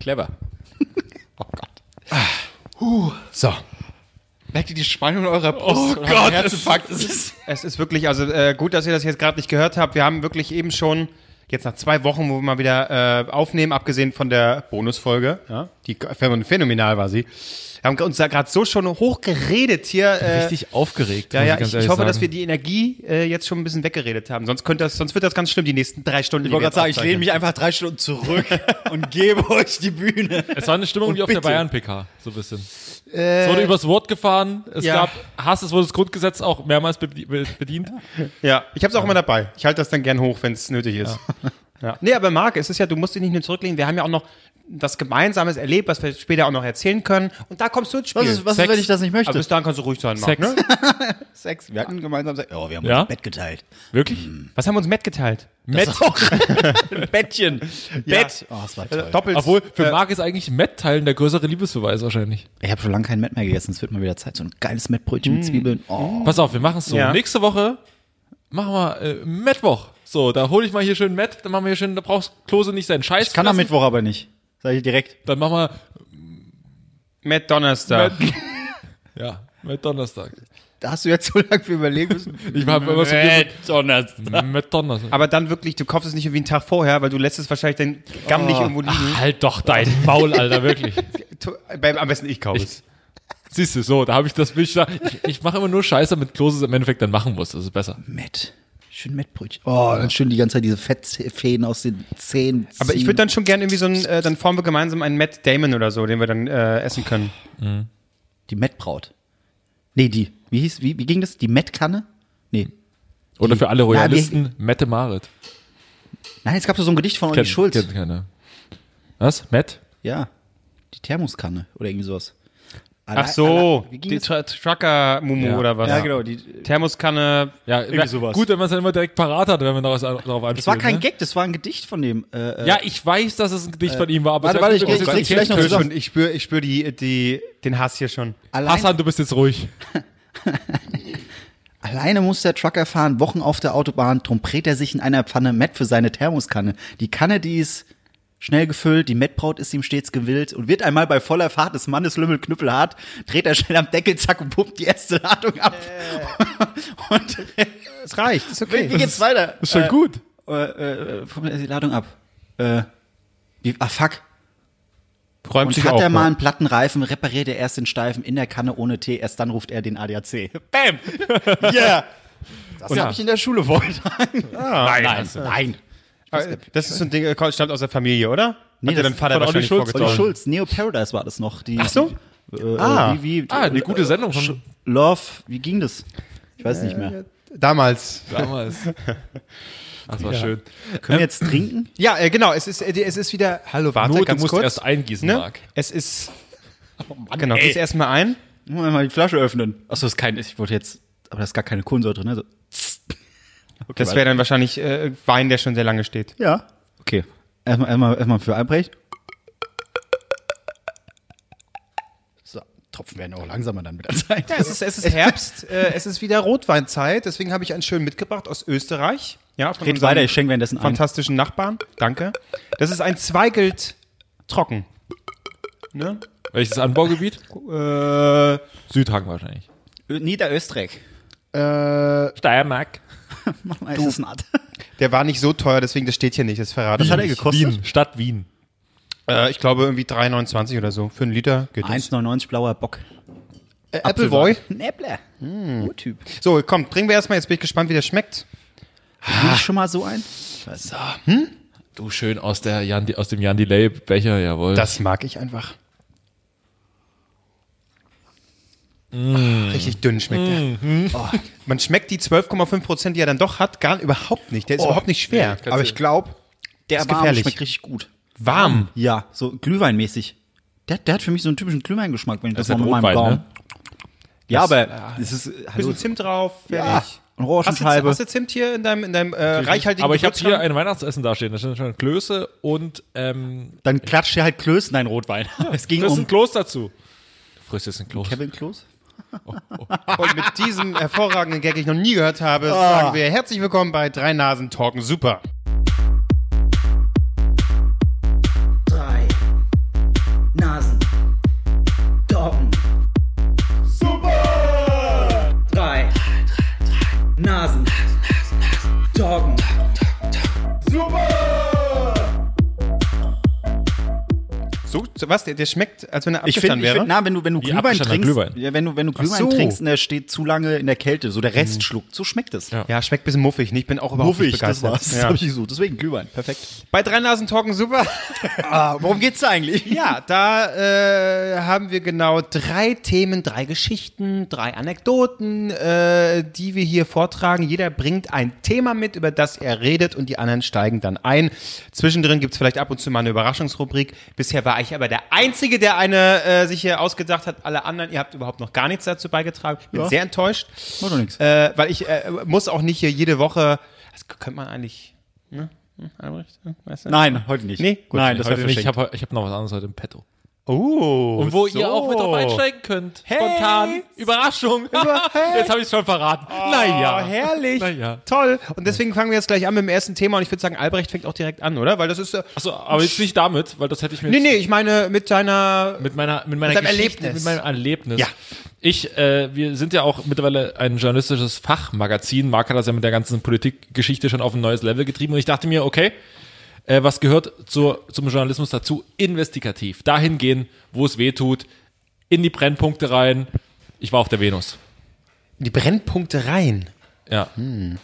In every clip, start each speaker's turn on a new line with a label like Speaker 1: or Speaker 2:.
Speaker 1: Clever.
Speaker 2: Oh Gott.
Speaker 1: So.
Speaker 2: Merkt ihr die Spannung in eurer Brust?
Speaker 1: Oh
Speaker 2: und
Speaker 1: Gott,
Speaker 2: habt einen
Speaker 1: es-
Speaker 2: Herzinfarkt? Es ist
Speaker 3: Es ist wirklich, also äh, gut, dass ihr das jetzt gerade nicht gehört habt. Wir haben wirklich eben schon, jetzt nach zwei Wochen, wo wir mal wieder äh, aufnehmen, abgesehen von der Bonusfolge, ja, die phänomen- phänomenal war sie, wir haben uns da gerade so schon hochgeredet hier. Äh,
Speaker 1: Richtig aufgeregt.
Speaker 3: ja,
Speaker 1: muss
Speaker 3: ja,
Speaker 1: ganz
Speaker 3: ich,
Speaker 1: ehrlich
Speaker 3: ich hoffe,
Speaker 1: sagen.
Speaker 3: dass wir die Energie äh, jetzt schon ein bisschen weggeredet haben. Sonst, könnte das, sonst wird das ganz schlimm, die nächsten drei Stunden.
Speaker 2: Ich wollte gerade sagen, ich lehne mich einfach drei Stunden zurück und gebe euch die Bühne.
Speaker 1: Es war eine Stimmung wie auf
Speaker 3: bitte.
Speaker 1: der Bayern-PK, so ein bisschen. es wurde übers Wort gefahren, es
Speaker 3: Äh, ja.
Speaker 1: gab Hass, es wurde das Grundgesetz auch mehrmals be- be- bedient.
Speaker 3: Ja, ich habe es auch immer dabei. Ich halte das dann gern hoch, wenn es nötig ist. Ja. Nee, aber Marc, es ist ja, du musst dich nicht nur zurücklehnen. Wir haben ja auch noch was Gemeinsames erlebt, was wir später auch noch erzählen können. Und da kommst du ins Spiel.
Speaker 2: Was ist, was ist
Speaker 1: Sex.
Speaker 2: wenn ich das nicht
Speaker 3: aber
Speaker 2: möchte?
Speaker 3: bis dahin kannst du ruhig sein, Marc.
Speaker 1: Sex.
Speaker 3: Ne?
Speaker 2: Sex. Wir hatten gemeinsam Sex. Oh, wir haben
Speaker 1: Ja?
Speaker 2: uns Bett geteilt.
Speaker 1: Wirklich?
Speaker 3: Was haben wir uns mitgeteilt?
Speaker 1: Matt.
Speaker 2: auch. Ein Bettchen. Bett. Oh, das war toll.
Speaker 3: Doppelt.
Speaker 1: Obwohl, für
Speaker 3: äh,
Speaker 1: Marc ist eigentlich Matt teilen der größere Liebesbeweis wahrscheinlich.
Speaker 2: Ich habe schon lange kein Met mehr gegessen. Es wird mal wieder Zeit. So ein geiles Mettbrötchen mit Zwiebeln. Oh.
Speaker 1: Pass auf, wir machen es so.
Speaker 3: Ja.
Speaker 1: Nächste Woche machen wir äh, Mittwoch. So, da hole ich mal hier schön Matt, dann machen wir hier schön, da brauchst Klose nicht seinen Scheiß.
Speaker 2: Ich kann am
Speaker 1: fressen.
Speaker 2: Mittwoch aber nicht. Sag ich direkt.
Speaker 1: Dann machen wir
Speaker 3: Matt Donnerstag.
Speaker 1: Matt. ja, Matt Donnerstag.
Speaker 2: Da hast du jetzt so lange für überlegen müssen.
Speaker 1: Ich habe immer so
Speaker 2: Matt Donnerstag.
Speaker 1: Matt Donnerstag.
Speaker 3: Aber dann wirklich, du kaufst es nicht irgendwie einen Tag vorher, weil du lässt es wahrscheinlich den Gamm nicht irgendwo liegen.
Speaker 1: Halt doch dein Maul, Alter, wirklich.
Speaker 3: Tu- beim- Am besten ich kaufe es.
Speaker 1: Siehst du, so, da habe ich das Bild. da- Ich, ich mache immer nur Scheiße, damit Klose es im Endeffekt dann machen muss. Das ist besser.
Speaker 2: Met. Schön Mettbrötchen. Oh, dann schön die ganze Zeit diese Fettfäden aus den Zähnen.
Speaker 3: Aber ich würde dann schon gern irgendwie so ein, äh, dann formen wir gemeinsam einen Matt Damon oder so, den wir dann äh, essen können.
Speaker 2: Die Mettbraut. Nee, die. Wie hieß, wie, wie ging das? Die Mettkanne? Nee.
Speaker 1: Oder für alle
Speaker 2: wir-
Speaker 1: Royalisten, Mette Marit.
Speaker 2: Nein, es gab so ein Gedicht von Olli Schulz.
Speaker 1: Kennt keiner. Was? Matt?
Speaker 2: Ja. Die Thermoskanne oder irgendwie sowas.
Speaker 3: Ach so,
Speaker 2: Wie
Speaker 3: die
Speaker 2: ging das?
Speaker 3: Tra Trucker-Mumu
Speaker 1: Ja.
Speaker 3: oder was?
Speaker 2: Ja, genau. Die,
Speaker 3: Thermoskanne.
Speaker 1: Ja, wär-
Speaker 2: sowas.
Speaker 1: gut, wenn man es dann immer direkt parat hat, wenn man daraus, darauf anspielt.
Speaker 2: das war kein
Speaker 1: ne?
Speaker 2: Gag, das war ein Gedicht von dem. Äh, äh,
Speaker 1: Ja, ich weiß, dass es ein Gedicht von ihm war, aber
Speaker 2: warte,
Speaker 1: es war
Speaker 2: warte,
Speaker 1: gut,
Speaker 2: ich-
Speaker 1: wenn
Speaker 2: ich-
Speaker 1: man es
Speaker 2: ich- gleich noch
Speaker 1: erzählt.
Speaker 2: zusammen.
Speaker 3: Und ich spüre ich spür die, die, den Hass hier schon.
Speaker 2: allein,
Speaker 1: Hassan, du bist jetzt ruhig.
Speaker 2: Alleine muss der Trucker fahren, Wochen auf der Autobahn, drum brät er sich in einer Pfanne Met für seine Thermoskanne. Die Kanne, die ist schnell gefüllt, die Mettbraut ist ihm stets gewillt und wird einmal bei voller Fahrt des Mannes Lümmel knüppelhart, dreht er schnell am Deckel, zack und pumpt die erste Ladung ab. Und äh,
Speaker 3: Es reicht, ist okay.
Speaker 2: wie, wie geht's weiter?
Speaker 1: Äh. Ist schon
Speaker 2: äh,
Speaker 1: gut.
Speaker 2: Äh, äh, pumpt er die Ladung ab. Äh, wie, ah fuck.
Speaker 3: Räumt
Speaker 2: Und
Speaker 3: sich
Speaker 2: hat
Speaker 3: auf,
Speaker 2: er
Speaker 1: ne?
Speaker 2: mal
Speaker 3: ja.
Speaker 2: einen platten Reifen, repariert er erst den Steifen in der Kanne ohne Tee, erst dann ruft er den ADAC.
Speaker 1: Bam!
Speaker 2: Yeah! Das
Speaker 1: Und-
Speaker 2: hab ich in der Schule wollte.
Speaker 1: Nein,
Speaker 2: Nein, nein.
Speaker 3: Ah. Äh, Das ist so ein Ding, äh, stammt aus der Familie, oder?
Speaker 2: Nee,
Speaker 3: Hat dir
Speaker 2: das-
Speaker 3: dein Vater
Speaker 1: von Olli
Speaker 3: wahrscheinlich
Speaker 1: Schulz.
Speaker 3: vorgetragen.
Speaker 2: Olli Schulz, Neo Paradise war das noch. Die,
Speaker 3: Ach so?
Speaker 2: die, Äh,
Speaker 3: Ah.
Speaker 2: Wie, wie, äh,
Speaker 1: Ah, eine gute Sendung von-
Speaker 2: Sch- Love, wie ging das? Ich weiß nicht mehr.
Speaker 3: Damals.
Speaker 1: Damals. Das war schön.
Speaker 2: Können wir jetzt trinken?
Speaker 3: Ja, äh, genau, es ist, äh, es ist wieder. Hallo, warte,
Speaker 1: Nur, du
Speaker 3: ganz
Speaker 1: musst
Speaker 3: kurz.
Speaker 1: erst eingießen,
Speaker 3: ne?
Speaker 1: Marc.
Speaker 3: Es ist. genau, gieß erstmal ein.
Speaker 2: Moment mal die Flasche öffnen. Achso, ist kein, ich wollte jetzt, aber da ist gar keine Kohlensäure drin. Also,
Speaker 3: Das wäre dann wahrscheinlich äh, Wein, der schon sehr lange steht.
Speaker 2: ja. Okay. Erstmal, erstmal, erstmal für Albrecht. So, Tropfen werden auch langsamer dann mit der Zeit.
Speaker 3: Ja, es ist, es ist Herbst, äh, es ist wieder Rotweinzeit, deswegen habe ich einen schönen mitgebracht aus Österreich. Ja, von
Speaker 2: Red
Speaker 3: unserem
Speaker 2: weiter, ich schenke währenddessen ein.
Speaker 3: fantastischen Nachbarn. Danke. Das ist ein Zweigelt trocken. Ne?
Speaker 1: Welches Anbaugebiet?
Speaker 3: Äh,
Speaker 1: Südhagen wahrscheinlich.
Speaker 2: Ö- Niederösterreich.
Speaker 1: Steiermark.
Speaker 2: Mach mal, ist das ein Art.
Speaker 3: äh, der war nicht so teuer, deswegen das steht hier nicht, das verrate ich.
Speaker 2: Was hat er
Speaker 3: nicht.
Speaker 2: gekostet?
Speaker 1: Wien. Stadt Wien.
Speaker 3: Äh, ich glaube irgendwie 3,29 oder so. Für einen Liter geht
Speaker 2: Ah,
Speaker 3: das.
Speaker 2: 1,99 blauer Bock.
Speaker 3: Äh, Appleboy.
Speaker 2: Ein Äppler.
Speaker 1: Hm.
Speaker 2: Gut Typ.
Speaker 3: So, komm, trinken wir erstmal, jetzt bin ich gespannt, wie der schmeckt.
Speaker 2: Nimm schon mal so ein.
Speaker 1: Du schön aus, der Jan, aus dem Jan Delay Becher, jawohl.
Speaker 3: Das mag ich einfach.
Speaker 2: Mm.
Speaker 3: Ah, Richtig dünn schmeckt der.
Speaker 2: Mm-hmm.
Speaker 3: Oh, man schmeckt die 12,5 Prozent, die er dann doch hat, gar überhaupt nicht. Der ist überhaupt nicht schwer.
Speaker 1: kannst
Speaker 2: Aber
Speaker 1: du-
Speaker 2: Oh. ich glaube, der
Speaker 3: Ist
Speaker 2: warm
Speaker 3: gefährlich.
Speaker 2: schmeckt richtig gut.
Speaker 3: Warm.
Speaker 2: Ja, so Glühweinmäßig. Der, der hat für mich so einen typischen Glühweingeschmack, wenn ich das,
Speaker 1: ist
Speaker 2: mal
Speaker 1: halt
Speaker 2: mit meinem
Speaker 1: Rotwein,
Speaker 2: Gaumen. Ja,
Speaker 3: Das-
Speaker 2: aber es ist äh, hallo.
Speaker 3: Bisschen Zimt drauf,
Speaker 2: Ja,
Speaker 3: fertig.
Speaker 2: und
Speaker 3: Hast du, hast
Speaker 2: Orangenscheibe.
Speaker 3: du Zimt hier in deinem, in deinem äh, reichhaltigen
Speaker 1: Aber ich habe hier
Speaker 3: Gewürzschrank?
Speaker 1: ein Weihnachtsessen dastehen. Da stehen schon Klöße und ähm,
Speaker 2: Dann klatscht ihr halt Klöß in deinen Rotwein. es ging
Speaker 1: da ist ein
Speaker 2: um
Speaker 1: Kloß dazu. Du frisst jetzt ein Kloß.
Speaker 2: Kevin Klöß.
Speaker 3: Und mit diesem hervorragenden Gag, den ich noch nie gehört habe,
Speaker 2: Ah.
Speaker 3: sagen wir herzlich willkommen bei Drei Nasen Talken Super.
Speaker 4: drei
Speaker 3: so, was? Der, der schmeckt, als wenn er
Speaker 2: Ich
Speaker 3: abgestanden
Speaker 2: finde,
Speaker 3: wäre?
Speaker 2: find, na, wenn du, wenn du
Speaker 1: Wie
Speaker 2: Glühwein
Speaker 1: abgestanden
Speaker 2: trinkst,
Speaker 1: Glühwein.
Speaker 2: Ja, wenn du, wenn du Glühwein
Speaker 3: so.
Speaker 2: trinkst und der steht zu lange in der Kälte, so der Rest schluckt, so schmeckt es.
Speaker 1: Ja.
Speaker 3: ja, schmeckt ein bisschen muffig. ne? Ich bin auch überhaupt
Speaker 2: Muffig,
Speaker 3: nicht
Speaker 2: das
Speaker 3: begeistert.
Speaker 2: war's. Das
Speaker 3: Ja.
Speaker 2: habe ich gesucht. Deswegen Glühwein, perfekt.
Speaker 3: Bei drei Nasen talken super.
Speaker 2: Ah, worum geht's da eigentlich?
Speaker 3: Ja, da äh, haben wir genau drei Themen, drei Geschichten, drei Anekdoten, äh, die wir hier vortragen. Jeder bringt ein Thema mit, über das er redet und die anderen steigen dann ein. Zwischendrin gibt's vielleicht ab und zu mal eine Überraschungsrubrik. Bisher war ich aber der Einzige, der eine äh, sich hier ausgedacht hat. Alle anderen, ihr habt überhaupt noch gar nichts dazu beigetragen. Bin
Speaker 2: Ja.
Speaker 3: sehr enttäuscht.
Speaker 2: Macht doch nichts.
Speaker 3: Äh, weil ich äh, muss auch nicht hier jede Woche, das könnte man eigentlich... Ne? Hm, Albrecht? Hm, Weißt du?
Speaker 2: Nein, heute nicht.
Speaker 3: Nee, gut.
Speaker 2: Nein, das wäre
Speaker 1: Heute nicht,
Speaker 2: verschenkt.
Speaker 1: ich habe ich hab noch was anderes heute im Petto.
Speaker 3: Oh,
Speaker 1: Und wo
Speaker 3: so.
Speaker 1: ihr auch mit drauf einsteigen könnt.
Speaker 3: Hey.
Speaker 1: Spontan. Überraschung.
Speaker 3: hey. Oh,
Speaker 1: Jetzt habe ich es schon verraten.
Speaker 3: Naja,
Speaker 1: naja.
Speaker 3: herrlich.
Speaker 1: Naja.
Speaker 3: Toll. Und deswegen fangen wir jetzt gleich an mit dem ersten Thema und ich würde sagen, Albrecht fängt auch direkt an, oder? Weil das ist. Äh,
Speaker 1: Achso, aber jetzt nicht damit, weil das hätte ich mir
Speaker 3: nee,
Speaker 1: jetzt
Speaker 3: nee, ich meine mit deiner.
Speaker 1: mit meiner mit meiner
Speaker 3: Mit deinem
Speaker 1: Geschichte,
Speaker 3: Erlebnis.
Speaker 1: mit meinem Erlebnis.
Speaker 3: Ja.
Speaker 1: Ich, äh, wir sind ja auch mittlerweile ein journalistisches Fachmagazin. Marc hat das ja mit der ganzen Politikgeschichte schon auf ein neues Level getrieben. Und ich dachte mir, okay, äh, was gehört zur, zum Journalismus dazu? Investigativ. Dahin gehen, wo es weh tut, in die Brennpunkte rein. Ich war auf der Venus.
Speaker 3: Die Brennpunkte rein.
Speaker 1: Ja.
Speaker 3: Hm.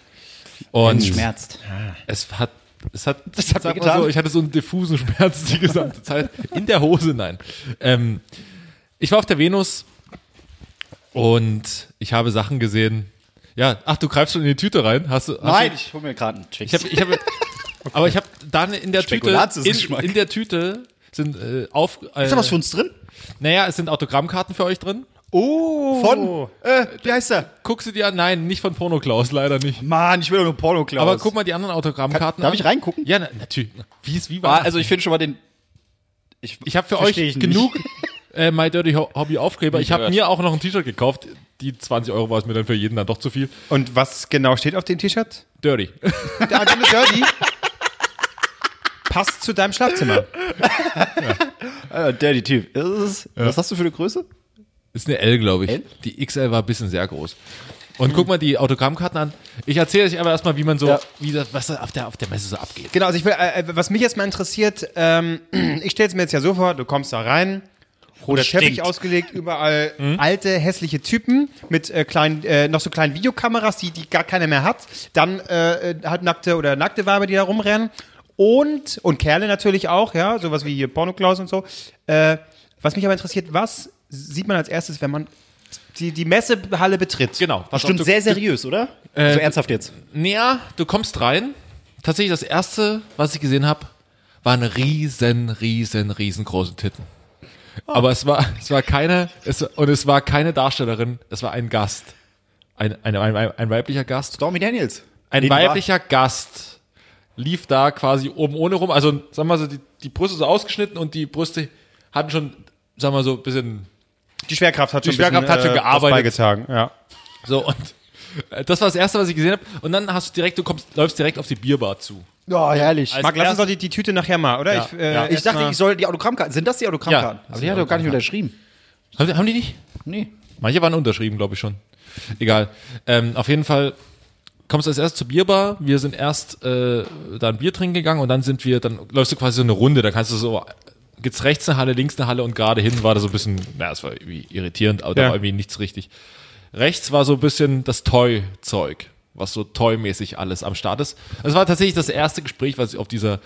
Speaker 1: Und
Speaker 2: Schmerzt.
Speaker 1: es hat, es hat,
Speaker 2: Das hat
Speaker 1: sag
Speaker 2: mir
Speaker 1: mal so,
Speaker 2: getan.
Speaker 1: ich hatte so einen diffusen Schmerz die gesamte Zeit. In der Hose, nein. Ähm, ich war auf der Venus und ich habe Sachen gesehen. Ja, ach, du greifst schon in die Tüte rein. Hast du? Hast
Speaker 2: Nein,
Speaker 1: Du,
Speaker 2: ich hole mir gerade einen Chips.
Speaker 1: ich habe, ich habe, aber ich habe dann in der Tüte, in,
Speaker 2: Spekulatius-Geschmack.
Speaker 1: in der Tüte sind äh, auf, äh,
Speaker 2: ist da was für uns drin?
Speaker 1: naja, es sind Autogrammkarten für euch drin.
Speaker 3: Oh.
Speaker 2: Von? Äh, wie heißt der?
Speaker 1: Guck sie dir an. Nein, nicht von Pornoklaus, leider nicht.
Speaker 2: Mann, ich will doch nur Porno Klaus.
Speaker 1: Aber guck mal die anderen
Speaker 2: Kann-
Speaker 1: Autogrammkarten
Speaker 2: darf
Speaker 1: an.
Speaker 2: ich reingucken?
Speaker 1: Ja, na, natürlich. Wie ist, wie
Speaker 2: Ah,
Speaker 1: war
Speaker 2: also ich finde schon mal den.
Speaker 1: Ich habe für euch
Speaker 2: Versteh ich nicht.
Speaker 1: genug äh, My Dirty Ho- Hobby Aufkleber. Ich habe
Speaker 2: gehört.
Speaker 1: mir auch noch ein T-Shirt gekauft. Die 20 Euro war es mir dann für jeden dann doch zu viel.
Speaker 3: Und was genau steht auf dem T-Shirt?
Speaker 1: Dirty.
Speaker 3: Der Adame Dirty. Passt zu deinem Schlafzimmer.
Speaker 2: Äh, Dirty Typ. Ist es- Was hast du für eine Größe?
Speaker 1: Ist eine L, glaube ich.
Speaker 2: L?
Speaker 1: Die XL war ein bisschen sehr groß. Und guck mal die Autogrammkarten an. Ich erzähle euch aber erstmal, wie man so,
Speaker 2: Ja.
Speaker 1: wie das, was da auf der, auf der Messe so abgeht.
Speaker 3: Genau, also ich will, äh, äh, was mich jetzt mal interessiert, ähm, ich stelle es mir jetzt ja so vor, du kommst da rein,
Speaker 1: Oh,
Speaker 3: roter
Speaker 2: stinkt.
Speaker 3: Teppich ausgelegt, überall
Speaker 1: Hm?
Speaker 3: alte, hässliche Typen mit äh, kleinen, äh, noch so kleinen Videokameras, die, die gar keiner mehr hat, dann äh, äh, halbnackte oder nackte Weiber, die da rumrennen und, und Kerle natürlich auch, ja, sowas wie hier Pornoklaus und so. Äh, was mich aber interessiert, was sieht man als erstes, wenn man die, die Messehalle betritt?
Speaker 1: Genau. Pass auf,
Speaker 2: Stimmt,
Speaker 1: du,
Speaker 2: sehr seriös, oder? so ernsthaft jetzt.
Speaker 1: näher, du kommst rein. Tatsächlich das erste, was ich gesehen habe, waren riesen, riesen, riesengroße Titten. Aber es war, es war keine, es, und es war keine Darstellerin, es war ein Gast. Ein, ein, ein, ein weiblicher Gast.
Speaker 2: Stormy Daniels.
Speaker 1: Ein
Speaker 2: Den
Speaker 1: weiblicher Gast lief da quasi oben ohne rum. Also, sag mal so, die, die Brüste so ausgeschnitten und die Brüste hatten schon, sag mal so, ein bisschen
Speaker 3: Die Schwerkraft hat
Speaker 1: Die
Speaker 3: schon, ein
Speaker 1: Schwerkraft hat schon
Speaker 3: äh, was
Speaker 1: gearbeitet.
Speaker 3: beigetragen, ja.
Speaker 1: so und äh, das war das erste, was ich gesehen habe. Und dann hast du direkt, du kommst, läufst direkt auf die Bierbar zu.
Speaker 2: War, oh, herrlich.
Speaker 1: Als
Speaker 3: Marc, lass uns
Speaker 1: erst-
Speaker 3: doch die, die Tüte nachher mal, oder? äh,
Speaker 1: Ja, ja.
Speaker 2: ich
Speaker 3: erst
Speaker 2: dachte,
Speaker 3: mal-
Speaker 2: ich soll die Autogrammkarten. Sind das die Autogrammkarten?
Speaker 1: Ja,
Speaker 2: aber die hat er doch gar nicht unterschrieben.
Speaker 1: Haben, haben die nicht?
Speaker 2: Nee.
Speaker 1: Manche waren unterschrieben, glaube ich schon. Egal. Ähm, auf jeden Fall kommst du als erstes zur Bierbar. Wir sind erst äh, da ein Bier trinken gegangen und dann sind wir, dann läufst du quasi so eine Runde. Da kannst du so, geht's rechts eine Halle, links eine Halle und gerade hin war da so ein bisschen, na, es war irgendwie irritierend, aber da
Speaker 3: Ja.
Speaker 1: war irgendwie nichts richtig. Rechts war so ein bisschen das Toy-Zeug, was so Toy-mäßig alles am Start ist. Das war tatsächlich das erste Gespräch, was ich auf dieser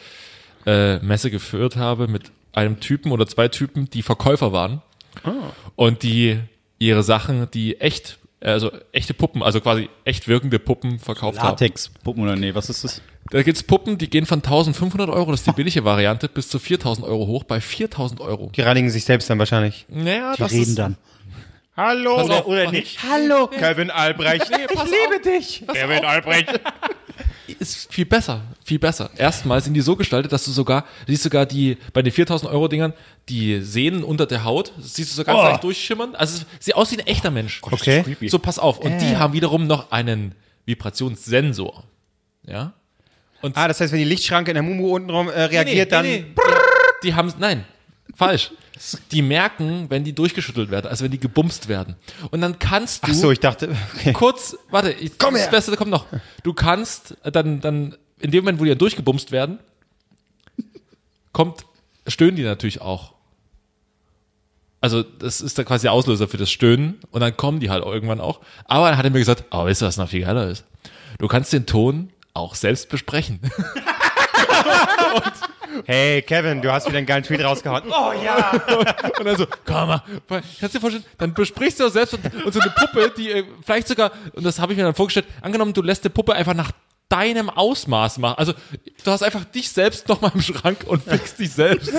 Speaker 1: äh, Messe geführt habe mit einem Typen oder zwei Typen, die Verkäufer waren
Speaker 2: Ah.
Speaker 1: und die ihre Sachen, die echt, also echte Puppen, also quasi echt wirkende Puppen verkauft haben.
Speaker 2: Puppen oder nee, was ist das?
Speaker 1: Da gibt's Puppen, die gehen von 1500 Euro, das ist die billige Variante, bis zu 4000 Euro hoch, bei 4000 Euro.
Speaker 3: Die reinigen sich selbst dann wahrscheinlich.
Speaker 1: Naja,
Speaker 2: Die reden dann.
Speaker 3: Hallo.
Speaker 1: Pass auf, mach
Speaker 3: Hallo. Kevin Albrecht.
Speaker 1: pass auf.
Speaker 3: dich. Kevin Albrecht.
Speaker 1: ist viel besser, viel besser. Erstmal sind die so gestaltet, dass du sogar, siehst sogar die, bei den 4000 Euro Dingern, die Sehnen unter der Haut, das siehst du so ganz
Speaker 2: Oh.
Speaker 1: leicht durchschimmern. Also es sieht aus wie ein echter Mensch.
Speaker 3: Okay. Äh.
Speaker 2: creepy.
Speaker 1: So, pass auf. Und die haben wiederum noch einen Vibrationssensor. Ja? Und
Speaker 3: Ah, das heißt, wenn die Lichtschranke in der Mumu untenrum äh, reagiert, dann.
Speaker 1: Die haben, nein, falsch. Die merken, wenn die durchgeschüttelt werden, also wenn die gebumst werden. Und dann kannst du
Speaker 3: Ach so, ich dachte. Okay.
Speaker 1: kurz, warte, ich,
Speaker 3: Komm
Speaker 1: das
Speaker 3: her.
Speaker 1: Beste kommt noch. Du kannst äh, dann, dann, in dem Moment, wo die dann durchgebumst werden, kommt, stöhnen die natürlich auch. also das ist dann quasi der Auslöser für das Stöhnen und dann kommen die halt irgendwann auch. Aber dann hat er mir gesagt, oh, weißt du, was noch viel geiler ist? Du kannst den Ton auch selbst besprechen.
Speaker 3: Hey, Kevin, du hast wieder einen geilen Tweet rausgehauen. Oh ja!
Speaker 1: Und dann so, komm mal. Weil, Kannst du dir vorstellen, dann besprichst du das selbst und, und so eine Puppe, die äh, vielleicht sogar, und das habe ich mir dann vorgestellt, angenommen, du lässt die Puppe einfach nach deinem Ausmaß machen. Also du hast einfach dich selbst nochmal im Schrank und fixst dich selbst.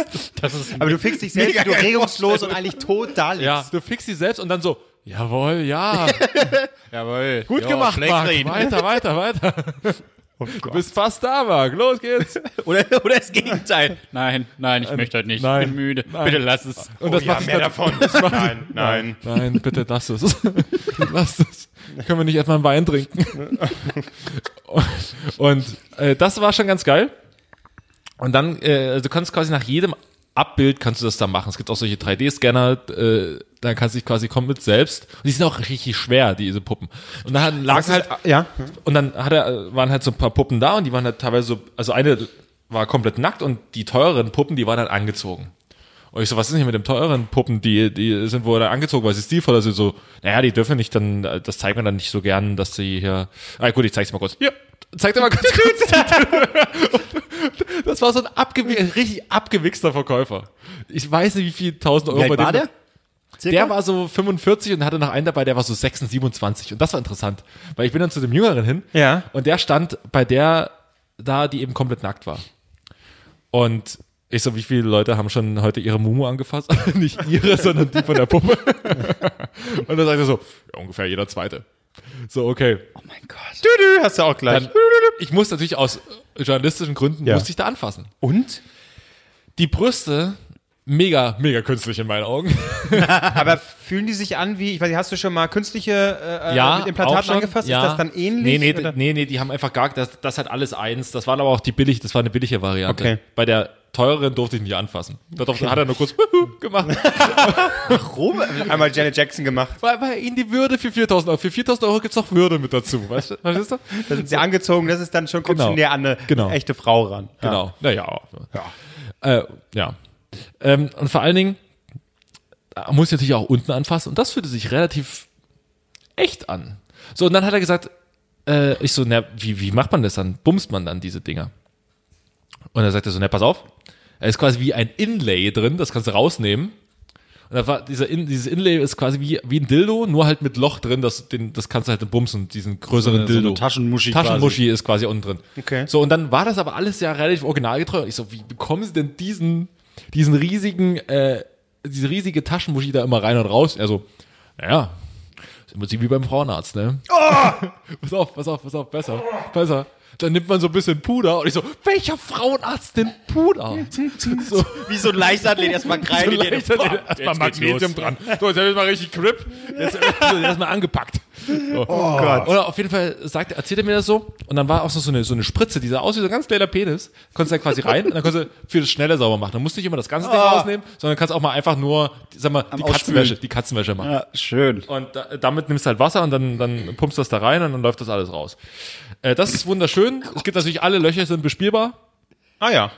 Speaker 1: Das ist
Speaker 3: Aber du fickst dich selbst,
Speaker 2: Mega
Speaker 3: wie du
Speaker 2: geil
Speaker 3: regungslos und eigentlich tot da liegst.
Speaker 1: ja, du fixst dich selbst und dann so, jawohl, ja. jawohl. Gut
Speaker 3: Ja,
Speaker 1: gemacht,
Speaker 3: schlecht
Speaker 1: Marc.
Speaker 3: reden.
Speaker 1: Weiter, weiter, weiter. du bist fast da, Marc. Los geht's.
Speaker 2: Oder, oder das
Speaker 1: Oh
Speaker 2: Gegenteil. Nein, Ähm, nein, Äh, ich möchte heute nicht.
Speaker 1: nein,
Speaker 2: ich bin müde.
Speaker 1: nein.
Speaker 2: Bitte lass es.
Speaker 1: Und das macht sich dann-
Speaker 3: Nein, nein.
Speaker 1: Nein, bitte lass es. lass es. Können wir nicht erstmal einen Wein trinken? Und äh, das war schon ganz geil. Und dann, äh, also du kannst quasi nach jedem Abbild kannst du das da machen. Es gibt auch solche 3D-Scanner, äh, da kannst du dich quasi komplett selbst. Und die sind auch richtig schwer, diese Puppen. Und dann lag halt
Speaker 3: ah, ja.
Speaker 1: und dann hat er, waren halt so ein paar Puppen da und die waren halt teilweise so, also eine war komplett nackt und die teureren Puppen, die waren halt angezogen. Und ich so, was ist denn hier mit den teureren Puppen, die, die sind wohl da angezogen, weil sie stilvoller sind, so, naja, die dürfen nicht dann, das zeigt man dann nicht so gern, dass sie hier, ah gut, ich zeig's mal kurz. Hier, zeig dir mal kurz. das war so ein abgewi ein richtig abgewichster Verkäufer. Ich weiß nicht, wie viel tausend Euro
Speaker 2: Wie alt
Speaker 1: dem
Speaker 2: war der? Circa?
Speaker 1: der war so 45 und hatte noch einen dabei, der war so 26, 27. Und das war interessant, weil ich bin dann zu dem Jüngeren hin
Speaker 3: Ja.
Speaker 1: und der stand bei der da, die eben komplett nackt war. Und ich so, wie viele Leute haben schon heute ihre Mumu angefasst? Nicht ihre, sondern die von der Puppe. und dann sagt er so, ja, ungefähr jeder Zweite. So, okay.
Speaker 2: Oh mein Gott.
Speaker 3: Tüdü, hast du auch gleich.
Speaker 1: Dann, ich muss natürlich aus journalistischen Gründen,
Speaker 3: Ja.
Speaker 1: musste ich da anfassen.
Speaker 3: und?
Speaker 1: Die Brüste, mega, mega künstlich in meinen Augen.
Speaker 3: Aber fühlen die sich an wie, ich weiß nicht, hast du schon mal künstliche äh,
Speaker 1: ja,
Speaker 3: mit
Speaker 1: auch
Speaker 3: Implantaten
Speaker 1: schon,
Speaker 3: angefasst?
Speaker 1: ja.
Speaker 3: Ist das dann ähnlich?
Speaker 1: Nee, nee,
Speaker 3: oder?
Speaker 1: nee, nee, die haben einfach gar, das, das hat alles eins. Das waren aber auch die billig, das war eine billige Variante.
Speaker 3: Okay.
Speaker 1: Bei der teureren durfte ich nicht anfassen. Da durfte- hat er nur kurz gemacht,
Speaker 3: Warum?
Speaker 1: äh,
Speaker 3: Einmal Janet Jackson gemacht.
Speaker 1: weil, weil ihnen die Würde für 4000 Euro, für 4000 Euro gibt's noch Würde mit dazu, weißt du, verstehst du?
Speaker 3: Da sind sie angezogen, das ist dann schon, kommt
Speaker 1: Genau.
Speaker 3: schon näher an eine
Speaker 1: Genau.
Speaker 3: echte Frau ran. Ja.
Speaker 1: Genau, naja. Ja. Äh, ja. Ähm, und vor allen Dingen da muss ich natürlich auch unten anfassen und das fühlte sich relativ echt an. So, und dann hat er gesagt, äh, ich so, na, wie, wie macht man das dann? Bumst man dann diese Dinger? Und er sagte so, na, pass auf, da ist quasi wie ein Inlay drin, das kannst du rausnehmen. Und da war dieser In, dieses Inlay ist quasi wie, wie ein Dildo, nur halt mit Loch drin, das, den, das kannst du halt bumsen, diesen größeren
Speaker 2: eine- so eine
Speaker 1: Dildo.
Speaker 2: Taschenmuschi
Speaker 1: Taschenmuschi ist quasi unten drin.
Speaker 3: Okay.
Speaker 1: So, und dann war das aber alles ja relativ originalgetreu. Und Ich so, wie bekommen sie denn diesen, diesen riesigen, äh, diese riesige Taschenmuschi da immer rein und raus? Er so, naja, ist im Prinzip wie beim Frauenarzt, ne? Pass auf, pass auf, pass auf, besser, besser. Dann nimmt man so ein bisschen Puder und ich so, welcher Frauenarzt denn Puder? So,
Speaker 2: Wie so ein Leichtathlet erstmal
Speaker 1: so
Speaker 2: rein. in den-
Speaker 1: leicht hat
Speaker 2: Boah,
Speaker 1: er erstmal
Speaker 2: jetzt geht's
Speaker 1: Magnesium
Speaker 2: los.
Speaker 1: dran. So, jetzt hab ich mal richtig Grip. Jetzt, so, jetzt mal angepackt.
Speaker 3: Oh Gott.
Speaker 1: Oder auf jeden Fall sagt, erzählt er mir das so und dann war auch so so eine, so eine Spritze, die sah aus wie so ein ganz kleiner Penis. Konntest du da quasi rein und dann konntest du für das Schnelle sauber machen. Dann musst du nicht immer das ganze Ding rausnehmen, sondern kannst auch mal einfach nur, sag mal, die
Speaker 2: Ah. Ausspülen.
Speaker 1: Katzenwäsche, die Katzenwäsche machen.
Speaker 2: Ja, schön.
Speaker 1: Und da, damit nimmst du halt Wasser und dann, dann pumpst du das da rein und dann läuft das alles raus. Äh, das ist wunderschön. Es gibt natürlich alle Löcher sind bespielbar.
Speaker 3: Ah ja.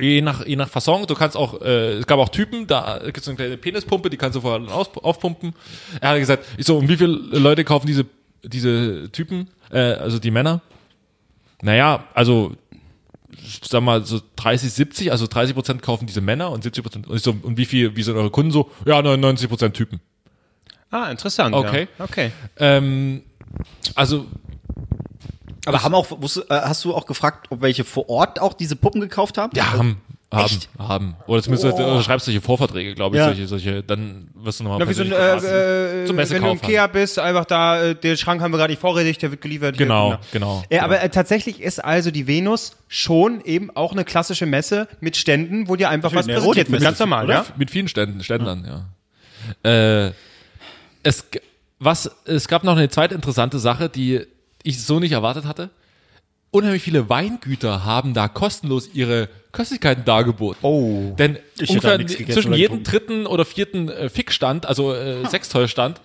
Speaker 1: Je nach, je nach Fasson, du kannst auch, äh, es gab auch Typen, da gibt es eine kleine Penispumpe, die kannst du vorher aus, aufpumpen. Er hat gesagt, ich so, und wie viele Leute kaufen diese, diese Typen, äh, also die Männer? Naja, also, sag mal, so 30, 70, also 30 Prozent kaufen diese Männer und 70 Prozent, und ich so, und wie viel, wie sind eure Kunden so? Ja, 99 Prozent Typen.
Speaker 3: Ah, interessant.
Speaker 1: Okay.
Speaker 3: Ja. Okay.
Speaker 1: Ähm, also,
Speaker 2: Aber haben auch, wusst- äh, hast du auch gefragt, ob welche vor Ort auch diese Puppen gekauft haben?
Speaker 1: ja, haben, haben,
Speaker 2: Echt?
Speaker 1: haben. Oder zumindest äh, schreibst solche Vorverträge, glaube ich,
Speaker 2: Ja.
Speaker 1: solche, solche, dann wirst du nochmal
Speaker 3: Na, wie so ein,
Speaker 1: persönlich beraten.
Speaker 3: äh, äh,
Speaker 1: Zum
Speaker 3: wenn du im
Speaker 1: Messekauf
Speaker 3: Kia bist, einfach da, äh, der Schrank haben wir gerade nicht vorrätig, der wird geliefert. hier,
Speaker 1: Genau, genau,
Speaker 3: Äh, aber äh, tatsächlich ist also die Venus schon eben auch eine klassische Messe mit Ständen, wo dir einfach was
Speaker 2: eine
Speaker 3: präsentiert wird.
Speaker 2: Erotikmesse,
Speaker 3: Ganz normal,
Speaker 2: oder?
Speaker 3: ja?
Speaker 1: Mit vielen Ständen, Ständlern, ja. Äh, es, g- was, es gab noch eine zweite interessante Sache, die ich so nicht erwartet hatte. Unheimlich viele Weingüter haben da kostenlos ihre Köstlichkeiten dargeboten.
Speaker 3: Oh.
Speaker 1: Denn
Speaker 2: Ich hätte auch
Speaker 1: ungefähr
Speaker 2: nichts gegessen
Speaker 1: zwischen
Speaker 2: oder
Speaker 1: jedem
Speaker 2: getrunken.
Speaker 1: dritten oder vierten äh, Fickstand, also äh, Sextollstand,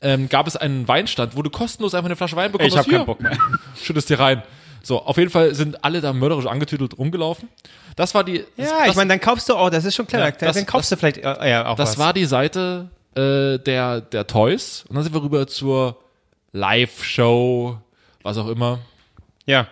Speaker 1: ähm, gab es einen Weinstand, wo du kostenlos einfach eine Flasche Wein bekommst.
Speaker 2: Ich hab
Speaker 1: Hier,
Speaker 2: keinen Bock mehr.
Speaker 1: Schüttest dir rein. So, auf jeden Fall sind alle da mörderisch angetüdelt rumgelaufen. Das war die. das,
Speaker 3: Ja,
Speaker 1: das,
Speaker 3: ich meine, dann kaufst du auch, das ist schon clever.
Speaker 1: Ja, das-
Speaker 3: dann kaufst du vielleicht äh, ja, auch
Speaker 1: das
Speaker 3: was.
Speaker 1: war die Seite äh, der, der Toys. Und dann sind wir rüber zur Live-Show, was auch immer.
Speaker 3: ja.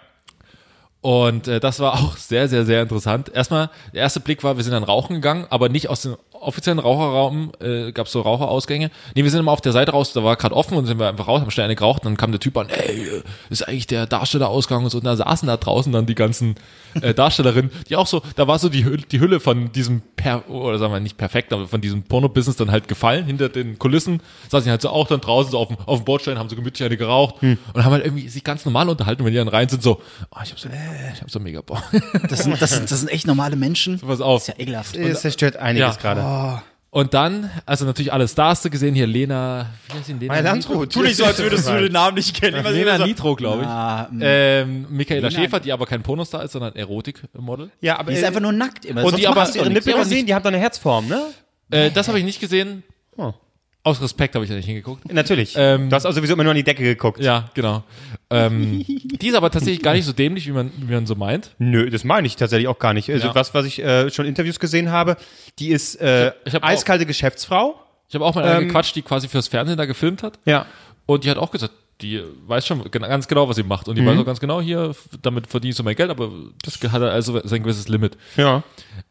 Speaker 1: Und äh, das war auch sehr, sehr, sehr interessant. Erstmal, der erste Blick war, wir sind dann rauchen gegangen, aber nicht aus dem offiziellen Raucherraum, äh, gab es so Raucherausgänge. Nee, wir sind immer auf der Seite raus, da war gerade offen und sind wir einfach raus, haben schnell eine geraucht und dann kam der Typ an, ey, äh, ist eigentlich der Darstellerausgang und so. Und da saßen da draußen dann die ganzen äh, Darstellerinnen, die auch so, da war so die, Hülle, die Hülle von diesem, per oder sagen wir nicht perfekt, aber von diesem Porno-Business dann halt gefallen, hinter den Kulissen, saßen die halt so auch dann draußen so auf dem, auf dem Bordstein, haben so gemütlich eine geraucht und haben halt irgendwie sich ganz normal unterhalten, wenn die dann rein sind, so, oh, ich hab so, ich hab so mega Bock.
Speaker 2: Das sind, das, sind, das sind echt normale Menschen.
Speaker 1: Pass auf.
Speaker 2: Ist ja ekelhaft.
Speaker 3: Das zerstört einiges
Speaker 1: Ja.
Speaker 3: gerade.
Speaker 1: Und dann, also natürlich alle Stars du gesehen, hier Lena, wie heißt die Lena?
Speaker 3: Mein
Speaker 1: Nitro?
Speaker 3: Landrut.
Speaker 2: Namen nicht kennen. Immer
Speaker 1: Lena Nitro, glaube ich.
Speaker 2: Ah, mh.
Speaker 1: Ähm, Michaela Schäfer, die aber kein Pornostar ist, sondern Erotikmodel.
Speaker 3: Ja, aber äh,
Speaker 2: die ist einfach nur nackt immer.
Speaker 3: und
Speaker 2: Sonst
Speaker 3: die aber
Speaker 2: macht
Speaker 3: hast
Speaker 2: sie
Speaker 3: du
Speaker 2: doch
Speaker 3: ihre
Speaker 2: nichts.
Speaker 3: Nippel
Speaker 1: aber
Speaker 3: gesehen? Die haben doch eine Herzform, ne?
Speaker 1: Äh, das habe ich nicht gesehen.
Speaker 3: Oh.
Speaker 1: Aus Respekt habe ich da nicht hingeguckt.
Speaker 3: Natürlich.
Speaker 1: Ähm,
Speaker 3: du hast auch sowieso immer nur an die Decke geguckt.
Speaker 1: Ja, genau. Ähm, die ist aber tatsächlich gar nicht so dämlich, wie man, wie man so meint.
Speaker 3: Nö, das meine ich tatsächlich auch gar nicht. Also
Speaker 1: Ja.
Speaker 3: was, was ich äh, schon Interviews gesehen habe, die ist äh,
Speaker 1: Ich hab- ich hab
Speaker 3: eiskalte Geschäftsfrau.
Speaker 1: Ich habe auch mal eine
Speaker 3: Ähm.
Speaker 1: gequatscht, die quasi fürs Fernsehen da gefilmt hat.
Speaker 3: Ja.
Speaker 1: Und die hat auch gesagt, die weiß schon gen- ganz genau, was sie macht. Und die weiß auch ganz genau, hier, f- damit verdienst du mein Geld, aber das hat also sein gewisses Limit.
Speaker 3: Ja.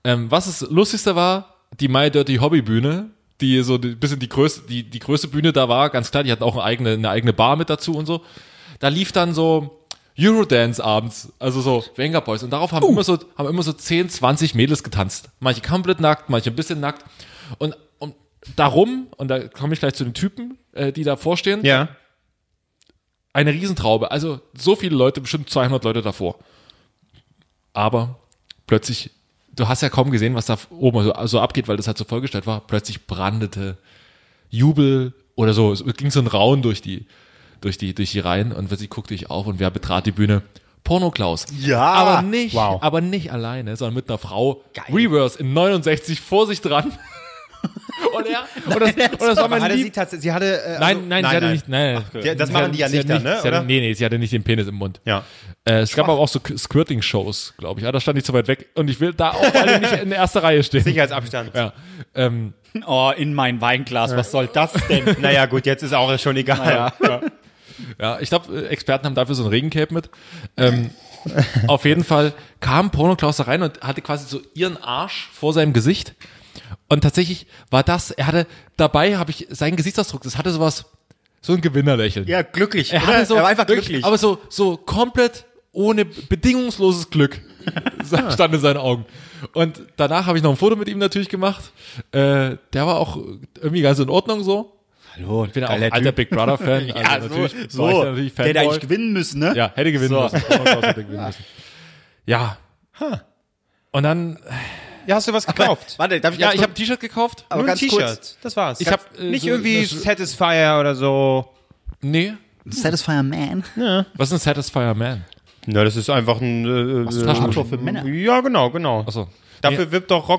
Speaker 1: Ähm, was das Lustigste war, die My Dirty Hobby Bühne, die so ein bisschen die größte, die, die größte Bühne da war, ganz klar, die hatten auch eine eigene, eine eigene Bar mit dazu und so. Da lief dann so Eurodance abends, also so Venga Boys. Und darauf haben, immer so, haben immer so 10, 20 Mädels getanzt. Manche komplett nackt, manche ein bisschen nackt. Und, und darum, und da komme ich gleich zu den Typen, äh, die davor stehen,
Speaker 3: Ja.
Speaker 1: eine Riesentraube. Also so viele Leute, bestimmt 200 Leute davor. Aber plötzlich, du hast ja kaum gesehen, was da oben so, so abgeht, weil das halt so vollgestellt war. Plötzlich brandete Jubel oder so. Es ging so ein Raun durch die, durch die, durch die Reihen und sie guckte ich auf und wer betrat die Bühne? Porno Klaus.
Speaker 2: Ja.
Speaker 1: Aber nicht,
Speaker 3: Wow.
Speaker 1: aber nicht alleine, sondern mit einer Frau. Reverse in 69 vor sich dran. und er, und das, und das war
Speaker 3: Aber
Speaker 1: mein
Speaker 3: hatte
Speaker 1: Lieb
Speaker 3: sie tatsächlich, sie hatte, äh, also-
Speaker 1: Nein, nein, sie hatte nicht. Nein,
Speaker 3: die- das
Speaker 1: Sie
Speaker 3: machen
Speaker 1: hatte-
Speaker 3: die ja
Speaker 1: sie
Speaker 3: nicht dann,
Speaker 1: hatte
Speaker 3: ne,
Speaker 1: Sie hatte,
Speaker 3: oder?
Speaker 1: nee, nee, sie hatte nicht den Penis im Mund.
Speaker 3: Ja.
Speaker 1: Äh, es gab aber auch so K- Squirting-Shows, glaube ich. Ah, da stand ich zu weit weg und ich will da auch alle nicht in erster Reihe stehen.
Speaker 3: Sicherheitsabstand.
Speaker 1: Ja. Ähm,
Speaker 2: Oh, in mein Weinglas. Was soll das denn?
Speaker 3: Naja, gut, jetzt ist auch schon egal. Ja.
Speaker 1: ja, ich glaube, Experten haben dafür so ein Regencape mit. Ähm, auf jeden Fall kam Porno Klaus da rein und hatte quasi so ihren Arsch vor seinem Gesicht. Und tatsächlich war das, er hatte, dabei habe ich seinen Gesichtsausdruck, das hatte sowas, so ein Gewinnerlächeln.
Speaker 2: ja, glücklich.
Speaker 1: Er,
Speaker 2: oder?
Speaker 1: hatte so,
Speaker 2: er war einfach
Speaker 1: also wirklich,
Speaker 2: glücklich.
Speaker 1: Aber so, so komplett ohne bedingungsloses Glück stand in seinen Augen. Und danach habe ich noch ein Foto mit ihm natürlich gemacht. Äh, der war auch irgendwie ganz in Ordnung so.
Speaker 2: Hallo,
Speaker 1: Ich bin ja auch ein alter Big Brother Fan.
Speaker 2: Ja,
Speaker 1: also
Speaker 2: so,
Speaker 1: natürlich war ich
Speaker 2: so.
Speaker 1: da natürlich
Speaker 2: der hätte
Speaker 1: Fanboy.
Speaker 2: eigentlich gewinnen müssen, ne?
Speaker 1: Ja, hätte gewinnen
Speaker 2: So.
Speaker 1: müssen. Thomas hätte gewinnen müssen. Ja. Und dann,
Speaker 3: hast du was gekauft?
Speaker 2: Warte, darf ich
Speaker 1: ja,
Speaker 2: ganz
Speaker 1: ich habe
Speaker 2: kurz-
Speaker 1: ein T-Shirt gekauft. Hm?
Speaker 2: aber
Speaker 3: Nur ein
Speaker 2: ganz kurz.
Speaker 3: T-Shirt. Das war's.
Speaker 1: Ich hab, äh,
Speaker 3: nicht
Speaker 1: so-
Speaker 3: irgendwie
Speaker 1: das-
Speaker 3: Satisfier oder so.
Speaker 1: Nee,
Speaker 2: Satisfier Man.
Speaker 1: was ist ein Satisfier Man?
Speaker 3: Na, das ist einfach ein. Äh,
Speaker 2: Taschentuch für Männer.
Speaker 3: Ja, genau, genau.
Speaker 1: Achso.
Speaker 3: Dafür wirbt doch
Speaker 2: Oh,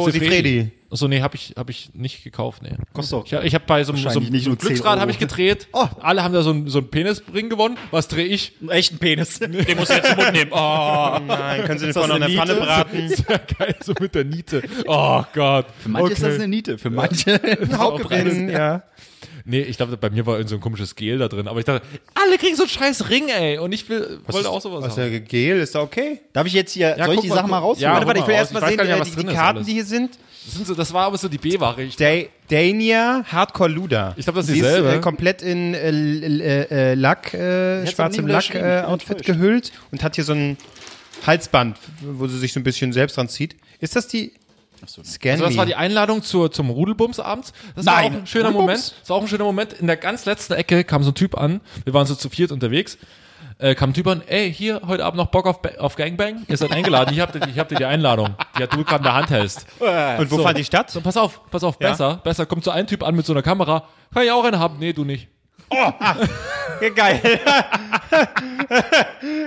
Speaker 3: Rocco Sifredi.
Speaker 1: Achso, nee, habe ich, hab ich nicht gekauft, nee.
Speaker 2: Kostet doch-
Speaker 1: Ich, hab- ich habe bei so einem, so einem,
Speaker 2: Wahrscheinlich nicht
Speaker 1: so einem
Speaker 2: nur 10
Speaker 1: Glücksrad
Speaker 2: Euro.
Speaker 1: habe ich gedreht.
Speaker 2: Oh.
Speaker 1: Alle haben da so einen, so einen Penisring gewonnen. Was drehe ich?
Speaker 2: Einen echten Penis. Den muss
Speaker 1: Jetzt im Mund nehmen. Oh,
Speaker 3: Nein, können Sie den
Speaker 2: das
Speaker 3: vorne in der
Speaker 2: eine
Speaker 3: Pfanne
Speaker 2: Niete?
Speaker 3: braten?
Speaker 1: ist ja geil, so mit der Niete. Oh Gott.
Speaker 2: Für manche ist das eine Niete, für manche.
Speaker 3: Hauptbrennen, ja.
Speaker 1: Nee, ich glaube, bei mir war irgend so ein komisches Gel da drin. Aber ich dachte, alle kriegen so einen scheiß Ring, ey. Und ich will, wollte auch sowas
Speaker 3: Was
Speaker 1: haben.
Speaker 3: der Gel ist da okay?
Speaker 2: Darf ich jetzt hier, soll ich
Speaker 1: guck
Speaker 2: die
Speaker 1: mal,
Speaker 2: Sachen mal
Speaker 1: guck-
Speaker 2: rausholen?
Speaker 1: Ja,
Speaker 3: Warte, warte, ich will
Speaker 1: mal
Speaker 3: erst mal
Speaker 1: raus. Ich weiß
Speaker 3: sehen,
Speaker 1: gar nicht,
Speaker 3: äh,
Speaker 1: was
Speaker 3: die,
Speaker 1: drin
Speaker 3: die
Speaker 1: ist
Speaker 3: Karten,
Speaker 1: alles.
Speaker 3: die hier sind.
Speaker 1: Das, sind so, das war aber so die B-Ware. Ich,
Speaker 3: Da Dania Hardcore Luda.
Speaker 1: Ich glaub, das ist
Speaker 3: Sie
Speaker 1: dieselbe.
Speaker 3: äh, komplett in äh, l- äh, äh, Lack, äh,
Speaker 2: Jetzt
Speaker 3: schwarzem
Speaker 2: haben die
Speaker 3: Lack
Speaker 2: überschrieben, ich
Speaker 3: äh,
Speaker 2: bin
Speaker 3: Outfit
Speaker 2: enttäuscht.
Speaker 3: gehüllt und hat hier so ein Halsband, wo sie sich so ein bisschen selbst dran zieht. Ist das die Scan
Speaker 1: also das
Speaker 3: Me?
Speaker 1: war die Einladung zur, zum Rudelbums abends. Das war
Speaker 2: Nein.
Speaker 1: auch ein schöner Moment. Das war auch ein schöner Moment. In der ganz letzten Ecke kam so ein Typ an. Wir waren so zu viert unterwegs. Äh, kam ein Typ an, ey, hier, heute Abend noch Bock auf, Ba- auf Gangbang? Ihr seid eingeladen. Ich hab dir, ich hab dir die Einladung, die du gerade in der Hand hältst.
Speaker 3: und wo
Speaker 1: So.
Speaker 3: fand die statt?
Speaker 1: So, pass auf, pass auf,
Speaker 3: Ja.
Speaker 1: besser, besser. Kommt so ein Typ an mit so einer Kamera. Kann ich auch eine haben? Nee, du nicht.
Speaker 3: Ja, geil.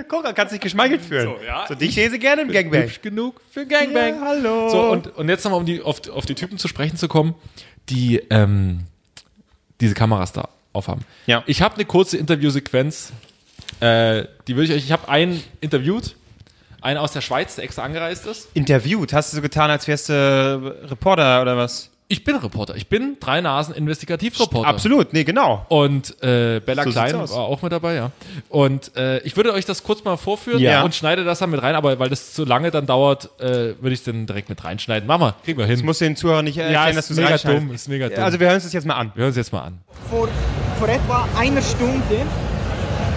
Speaker 3: Guck, da kannst du dich geschmeichelt fühlen. So,
Speaker 1: ja.
Speaker 3: dich lese gerne im Gangbang.
Speaker 1: Hübsch genug für Gangbang.
Speaker 3: Ja, hallo.
Speaker 1: So, und, und jetzt nochmal, um die, auf, auf die Typen zu sprechen zu kommen, die ähm, diese Kameras da aufhaben.
Speaker 3: Ja.
Speaker 1: Ich habe eine kurze Interviewsequenz Äh, die will ich euch. Ich habe einen interviewt, einen aus der Schweiz, der extra angereist ist.
Speaker 3: Interviewt? Hast du so getan, als wärst du äh, Reporter oder was?
Speaker 1: Ich bin Reporter. Ich bin drei Nasen Investigativreporter.
Speaker 3: Absolut, nee, genau.
Speaker 1: Und äh, Bella
Speaker 3: So sieht's
Speaker 1: Klein
Speaker 3: aus.
Speaker 1: war auch mit dabei, ja. Und äh, ich würde euch das kurz mal vorführen
Speaker 3: Ja.
Speaker 1: und schneide das dann mit rein, aber weil das zu lange dann dauert, äh, würde ich es dann direkt mit reinschneiden. Machen wir, kriegen wir hin.
Speaker 3: Ich muss den Zuhörern nicht erklären,
Speaker 1: ja,
Speaker 3: dass
Speaker 1: ist
Speaker 3: du
Speaker 1: mega dumm, ist mega dumm.
Speaker 3: Also wir hören uns das jetzt mal an.
Speaker 1: wir hören uns jetzt mal an.
Speaker 4: vor, vor etwa einer Stunde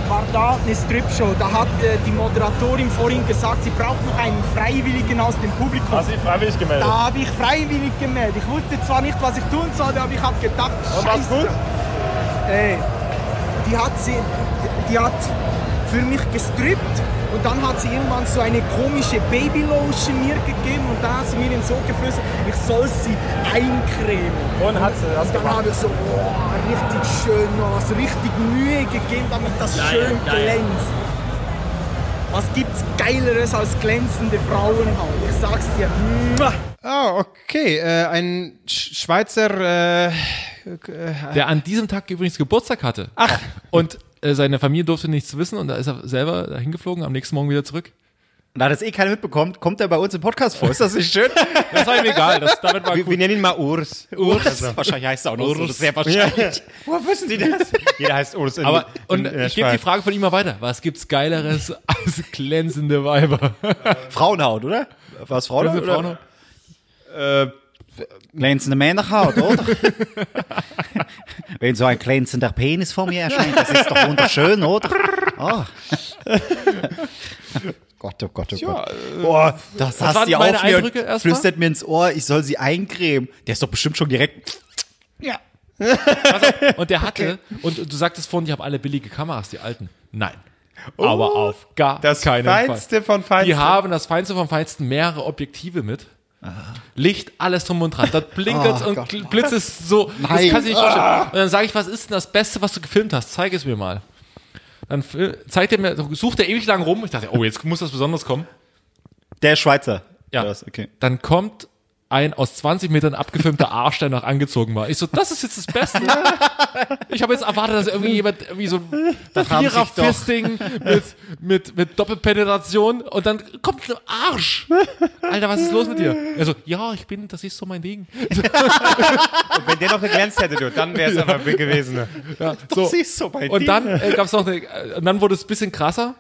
Speaker 4: war da eine Stripshow. Da hat äh, die Moderatorin vorhin gesagt, sie braucht noch einen Freiwilligen aus dem Publikum.
Speaker 5: Hast du dich freiwillig gemeldet?
Speaker 4: da habe ich freiwillig gemeldet. Ich wusste zwar nicht, was ich tun sollte, aber ich habe gedacht,
Speaker 5: Und war's
Speaker 4: scheiße.
Speaker 5: gut?
Speaker 4: Ey, die hat sie, die hat für mich gestrippt und dann hat sie irgendwann so eine komische Babylotion mir gegeben und da hat sie mir in so geflüstert, ich soll sie eincremen.
Speaker 5: Und hat sie das
Speaker 4: Und dann
Speaker 5: gemacht?
Speaker 4: habe ich so, boah, genau. Oh, richtig schön, was richtig Mühe gegeben, damit das schön glänzt. Was gibt's Geileres als glänzende Frauenhaut? Ich sag's dir. Mua.
Speaker 3: Ah, okay. Äh, ein Sch Schweizer. Äh,
Speaker 1: Der an diesem Tag übrigens Geburtstag hatte.
Speaker 3: ach,
Speaker 1: Und äh, seine Familie durfte nichts wissen und da ist er selber dahin geflogen, am nächsten Morgen wieder zurück.
Speaker 2: Da das eh keiner mitbekommt, kommt er bei uns im Podcast vor. Ist das nicht schön?
Speaker 1: Das war ihm egal, das, damit war
Speaker 3: wir, wir
Speaker 1: Ah, gut.
Speaker 3: nennen ihn mal Urs.
Speaker 2: Urs. Wahrscheinlich heißt er auch noch so. Das ist sehr wahrscheinlich.
Speaker 3: Woher wissen Sie das? Jeder heißt Urs. In,
Speaker 1: Aber
Speaker 3: in,
Speaker 1: und
Speaker 3: in der
Speaker 1: ich gebe die
Speaker 3: Schweiz.
Speaker 1: Frage von ihm mal weiter. Was gibt's Geileres als glänzende Weiber?
Speaker 2: Frauenhaut, oder? Was Frauenhaut?
Speaker 1: Glänzende
Speaker 2: Oder? Äh,
Speaker 1: Frauen-
Speaker 2: Glänzende Männerhaut, oder? Wenn so ein glänzender Penis vor mir erscheint, das ist doch wunderschön, oder? Ah. Gott, oh Gott, oh Gott. Boah, das, hast
Speaker 1: äh, waren
Speaker 2: du
Speaker 1: meine
Speaker 2: auf mir
Speaker 1: Eindrücke
Speaker 2: und
Speaker 1: erstmal?
Speaker 2: flüstert mir ins Ohr, ich soll sie eincremen. Der ist doch bestimmt schon direkt. Ja.
Speaker 1: Und der hatte, und du sagtest vorhin, ich habe alle billige Kameras, die alten. Nein. Aber auf gar
Speaker 3: Das
Speaker 1: keinen Fall.
Speaker 3: Feinste von Feinsten.
Speaker 1: Die haben das Feinste vom Feinsten mehrere Objektive mit. Licht, alles drum und dran. Das blinkert
Speaker 2: Oh
Speaker 1: und
Speaker 2: Gott.
Speaker 1: gl- blitzt es so. Das
Speaker 2: Nein. Ah.
Speaker 1: kannst du dir nicht vorstellen. Und dann sage ich, was ist denn das Beste, was du gefilmt hast? Zeig es mir mal. Dann fil- zeigt er mir, sucht er ewig lang rum. Ich dachte, oh, jetzt muss das besonders kommen.
Speaker 2: Der Schweizer.
Speaker 1: Ja.
Speaker 2: Das, okay.
Speaker 1: Dann kommt ein aus 20 Metern abgefilmter Arsch, der noch angezogen war. Ich so, das ist jetzt das Beste. Ich habe jetzt erwartet, dass irgendwie jemand irgendwie so ein
Speaker 2: haben sich doch-
Speaker 1: Vierer-Fisting mit, mit, mit Doppelpenetration und dann kommt ein Arsch. Alter, was ist los mit dir? Er so, ja, ich bin, das ist so mein Ding.
Speaker 3: Wenn der noch geglänzt hätte, du, dann wäre es aber gewesen. ne?
Speaker 1: So.
Speaker 2: ist so bei
Speaker 1: Und
Speaker 2: dir.
Speaker 1: dann äh, gab's noch eine, äh, und dann wurde es ein bisschen krasser.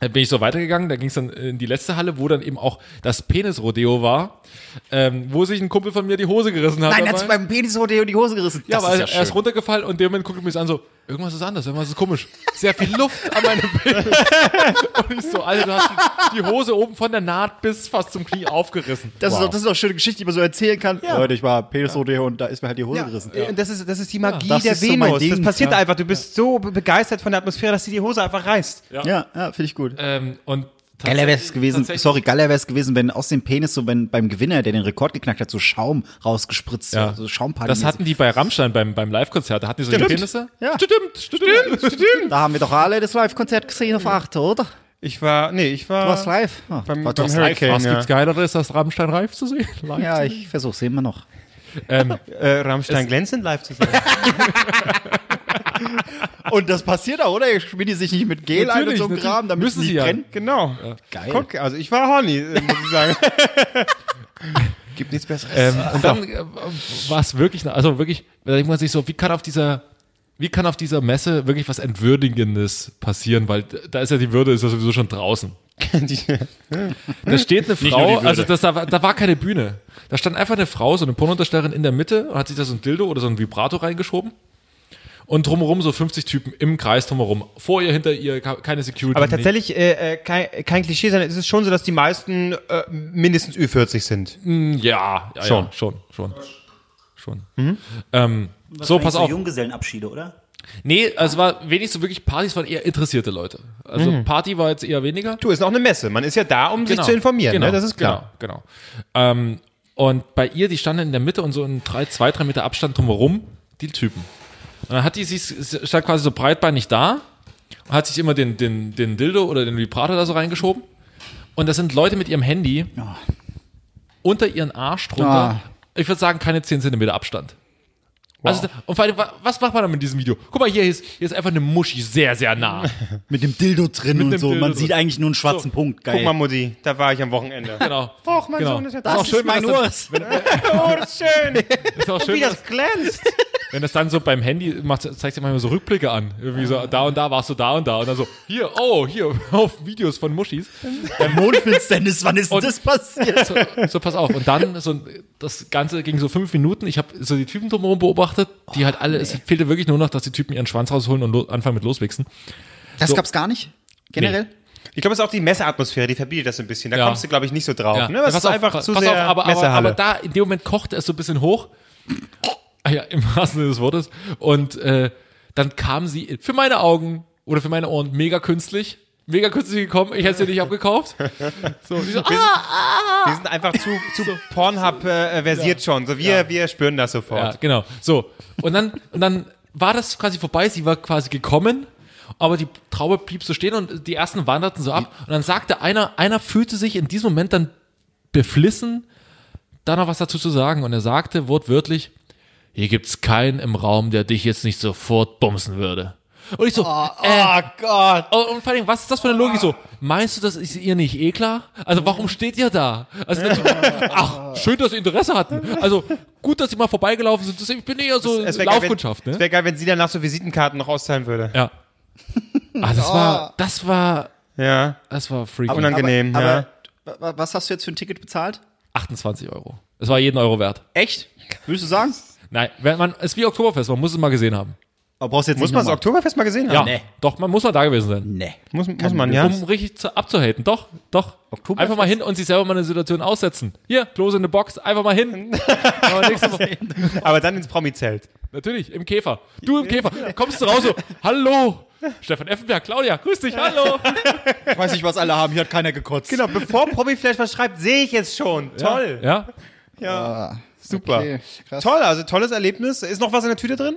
Speaker 1: Dann bin ich so weitergegangen, da ging es dann in die letzte Halle, wo dann eben auch das Penis-Rodeo war, ähm, wo sich ein Kumpel von mir die Hose gerissen hat.
Speaker 2: Nein, er
Speaker 1: dabei.
Speaker 2: hat sich beim Penisrodeo die Hose gerissen.
Speaker 1: Ja,
Speaker 2: das
Speaker 1: weil
Speaker 2: ist ja
Speaker 1: er
Speaker 2: schön.
Speaker 1: ist runtergefallen und in dem Moment guckt er mich an so, irgendwas ist anders, irgendwas ist komisch. Sehr viel Luft an meinem Bild. und ich so, Alter, du hast die Hose oben von der Naht bis fast zum Knie aufgerissen.
Speaker 2: Das, ist doch, das ist doch eine schöne Geschichte, die man so erzählen kann. Leute, ich war Penisrodeo und da ist mir halt die Hose gerissen.
Speaker 3: Äh, Das, ist, das ist die Magie
Speaker 2: Das
Speaker 3: der
Speaker 2: ist so mein
Speaker 3: Venus. das
Speaker 2: Ding.
Speaker 3: passiert einfach. Du bist so be- begeistert von der Atmosphäre, dass dir die Hose einfach reißt.
Speaker 2: Ja, ja, finde ich gut.
Speaker 1: Ähm, und
Speaker 2: Geiler wäre es gewesen,
Speaker 1: tatsächlich-
Speaker 2: sorry, geiler wäre es gewesen, wenn aus dem Penis so, wenn beim Gewinner, der den Rekord geknackt hat, so Schaum rausgespritzt, ja. so Schaumparty.
Speaker 1: Das hatten die bei Rammstein beim, beim Live-Konzert, da hatten die so die Penisse.
Speaker 2: Ja.
Speaker 1: Stimmt, stimmt, stimmt.
Speaker 2: Da haben wir doch alle das Live-Konzert gesehen auf 8, oder?
Speaker 3: Ich war, nee, ich war.
Speaker 2: Du warst live. Ja,
Speaker 3: Beim-
Speaker 2: war doch
Speaker 3: beim
Speaker 2: live.
Speaker 3: Hurricane,
Speaker 1: Was
Speaker 3: ja.
Speaker 1: gibt's geileres, als Rammstein reif zu sehen? Live
Speaker 2: Ja,
Speaker 1: zu
Speaker 2: ich versuch's immer noch.
Speaker 3: Äh, Rammstein glänzend live zu sehen.
Speaker 2: Und das passiert auch, oder? Schmieden die sich nicht mit Gel ein und
Speaker 1: Natürlich,
Speaker 2: so einem
Speaker 1: natürlich.
Speaker 2: Kram, damit
Speaker 1: Müssen
Speaker 2: sie
Speaker 1: sie
Speaker 2: nicht
Speaker 1: ja.
Speaker 2: brennen?
Speaker 3: genau.
Speaker 2: Geil.
Speaker 3: Guck, also ich war horny, äh, muss ich sagen. Gibt nichts Besseres.
Speaker 1: Ähm, und dann äh, war es wirklich, eine- also wirklich, da denkt man sich so, wie kann auf dieser, wie kann auf dieser Messe wirklich was Entwürdigendes passieren, weil da ist ja die Würde, ist ja sowieso schon draußen. Da steht eine
Speaker 3: Hm. nur die
Speaker 1: Frau,
Speaker 3: Würde.
Speaker 1: also das, da, war- da war keine Bühne. Da stand einfach eine Frau, so eine Pornodarstellerin in der Mitte und hat sich da so ein Dildo oder so ein Vibrato reingeschoben. Und drumherum so 50 Typen im Kreis drumherum. Vor ihr, hinter ihr, ka- keine Security.
Speaker 3: Aber
Speaker 1: nichts.
Speaker 3: tatsächlich, äh, äh, kein, kein Klischee, sondern es ist schon so, dass die meisten äh, mindestens Ü40 sind.
Speaker 1: Hm, Ja, ja
Speaker 3: Schon.
Speaker 1: schon, schon, schon. Schon.
Speaker 6: Mhm.
Speaker 1: Ähm, so, pass auf.
Speaker 6: Junggesellenabschiede, oder?
Speaker 1: Nee, also es war wenigstens so wirklich Partys waren eher interessierte Leute. Also
Speaker 6: Mhm.
Speaker 1: Party war jetzt eher weniger.
Speaker 3: Du, ist auch eine Messe. Man ist ja da, um sich zu informieren.
Speaker 1: Genau,
Speaker 3: Ne? Das ist klar.
Speaker 1: Genau, genau. Ähm, und bei ihr, die standen in der Mitte und so in drei, zwei, drei Meter Abstand drumherum, die Typen. Und dann hat die sich, sie stand quasi so breitbeinig da, und hat sich immer den, den, den Dildo oder den Vibrator da so reingeschoben. Und das sind Leute mit ihrem Handy
Speaker 3: Ah.
Speaker 1: unter ihren Arsch drunter. Ich würde sagen, keine 10 Zentimeter Abstand. Also, und vor allem, wa- was macht man dann mit diesem Video? Guck mal, hier ist, hier ist einfach eine Muschi sehr, sehr nah.
Speaker 2: Mit dem Dildo drin und
Speaker 1: dem
Speaker 2: so.
Speaker 1: Dildo
Speaker 2: Man
Speaker 1: drin.
Speaker 2: sieht eigentlich nur einen schwarzen Punkt. Geil.
Speaker 3: Guck mal, Mutti, da war ich am Wochenende.
Speaker 1: Genau.
Speaker 3: Och, mein
Speaker 1: Genau.
Speaker 3: Sohn ist ja
Speaker 1: Das
Speaker 3: da.
Speaker 1: ist schön, wenn das
Speaker 2: Urs.
Speaker 3: Oh, das ist schön.
Speaker 1: Ist auch schön, ne?
Speaker 3: Wie das glänzt.
Speaker 1: wenn das dann so beim Handy macht, zeigt dir manchmal so Rückblicke an. Irgendwie so, da und da warst du da und da. Und dann so, hier, oh, hier, auf Videos von Muschis.
Speaker 2: Der Mondfinsternis, wann ist denn
Speaker 1: Und-
Speaker 2: das passiert?
Speaker 1: So, so, pass auf. Und dann, so, ein- das Ganze ging so fünf Minuten. Ich habe so die Typen drumherum beobachtet, die
Speaker 3: Oh,
Speaker 1: halt alle, es fehlte wirklich nur noch, dass die Typen ihren Schwanz rausholen und lo, anfangen mit loswichsen.
Speaker 2: Das
Speaker 1: So.
Speaker 2: gab's gar nicht? Generell?
Speaker 3: Ich glaube, es ist auch die Messeatmosphäre, die verbietet das ein bisschen. Da
Speaker 1: Ja.
Speaker 3: kommst du, glaube ich, nicht so drauf. Ne?
Speaker 1: Ja,
Speaker 3: Das ist einfach
Speaker 1: pa-
Speaker 3: zu
Speaker 1: pass
Speaker 3: sehr
Speaker 1: auf, aber, aber,
Speaker 3: Messehalle.
Speaker 1: aber da, in dem Moment kochte es so ein bisschen hoch. Ah ja, im wahrsten Sinne des Wortes. Und äh, dann kam sie für meine Augen oder für meine Ohren mega künstlich. Mega künstlich gekommen, ich hätte sie nicht abgekauft. So, ich so, ah!
Speaker 3: Wir sind einfach zu, zu Pornhub äh, versiert schon. So, wir, wir spüren das
Speaker 1: Ja,
Speaker 3: sofort.
Speaker 1: genau. So. Und dann, und dann war das quasi vorbei, sie war quasi gekommen, aber die Traube blieb so stehen und die ersten wanderten so ab. Und dann sagte einer, einer fühlte sich in diesem Moment dann beflissen, da noch was dazu zu sagen. Und er sagte wortwörtlich, hier gibt's keinen im Raum, der dich jetzt nicht sofort bumsen würde. Und ich so, äh,
Speaker 2: Gott.
Speaker 1: oh, und vor allem, was ist das für eine Logik? So, meinst du, das ist ihr nicht eh klar? Also, warum steht ihr da? Also, dann so, ach, schön, dass sie Interesse hatten. Also, gut, dass sie mal vorbeigelaufen sind. Das- Ich bin eher so
Speaker 3: Es wäre geil, wenn,
Speaker 1: Laufkundschaft,
Speaker 3: es
Speaker 1: ne?
Speaker 3: wär geil, wenn sie danach so Visitenkarten noch austeilen würde.
Speaker 1: Ja. Ah, das war, das war,
Speaker 3: Ja.
Speaker 1: das war freaky.
Speaker 3: Unangenehm,
Speaker 2: aber,
Speaker 3: ja.
Speaker 2: wa- wa- Was hast du jetzt für ein Ticket bezahlt?
Speaker 1: 28 Euro. Es war jeden Euro wert.
Speaker 2: Echt? Würdest du sagen?
Speaker 1: Nein, wenn man, es ist wie Oktoberfest, man muss es mal gesehen haben.
Speaker 2: Aber brauchst du jetzt
Speaker 3: Muss
Speaker 2: nicht
Speaker 3: man das
Speaker 2: nochmal.
Speaker 3: Oktoberfest mal gesehen haben?
Speaker 1: ja, doch, man muss mal da gewesen sein.
Speaker 2: Nee.
Speaker 3: Muss, muss man, ja.
Speaker 1: Um richtig zu, abzuhaten. Doch, doch.
Speaker 2: Oktoberfest?
Speaker 1: Einfach mal hin und sich selber mal eine Situation aussetzen. Hier, Klose in eine Box, einfach mal hin. Aber nächste Woche.
Speaker 3: Aber dann ins Promi-Zelt.
Speaker 1: Natürlich, im Käfer. Du im Käfer. Kommst du raus so, hallo. Stefan Effenberg, Claudia, grüß dich, hallo.
Speaker 2: Ich weiß nicht, was alle haben. Hier hat keiner gekotzt.
Speaker 3: Genau, bevor Promi vielleicht was schreibt, sehe ich jetzt schon. Toll.
Speaker 1: Ja,
Speaker 3: Super.
Speaker 2: Okay, krass.
Speaker 3: Toll, also tolles Erlebnis. Ist noch was in der Tüte drin?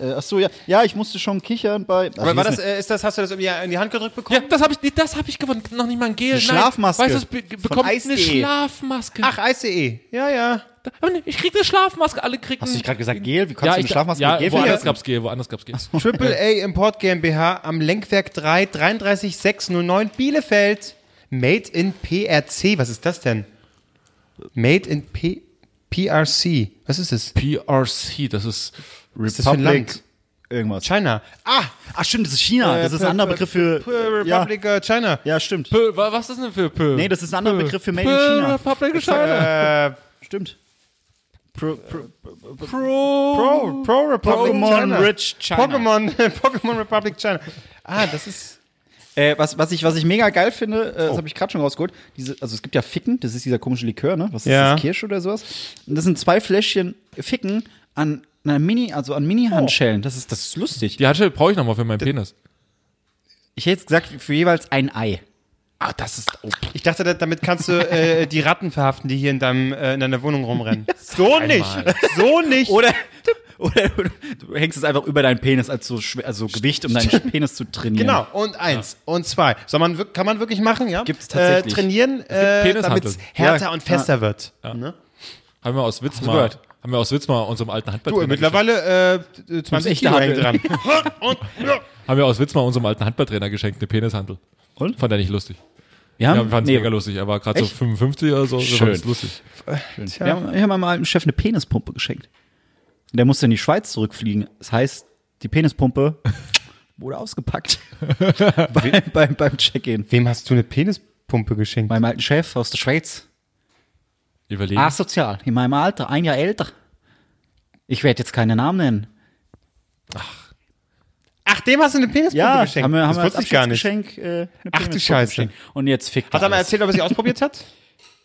Speaker 2: Äh, ach so, ja. Ja, ich musste schon kichern bei. Also,
Speaker 3: Aber war das, äh, ist das, hast du das irgendwie in die Hand gedrückt bekommen?
Speaker 1: ja das habe ich, nee, das hab ich gewonnen. Noch nicht mal ein Gel. Eine
Speaker 2: Schlafmaske.
Speaker 1: Weißt du, es be
Speaker 2: Von
Speaker 1: bekommt eine
Speaker 2: Eis.de.
Speaker 1: Schlafmaske.
Speaker 3: Ach, Eis.de. Ja, ja.
Speaker 1: Da- aber nee, ich krieg eine Schlafmaske, alle kriegen.
Speaker 2: Hast du nicht gerade gesagt, Gel? Wie kannst
Speaker 1: ja,
Speaker 2: du eine
Speaker 1: ich,
Speaker 2: Schlafmaske
Speaker 1: ja,
Speaker 2: mit Gel
Speaker 1: woanders
Speaker 2: vergessen?
Speaker 1: gab's Gel, woanders gab's Gel.
Speaker 3: Triple A Import GmbH am Lenkwerk 3 33609 Bielefeld. Made in PRC. Was ist das denn? Made in P PRC. Was ist das?
Speaker 1: PRC, das ist
Speaker 3: Was ist das für ein Land?
Speaker 2: Irgendwas.
Speaker 3: China. Ah,
Speaker 2: Ach stimmt, das ist China. Das ist ein anderer Begriff für. Ja,
Speaker 3: Republic äh, China.
Speaker 2: ja stimmt.
Speaker 1: Pö, wa- was ist denn für Pö?
Speaker 2: Nee, das ist ein anderer Begriff für Made in
Speaker 1: Pö,
Speaker 2: China.
Speaker 1: Public China.
Speaker 2: Stimmt. Pro, pro,
Speaker 1: Pro.
Speaker 3: Pro, Pro Republic
Speaker 2: Pokémon
Speaker 3: China.
Speaker 2: Rich China.
Speaker 3: Pokémon, Pokémon Republic China. Ah, das ist.
Speaker 2: Äh, was, was, ich, was ich mega geil finde, äh, das habe ich gerade schon rausgeholt, diese, also es gibt ja Ficken, das ist dieser komische Likör, ne? Was ist
Speaker 3: Ja.
Speaker 2: das, Kirsche oder sowas? Und das sind zwei Fläschchen Ficken an einer Mini, also an Mini-Handschellen. Das, ist, das ist lustig.
Speaker 1: Die Handschelle brauche ich nochmal für meinen Penis.
Speaker 2: Ich hätte jetzt gesagt, für jeweils ein Ei.
Speaker 1: Ah, das ist. Oh,
Speaker 3: Ich dachte, da- damit kannst du äh, die Ratten verhaften, die hier in, deinem, äh, in deiner Wohnung rumrennen. So
Speaker 1: Einmal.
Speaker 3: So nicht.
Speaker 2: Oder, oder du hängst es einfach über deinen Penis als so, schwer, also Gewicht, um deinen Penis zu trainieren.
Speaker 3: Genau, und eins und zwei. Soll man, wirk- kann man wirklich machen, ja?
Speaker 2: Gibt's tatsächlich.
Speaker 3: Äh, trainieren, äh, damit es
Speaker 1: Penishanteln.
Speaker 3: härter
Speaker 2: Ja,
Speaker 3: und fester wird. Ne?
Speaker 1: haben wir aus Witz mal.
Speaker 2: gehört?
Speaker 1: Haben wir aus Witz mal unserem alten Handball.
Speaker 3: Du, äh, mittlerweile äh, 20
Speaker 2: echte
Speaker 3: Kilo hängen dran.
Speaker 2: Hanteln.
Speaker 3: und, ja.
Speaker 1: Haben wir aus Witz mal unserem alten Handballtrainer geschenkt, eine Penishandel.
Speaker 2: Und?
Speaker 1: Fand er nicht lustig.
Speaker 2: Wir haben,
Speaker 1: Ja, fand es
Speaker 2: nee,
Speaker 1: mega lustig. Er war gerade so
Speaker 2: Echt?
Speaker 1: 55 oder so. Wir fanden es
Speaker 2: Schön.
Speaker 1: lustig.
Speaker 2: wir haben, wir haben meinem alten Chef eine Penispumpe geschenkt. Und Der musste in die Schweiz zurückfliegen. Das heißt, die Penispumpe wurde ausgepackt. beim, beim, beim Check-in.
Speaker 3: Wem hast du eine Penispumpe geschenkt?
Speaker 2: Meinem alten Chef aus der Schweiz.
Speaker 1: Überlegen.
Speaker 2: Asozial, in meinem Alter, ein Jahr älter. Ich werde jetzt keinen Namen nennen.
Speaker 3: Ach, dem hast du eine Penispumpe geschenkt?
Speaker 2: haben wir, haben
Speaker 3: das wusste ich gar nicht.
Speaker 2: Geschenk, äh, eine
Speaker 3: Ach du
Speaker 2: Penispumpe
Speaker 3: Scheiße.
Speaker 2: geschenkt. Und jetzt fickt
Speaker 3: Hat er mal
Speaker 2: alles.
Speaker 3: erzählt, ob er sie ausprobiert hat?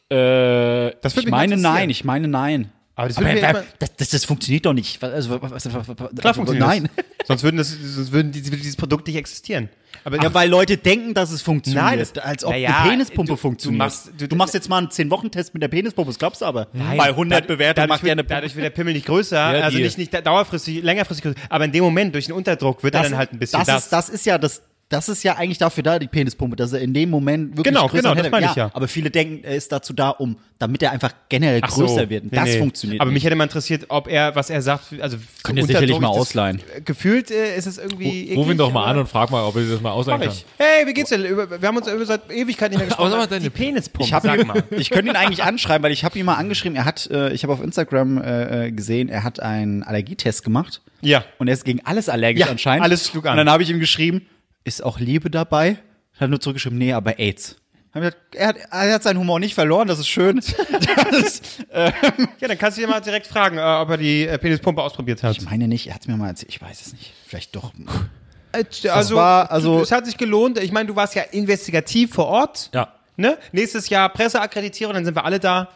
Speaker 2: Äh,
Speaker 3: Das
Speaker 2: ich
Speaker 3: würde mich
Speaker 2: meine
Speaker 3: interessieren.
Speaker 2: nein, ich meine nein.
Speaker 3: Aber das
Speaker 2: Aber
Speaker 3: würde mir
Speaker 2: wer-
Speaker 3: immer-
Speaker 2: das, das, das funktioniert doch nicht. Also, was, was, was, was,
Speaker 3: Klar funktioniert
Speaker 2: Nein.
Speaker 3: das. Sonst, würden das, sonst würden die, würde dieses Produkt nicht existieren. Aber
Speaker 2: Ja, weil Leute denken, dass es funktioniert.
Speaker 3: Nein, das-
Speaker 2: als ob
Speaker 3: Naja,
Speaker 2: eine Penispumpe
Speaker 3: du- du
Speaker 2: funktioniert.
Speaker 3: machst- du-
Speaker 2: jetzt mal einen 10-Wochen-Test mit der Penispumpe, das glaubst du aber.
Speaker 3: Nein.
Speaker 2: Bei 100
Speaker 3: Dad-
Speaker 2: Bewertungen
Speaker 3: dadurch
Speaker 2: macht er
Speaker 3: wird,
Speaker 2: eine Penispumpe.
Speaker 3: Dadurch wird der Pimmel nicht größer, also
Speaker 1: die-
Speaker 3: nicht, nicht dauerfristig, längerfristig größer. Aber in dem Moment, durch den Unterdruck, wird er dann halt ein bisschen
Speaker 2: das, ist, das ist ja das das ist ja eigentlich dafür da, die Penispumpe, dass er in dem Moment wirklich
Speaker 3: Genau,
Speaker 2: größer
Speaker 3: genau,
Speaker 2: und
Speaker 3: das
Speaker 2: heller
Speaker 3: meine
Speaker 2: wird.
Speaker 3: ich ja.
Speaker 2: Aber viele denken, er ist dazu da, um, damit er einfach generell
Speaker 3: Ach so.
Speaker 2: größer wird. Und
Speaker 3: Nee,
Speaker 2: das
Speaker 3: nee.
Speaker 2: funktioniert.
Speaker 3: Aber
Speaker 2: nicht.
Speaker 3: mich hätte mal interessiert, ob er, was er sagt, also
Speaker 2: Könnt ihr
Speaker 3: unter
Speaker 2: sicherlich
Speaker 3: Druck
Speaker 2: mal
Speaker 3: ist das-
Speaker 2: ausleihen.
Speaker 3: Gefühlt äh, ist es irgendwie.
Speaker 1: Ruf ihn
Speaker 3: eklig,
Speaker 1: doch mal
Speaker 3: aber-
Speaker 1: an und frag mal, ob er das mal ausleihen
Speaker 3: Mach
Speaker 1: kann.
Speaker 3: ich. Hey, wie geht's denn? Über, wir haben uns über seit Ewigkeit nicht mehr gesprochen.
Speaker 1: sag mal deine-
Speaker 3: die Penispumpe,
Speaker 2: Ich habe
Speaker 3: sag mal.
Speaker 2: ich könnte ihn eigentlich anschreiben, weil ich habe ihn mal angeschrieben. Er hat, äh, ich habe auf Instagram äh, äh, gesehen, er hat einen Allergietest gemacht
Speaker 3: Ja.
Speaker 2: und er ist gegen alles allergisch
Speaker 3: Ja,
Speaker 2: anscheinend.
Speaker 3: alles schlug an.
Speaker 2: Und dann habe ich ihm geschrieben, ist auch Liebe dabei? Hat nur zurückgeschrieben, nee, aber AIDS. Hab ich gesagt, Er hat, er hat seinen Humor nicht verloren, das ist schön. Das ist,
Speaker 3: Ja, dann kannst du ihn mal direkt fragen, äh, ob er die äh, Penispumpe ausprobiert hat.
Speaker 2: ich meine nicht, er hat es mir mal erzählt, ich weiß es nicht. Vielleicht doch.
Speaker 3: Äh, Also,
Speaker 2: war- also-
Speaker 3: du- es hat sich gelohnt. Ich meine, du warst ja investigativ vor Ort.
Speaker 1: Ja.
Speaker 3: Ne? Nächstes Jahr Presseakkreditierung, dann sind wir alle da.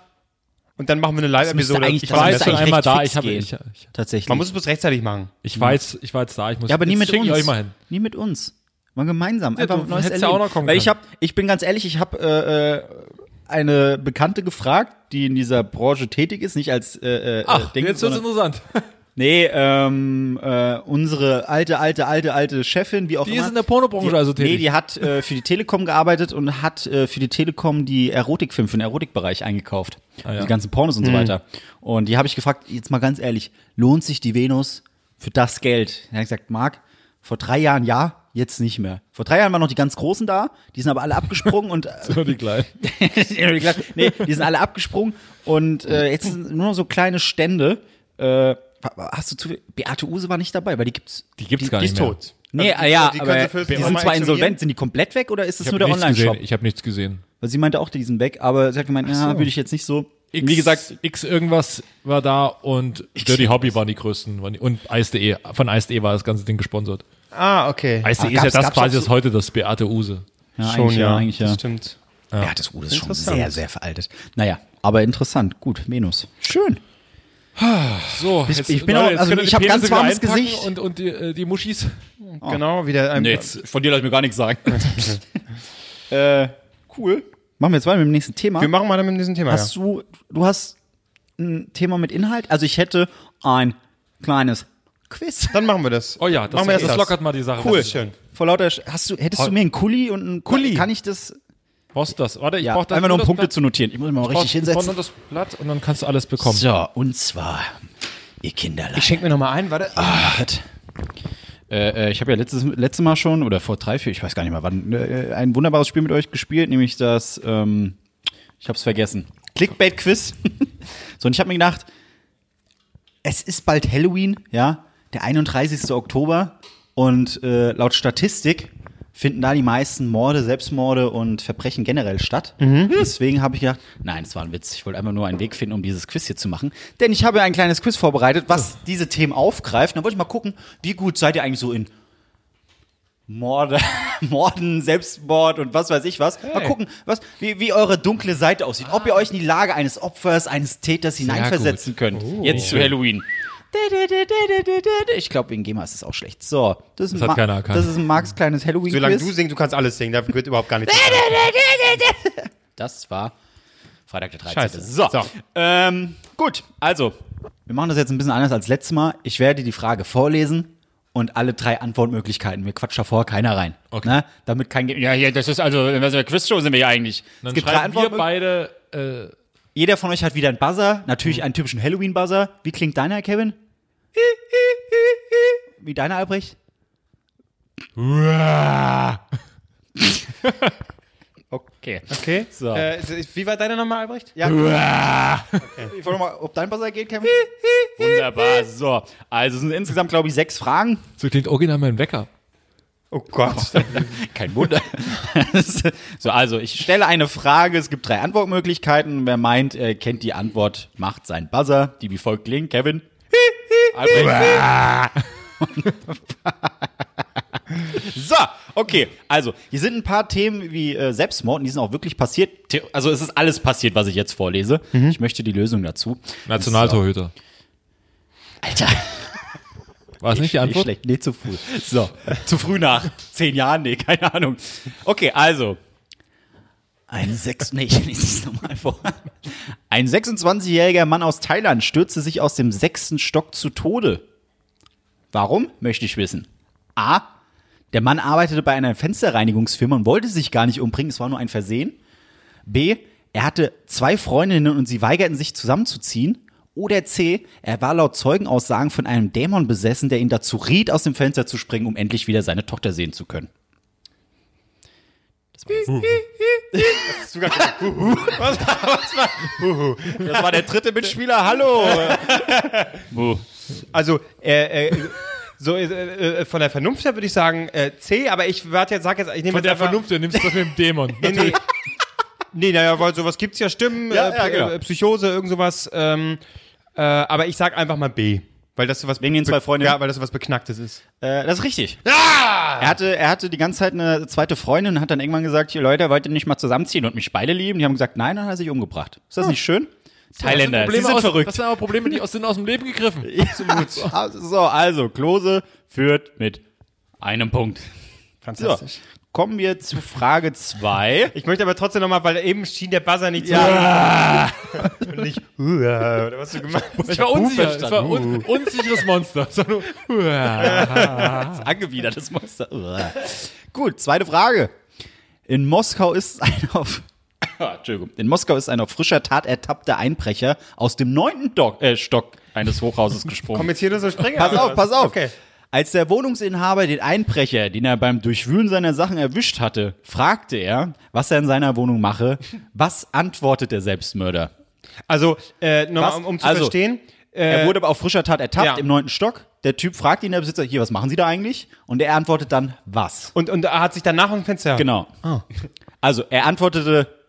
Speaker 3: Und dann machen wir eine
Speaker 2: müsste
Speaker 3: Live-Episode.
Speaker 2: eigentlich-
Speaker 3: Ich
Speaker 2: das
Speaker 1: war
Speaker 3: weiß,
Speaker 1: jetzt schon
Speaker 2: eigentlich
Speaker 1: einmal
Speaker 2: recht
Speaker 1: da.
Speaker 2: fix
Speaker 1: Ich, habe,
Speaker 2: gehen.
Speaker 1: ich, ich,
Speaker 2: Tatsächlich.
Speaker 3: man muss es bloß rechtzeitig machen.
Speaker 1: ich, war jetzt, ich war jetzt da. Ich muss
Speaker 2: Ja, aber nie
Speaker 1: jetzt
Speaker 2: mit
Speaker 1: schick
Speaker 2: uns.
Speaker 1: ich euch mal hin.
Speaker 2: Nie mit uns. Mal gemeinsam. Einfach
Speaker 1: du
Speaker 2: ein neues
Speaker 1: hättest
Speaker 2: Erleben.
Speaker 1: ja auch noch kommen
Speaker 2: Weil ich
Speaker 1: können.
Speaker 2: habe, ich bin ganz ehrlich, ich habe äh, äh, eine Bekannte gefragt, die in dieser Branche tätig ist, nicht als äh, äh,
Speaker 1: Ach,
Speaker 2: Ding,
Speaker 1: jetzt wird's
Speaker 2: sondern,
Speaker 1: interessant.
Speaker 2: nee, ähm, äh, unsere alte, alte, alte, alte Chefin, wie auch
Speaker 1: Die
Speaker 2: immer.
Speaker 1: ist in der Pornobranche
Speaker 2: die,
Speaker 1: also tätig.
Speaker 2: Nee, die hat äh, für die Telekom gearbeitet und hat äh, für die Telekom die Erotikfilme für den Erotikbereich eingekauft.
Speaker 1: Ah, ja.
Speaker 2: Die ganzen Pornos und
Speaker 3: Mhm.
Speaker 2: so weiter. Und die habe ich gefragt, jetzt mal ganz ehrlich, lohnt sich die Venus für das Geld? Dann hat gesagt, Marc, vor drei Jahren ja, jetzt nicht mehr. Vor drei Jahren waren noch die ganz Großen da, die sind aber alle abgesprungen und äh,
Speaker 1: Nur die Kleinen.
Speaker 2: nee, die sind alle abgesprungen und äh, jetzt sind nur noch so kleine Stände. Äh, wa- wa- hast du zu Beate Use war nicht dabei, weil die gibt's.
Speaker 1: Die gibt's gar
Speaker 2: die
Speaker 1: nicht
Speaker 2: ist
Speaker 1: mehr.
Speaker 2: tot. Nee,
Speaker 3: Also die-
Speaker 2: ah ja,
Speaker 3: die können sie
Speaker 2: aber
Speaker 3: fürs
Speaker 2: die
Speaker 3: Programm
Speaker 2: sind zwar
Speaker 3: exhumieren.
Speaker 2: insolvent. Sind die komplett weg oder ist es
Speaker 1: Ich
Speaker 2: nur
Speaker 1: habe
Speaker 2: der
Speaker 1: nichts
Speaker 2: Online-Shop?
Speaker 1: gesehen. Ich habe nichts gesehen.
Speaker 2: Weil sie meinte auch, die sind weg, aber sie hat gemeint, ja, würde ich jetzt nicht so.
Speaker 1: Wie gesagt, X irgendwas war da und Dirty Hobby waren die größten. waren die- Und Eis.de. Von Eis.de war das ganze Ding gesponsert.
Speaker 3: Ah, okay.
Speaker 1: Eis.de
Speaker 2: Ah,
Speaker 1: ist ja
Speaker 2: gab's-
Speaker 1: das
Speaker 2: gab's
Speaker 1: quasi
Speaker 2: auch
Speaker 1: das heute, das Beate Use.
Speaker 2: Ja,
Speaker 3: Schon,
Speaker 2: eigentlich ja. Eigentlich, ja.
Speaker 3: Das stimmt.
Speaker 2: ja. das Ude ist schon
Speaker 3: Interessant.
Speaker 2: sehr, sehr veraltet. Naja, aber interessant. Gut, Venus. Schön.
Speaker 1: So,
Speaker 2: jetzt- ich bin Leute, auch- jetzt also könnt ihr ich die hab ganz Penisse warmes wieder einpacken Gesicht.
Speaker 1: Und, und die, äh, die Muschis.
Speaker 3: Genau, wieder
Speaker 1: Ähm,
Speaker 3: ein.
Speaker 2: von dir lasse ich mir gar nichts sagen. äh, cool. Machen wir jetzt weiter mit dem nächsten Thema.
Speaker 3: Wir machen mal dann mit diesem Thema.
Speaker 2: Hast du, du hast ein Thema mit Inhalt? Also ich hätte ein kleines Quiz.
Speaker 3: Dann machen wir das.
Speaker 1: Oh ja, das,
Speaker 3: machen wir
Speaker 1: das,
Speaker 3: erst
Speaker 1: lockert mal die Sache.
Speaker 3: Cool.
Speaker 1: Das ist-
Speaker 3: schön.
Speaker 2: Vor lauter, Sch- hast du, hättest du mir einen Kuli und einen Kuli? Kann ich das?
Speaker 1: Brauchst du das? Warte, ich
Speaker 2: Ja,
Speaker 1: brauch das.
Speaker 2: einfach nur um
Speaker 1: das
Speaker 2: Punkte
Speaker 1: Blatt.
Speaker 2: zu notieren. Ich muss mal richtig
Speaker 1: Brauch- brauch nur
Speaker 2: hinsetzen.
Speaker 1: das Blatt und dann kannst du alles bekommen.
Speaker 2: So, und zwar, ihr Kinderlein.
Speaker 3: Schenk mir nochmal ein, warte.
Speaker 2: Äh, äh, ich habe ja letztes letzte Mal schon oder vor drei, vier, ich weiß gar nicht mehr wann, äh, ein wunderbares Spiel mit euch gespielt, nämlich das, ähm, ich habe es vergessen, Clickbait-Quiz. so und ich habe mir gedacht, es ist bald Halloween, ja, der 31. Oktober und äh, laut Statistik finden da die meisten Morde, Selbstmorde und Verbrechen generell statt. Deswegen habe ich gedacht, Mhm. nein, das war ein Witz. Ich wollte einfach nur einen Weg finden, um dieses Quiz hier zu machen. Denn ich habe ein kleines Quiz vorbereitet, was diese Themen aufgreift. Dann wollte ich mal gucken, wie gut seid ihr eigentlich so in Morde, Morden, Selbstmord und was weiß ich was. Mal gucken, was, wie, wie eure dunkle Seite aussieht. Ob ihr euch in die Lage eines Opfers, eines Täters hineinversetzen könnt.
Speaker 1: Oh.
Speaker 2: Jetzt zu Halloween. Ich glaube, wegen GEMA ist es auch schlecht. So, das ist,
Speaker 1: hat
Speaker 2: Ma-
Speaker 1: keiner erkannt.
Speaker 2: das ist ein Marx kleines halloween
Speaker 3: Solange
Speaker 2: quiz
Speaker 3: du singst, du kannst alles singen, da wird überhaupt gar nichts.
Speaker 2: Das war Freitag der 13.
Speaker 3: Scheiße.
Speaker 2: So,
Speaker 3: So.
Speaker 2: Ähm, gut, also, wir machen das jetzt ein bisschen anders als letztes Mal. Ich werde die Frage vorlesen und alle drei Antwortmöglichkeiten. Mir quatscht davor keiner rein.
Speaker 1: Okay.
Speaker 2: Ne? Damit kein... Ge- Ja, hier, das ist also, in welcher Quizshow sind wir hier eigentlich?
Speaker 1: Dann
Speaker 2: es gibt drei
Speaker 1: schreiben wir
Speaker 2: Antwortmöglichkeiten.
Speaker 1: beide. Äh,
Speaker 2: Jeder von euch hat wieder einen Buzzer. Natürlich einen typischen Halloween-Buzzer. Wie klingt deiner, Kevin? Wie deiner, Albrecht? okay.
Speaker 3: Okay.
Speaker 2: So.
Speaker 3: Äh, wie war deiner nochmal, Albrecht?
Speaker 2: Ja. Ich wollte mal, ob dein Buzzer geht, Kevin? Wunderbar. So, also es sind insgesamt, glaube ich, sechs Fragen.
Speaker 1: so klingt original mein Wecker.
Speaker 3: Oh Gott.
Speaker 2: Kein Wunder. so, also ich stelle eine Frage. Es gibt drei Antwortmöglichkeiten. Wer meint, äh, kennt die Antwort, macht seinen Buzzer, die wie folgt klingt. Kevin. Albrecht. so, okay. Also, hier sind ein paar Themen wie äh, Selbstmord und die sind auch wirklich passiert. The also, es ist alles passiert, was ich jetzt vorlese. Ich möchte die Lösung dazu.
Speaker 1: Nationaltorhüter.
Speaker 2: Alter.
Speaker 1: War es nicht die Antwort?
Speaker 2: Schlecht. Nee, zu früh. So, zu früh nach zehn Jahren, nee, keine Ahnung. Okay, also. Ein sechs, nee, ich lese es nochmal vor. Ein 26-jähriger Mann aus Thailand stürzte sich aus dem sechsten Stock zu Tode. Warum, möchte ich wissen. A. Der Mann arbeitete bei einer Fensterreinigungsfirma und wollte sich gar nicht umbringen, es war nur ein Versehen. B, er hatte zwei Freundinnen und sie weigerten sich zusammenzuziehen. Oder C, er war laut Zeugenaussagen von einem Dämon besessen, der ihn dazu riet, aus dem Fenster zu springen, um endlich wieder seine Tochter sehen zu können.
Speaker 3: Sogar was, was war?
Speaker 2: Das war der dritte Mitspieler, hallo!
Speaker 3: Also, äh, äh, so, äh, äh, von der Vernunft her würde ich sagen äh, C, aber ich warte jetzt, sag jetzt, ich nehme
Speaker 1: Von
Speaker 3: jetzt
Speaker 1: der
Speaker 3: einfach-
Speaker 1: Vernunft, du nimmst das mit dem Dämon.
Speaker 3: Nee, nee. nee, naja, weil sowas gibt's ja, Stimmen,
Speaker 2: Ja,
Speaker 3: äh,
Speaker 2: ja,
Speaker 3: P-
Speaker 2: genau.
Speaker 3: äh, Psychose, irgend sowas. Ähm, äh, aber ich sag einfach mal B. Weil das so was
Speaker 2: Wegen den
Speaker 3: be-
Speaker 2: zwei Freunden?
Speaker 3: Ja, Ah! weil das so was Beknacktes ist.
Speaker 2: Äh, das ist richtig. Er, hatte, er hatte die ganze Zeit eine zweite Freundin und hat dann irgendwann gesagt, hier Leute, wollt ihr nicht mal zusammenziehen und mich beide lieben? Die haben gesagt, nein, dann hat er sich umgebracht. Ist das
Speaker 3: Ah.
Speaker 2: nicht schön? Thailänder,
Speaker 1: Das
Speaker 2: sie sind
Speaker 1: aus,
Speaker 2: verrückt.
Speaker 1: Das sind aber Probleme, die aus, sind aus dem Leben gegriffen.
Speaker 2: Absolut. so, also, Klose führt mit einem Punkt. So, kommen wir zu Frage 2.
Speaker 3: Ich möchte aber trotzdem nochmal, weil eben schien der Buzzer nicht zu und nicht "Uah", oder was du gemacht hast.
Speaker 1: Ich war unsicher. Ich
Speaker 2: verstanden.
Speaker 1: war un unsicheres Monster. Es war nur-
Speaker 2: Angewidertes Monster. Uah. Gut, zweite Frage. In Moskau ist ein auf Entschuldigung. In Moskau ist ein auf frischer Tat ertappter Einbrecher aus dem neunten Dock, äh, Stock eines Hochhauses gesprungen.
Speaker 3: Komm jetzt hier nur so Springer.
Speaker 2: Pass
Speaker 3: oder
Speaker 2: auf,
Speaker 3: was?
Speaker 2: pass auf.
Speaker 3: Okay.
Speaker 2: Als der Wohnungsinhaber den Einbrecher, den er beim Durchwühlen seiner Sachen erwischt hatte, fragte er, was er in seiner Wohnung mache. Was antwortet der Selbstmörder?
Speaker 3: Also, äh, nochmal,
Speaker 2: Was?
Speaker 3: um, um zu
Speaker 2: Also,
Speaker 3: verstehen.
Speaker 2: Er
Speaker 3: Äh,
Speaker 2: wurde aber auf frischer Tat ertappt
Speaker 3: ja.
Speaker 2: im neunten Stock. Der Typ fragt ihn, der Besitzer, hier, was machen Sie da eigentlich? Und er antwortet dann, was?
Speaker 3: und, und er hat sich danach ein Fenster.
Speaker 2: Genau. Also, er antwortete,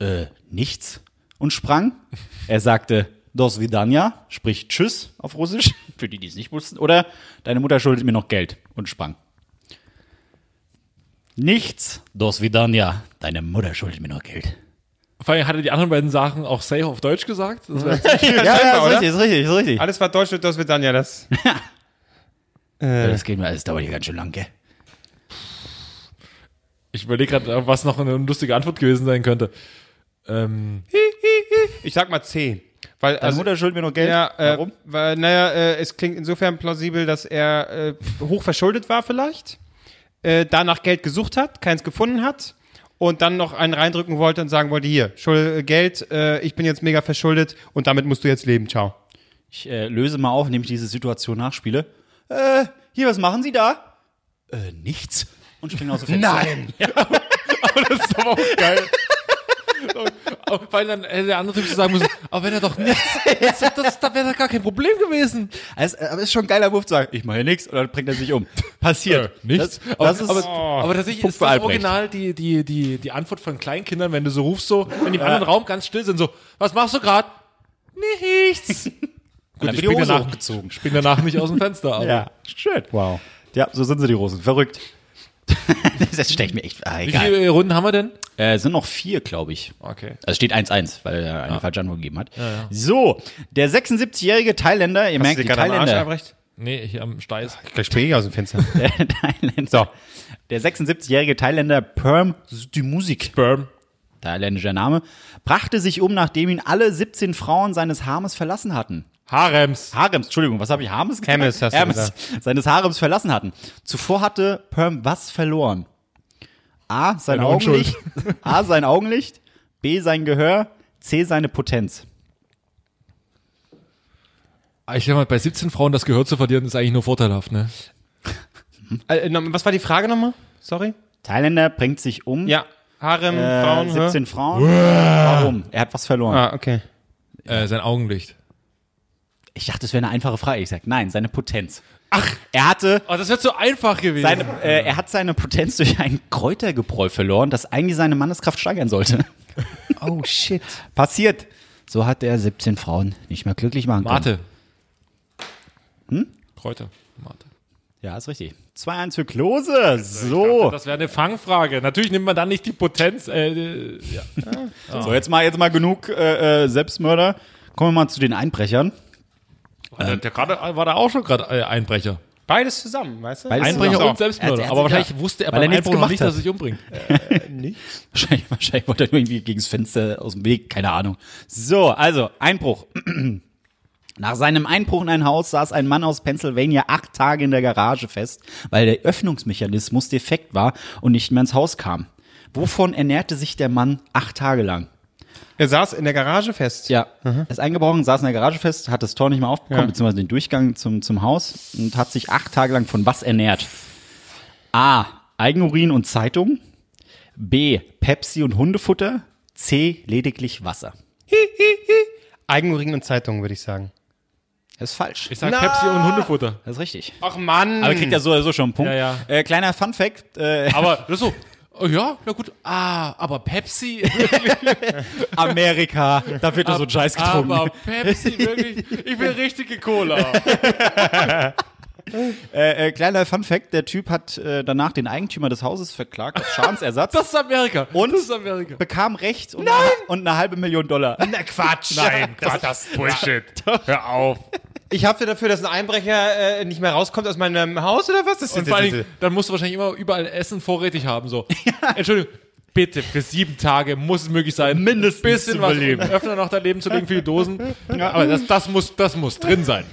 Speaker 2: äh, nichts und sprang. Er sagte, dos vidania, sprich Tschüss auf Russisch, für die, die es nicht wussten, oder deine Mutter schuldet mir noch Geld und sprang. Nichts, dos vidania, deine Mutter schuldet mir noch Geld.
Speaker 1: Vor allem hatte die anderen beiden Sachen auch safe auf Deutsch gesagt. Das war
Speaker 2: Ja,
Speaker 3: scheinbar, oder?
Speaker 2: ist richtig, ist richtig.
Speaker 3: Alles war Deutschland, das wird dann ja das.
Speaker 2: Äh, das geht mir, das dauert hier ganz schön lang, gell?
Speaker 1: Ich überlege gerade, was noch eine lustige Antwort gewesen sein könnte. Ähm,
Speaker 3: Ich sag mal C. Weil,
Speaker 2: Deine
Speaker 3: also,
Speaker 2: Mutter schuldet mir noch Geld.
Speaker 3: Ja, äh,
Speaker 2: Warum?
Speaker 3: Weil, naja, äh, es klingt insofern plausibel, dass er äh, hoch verschuldet war vielleicht, äh, danach Geld gesucht hat, keins gefunden hat und dann noch einen reindrücken wollte und sagen wollte, hier, Schuld, äh, Geld, äh, ich bin jetzt mega verschuldet und damit musst du jetzt leben, ciao.
Speaker 2: Ich äh, löse mal auf, indem ich diese Situation nachspiele. Äh, hier, was machen Sie da? Äh, nichts. Und springe aus dem Fenster. Nein!
Speaker 1: Das ist aber auch geil. Und Weil dann hätte der andere Typ so sagen müssen, aber wenn er doch nichts, das, das, da wäre doch gar kein Problem gewesen.
Speaker 2: Also, äh, aber ist schon ein geiler Wurf zu sagen, ich mache hier nichts und dann bringt er sich um. Passiert.
Speaker 1: Nichts.
Speaker 2: Das,
Speaker 1: aber,
Speaker 2: das ist,
Speaker 1: aber, aber tatsächlich
Speaker 2: Punkt
Speaker 1: ist
Speaker 2: für
Speaker 1: das
Speaker 2: Albrecht.
Speaker 1: Original die, die, die, die Antwort von Kleinkindern, wenn du so rufst, so in dem anderen Raum ganz still sind, so, was machst du gerade? Nichts. Gut,
Speaker 2: wird die
Speaker 1: um. ich spring
Speaker 2: Hose
Speaker 1: danach,
Speaker 2: hochgezogen.
Speaker 1: spring danach nicht aus dem Fenster, aber
Speaker 2: ja, schön.
Speaker 3: Wow.
Speaker 2: Ja, so sind sie, die Russen. Verrückt. das stelle ich mir echt. Ah,
Speaker 1: Wie
Speaker 2: egal.
Speaker 1: viele Runden haben wir denn?
Speaker 2: Äh, es sind noch vier, glaube ich.
Speaker 1: Okay.
Speaker 2: Also es steht 1-1, weil er eine falsche Antwort gegeben hat. So, der 76-jährige Thailänder, ihr merkt, die Thailänder.
Speaker 3: Albrecht?
Speaker 1: Nee, hier am Steiß.
Speaker 3: Gleich springe ich aus dem Fenster.
Speaker 2: Der Thailänder. Der 76-jährige Thailänder Perm die Musik.
Speaker 1: Sperm.
Speaker 2: thailändischer Name, brachte sich um, nachdem ihn alle 17 Frauen seines Harems verlassen hatten.
Speaker 1: Harems.
Speaker 2: Harems, Entschuldigung, was habe ich Harems gesagt?
Speaker 3: Hermes hast du
Speaker 2: Seines Harems verlassen hatten. Zuvor hatte Perm was verloren? A, sein
Speaker 1: Seine Unschuld.
Speaker 2: Augenlicht. A, sein Augenlicht. B, sein Gehör. C, seine Potenz.
Speaker 1: Ich sag mal, bei 17 Frauen das Gehör zu verlieren, ist eigentlich nur vorteilhaft, ne?
Speaker 3: äh, noch- was war die Frage nochmal? Sorry?
Speaker 2: Thailänder bringt sich um.
Speaker 3: Ja. Harem,
Speaker 2: Äh,
Speaker 3: Frauen, hä?
Speaker 2: 17 Frauen. Warum? Er hat was verloren.
Speaker 3: Ah, okay.
Speaker 1: Äh, sein Augenlicht.
Speaker 2: Ich dachte, es wäre eine einfache Frage. Ich sag, nein, seine Potenz. Ach, er hatte
Speaker 1: Oh, das wäre so einfach gewesen.
Speaker 2: Seine, äh, er hat seine Potenz durch ein Kräutergebräu verloren, das eigentlich seine Manneskraft steigern sollte.
Speaker 3: Oh, shit.
Speaker 2: Passiert. So hat er 17 Frauen nicht mehr glücklich machen können.
Speaker 1: Mate. Hm? Kräuter. Mate.
Speaker 2: Ja, ist richtig. 2-1 für Klose. So.
Speaker 1: Das wäre eine Fangfrage. Natürlich nimmt man dann nicht die Potenz. Äh, ja.
Speaker 2: so, jetzt mal, jetzt mal genug äh, äh, Selbstmörder. Kommen wir mal zu den Einbrechern. Ähm,
Speaker 1: der, der gerade war da auch schon gerade äh, Einbrecher.
Speaker 3: Beides zusammen, weißt du?
Speaker 2: Beides
Speaker 3: Einbrecher
Speaker 1: Einbrecher
Speaker 2: zusammen.
Speaker 1: und
Speaker 2: Er
Speaker 1: Selbstmörder.
Speaker 2: hat- er hat-
Speaker 1: Aber wahrscheinlich wusste er
Speaker 2: Weil er
Speaker 1: beim
Speaker 2: nichts
Speaker 1: Einbruch noch
Speaker 2: gemacht
Speaker 1: nicht,
Speaker 2: hat.
Speaker 1: dass er sich umbringt.
Speaker 2: Wahrscheinlich, wahrscheinlich wollte er nur irgendwie gegen das Fenster aus dem Weg. Keine Ahnung. So, also Einbruch. Nach seinem Einbruch in ein Haus saß ein Mann aus Pennsylvania acht Tage in der Garage fest, weil der Öffnungsmechanismus defekt war und nicht mehr ins Haus kam. Wovon ernährte sich der Mann acht Tage lang?
Speaker 3: Er saß in der Garage fest.
Speaker 2: Ja, er ist eingebrochen, saß in der Garage fest, hat das Tor nicht mehr aufbekommen,
Speaker 3: Ja.
Speaker 2: beziehungsweise den Durchgang zum, zum Haus und hat sich acht Tage lang von was ernährt? A. Eigenurin und Zeitung. B. Pepsi und Hundefutter. C. Lediglich Wasser.
Speaker 3: Eigenring und Zeitung, würde ich sagen.
Speaker 2: Das ist falsch.
Speaker 1: Ich sag Pepsi und Hundefutter.
Speaker 2: Das ist richtig.
Speaker 3: Ach Mann.
Speaker 2: Aber kriegt ja so oder so schon einen Punkt.
Speaker 1: Ja,
Speaker 2: Äh, kleiner Fun-Fact. Äh,
Speaker 1: Aber das ist so, oh ja, na gut, ah, aber Pepsi.
Speaker 2: Amerika, da wird nur so ein Scheiß getrunken.
Speaker 1: Aber Pepsi, wirklich, ich will richtige Cola.
Speaker 2: Äh, äh, kleiner Fun-Fact, der Typ hat äh, danach den Eigentümer des Hauses verklagt auf Schadensersatz.
Speaker 1: Das ist Amerika.
Speaker 2: Und?
Speaker 1: Das ist Amerika.
Speaker 2: bekam Recht und, und eine halbe Million Dollar.
Speaker 3: Na Quatsch. Nein, Quatsch. Das ist Bullshit. Hör auf. Ich hafte dafür, dass ein Einbrecher äh, nicht mehr rauskommt aus meinem Haus oder was? Das ist
Speaker 1: Und vor allen Dingen, dann musst du wahrscheinlich immer überall Essen vorrätig haben. So. Entschuldigung, bitte, für sieben Tage muss es möglich sein,
Speaker 2: Mindestens
Speaker 1: bisschen
Speaker 2: zu
Speaker 1: was
Speaker 2: überleben.
Speaker 1: im Öffner noch daneben zu legen für die Dosen. Ja, aber das, das, muss, das muss drin sein.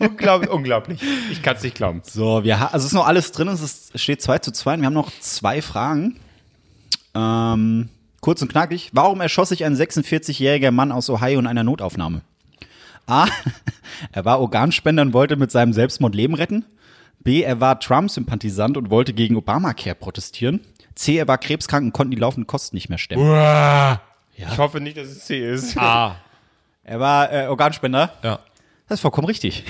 Speaker 3: unglaublich. unglaublich. Ich kann es nicht glauben.
Speaker 2: So, wir ha also es ist noch alles drin, es ist, steht 2 zu 2 und wir haben noch zwei Fragen. Ähm, kurz und knackig. Warum erschoss sich ein 46-jähriger Mann aus Ohio in einer Notaufnahme? A. Er war Organspender und wollte mit seinem Selbstmord Leben retten. B. Er war Trump-Sympathisant und wollte gegen Obamacare protestieren. C. Er war krebskrank und konnte die laufenden Kosten nicht mehr stemmen.
Speaker 3: Ich hoffe nicht, dass es C ist.
Speaker 1: Ah,
Speaker 2: Er war äh, Organspender.
Speaker 1: ja.
Speaker 2: Das ist vollkommen richtig.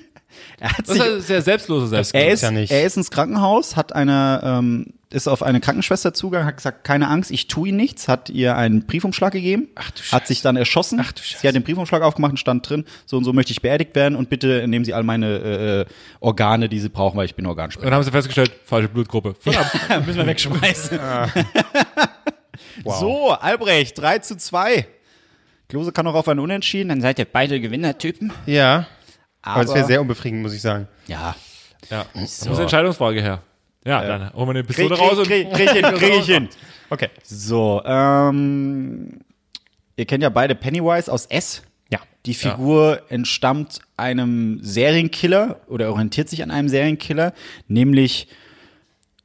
Speaker 2: er hat
Speaker 1: Das
Speaker 2: sich
Speaker 1: ist ein sehr selbstloser Selbst.
Speaker 2: Er ist,
Speaker 3: ja nicht.
Speaker 2: er ist ins Krankenhaus, hat eine, ähm, ist auf eine Krankenschwester zugegangen, hat gesagt, keine Angst, ich tue Ihnen nichts, hat ihr einen Briefumschlag gegeben, hat sich dann erschossen, Ach, du sie hat den Briefumschlag aufgemacht und stand drin, so und so möchte ich beerdigt werden und bitte nehmen Sie all meine äh, Organe, die Sie brauchen, weil ich bin Organspender.
Speaker 1: Dann haben sie festgestellt, falsche Blutgruppe. Verdammt.
Speaker 2: Müssen wir wegschmeißen. So, Albrecht, 3 zu 2. Klose kann auch auf einen Unentschieden, dann seid ihr beide Gewinnertypen.
Speaker 3: Ja. Aber, es wäre
Speaker 2: Aber-
Speaker 3: sehr unbefriedigend, muss ich sagen.
Speaker 2: Ja.
Speaker 1: Ja. Da muss eine Entscheidungsfrage her. Ja, dann holen wir eine Pistole
Speaker 2: Krieg,
Speaker 1: raus und
Speaker 2: krieg, krieg, krieg, ich hin, krieg ich hin.
Speaker 3: Okay.
Speaker 2: So, ähm, ihr kennt ja beide Pennywise aus S.
Speaker 3: Ja.
Speaker 2: Die Figur entstammt einem Serienkiller oder orientiert sich an einem Serienkiller, nämlich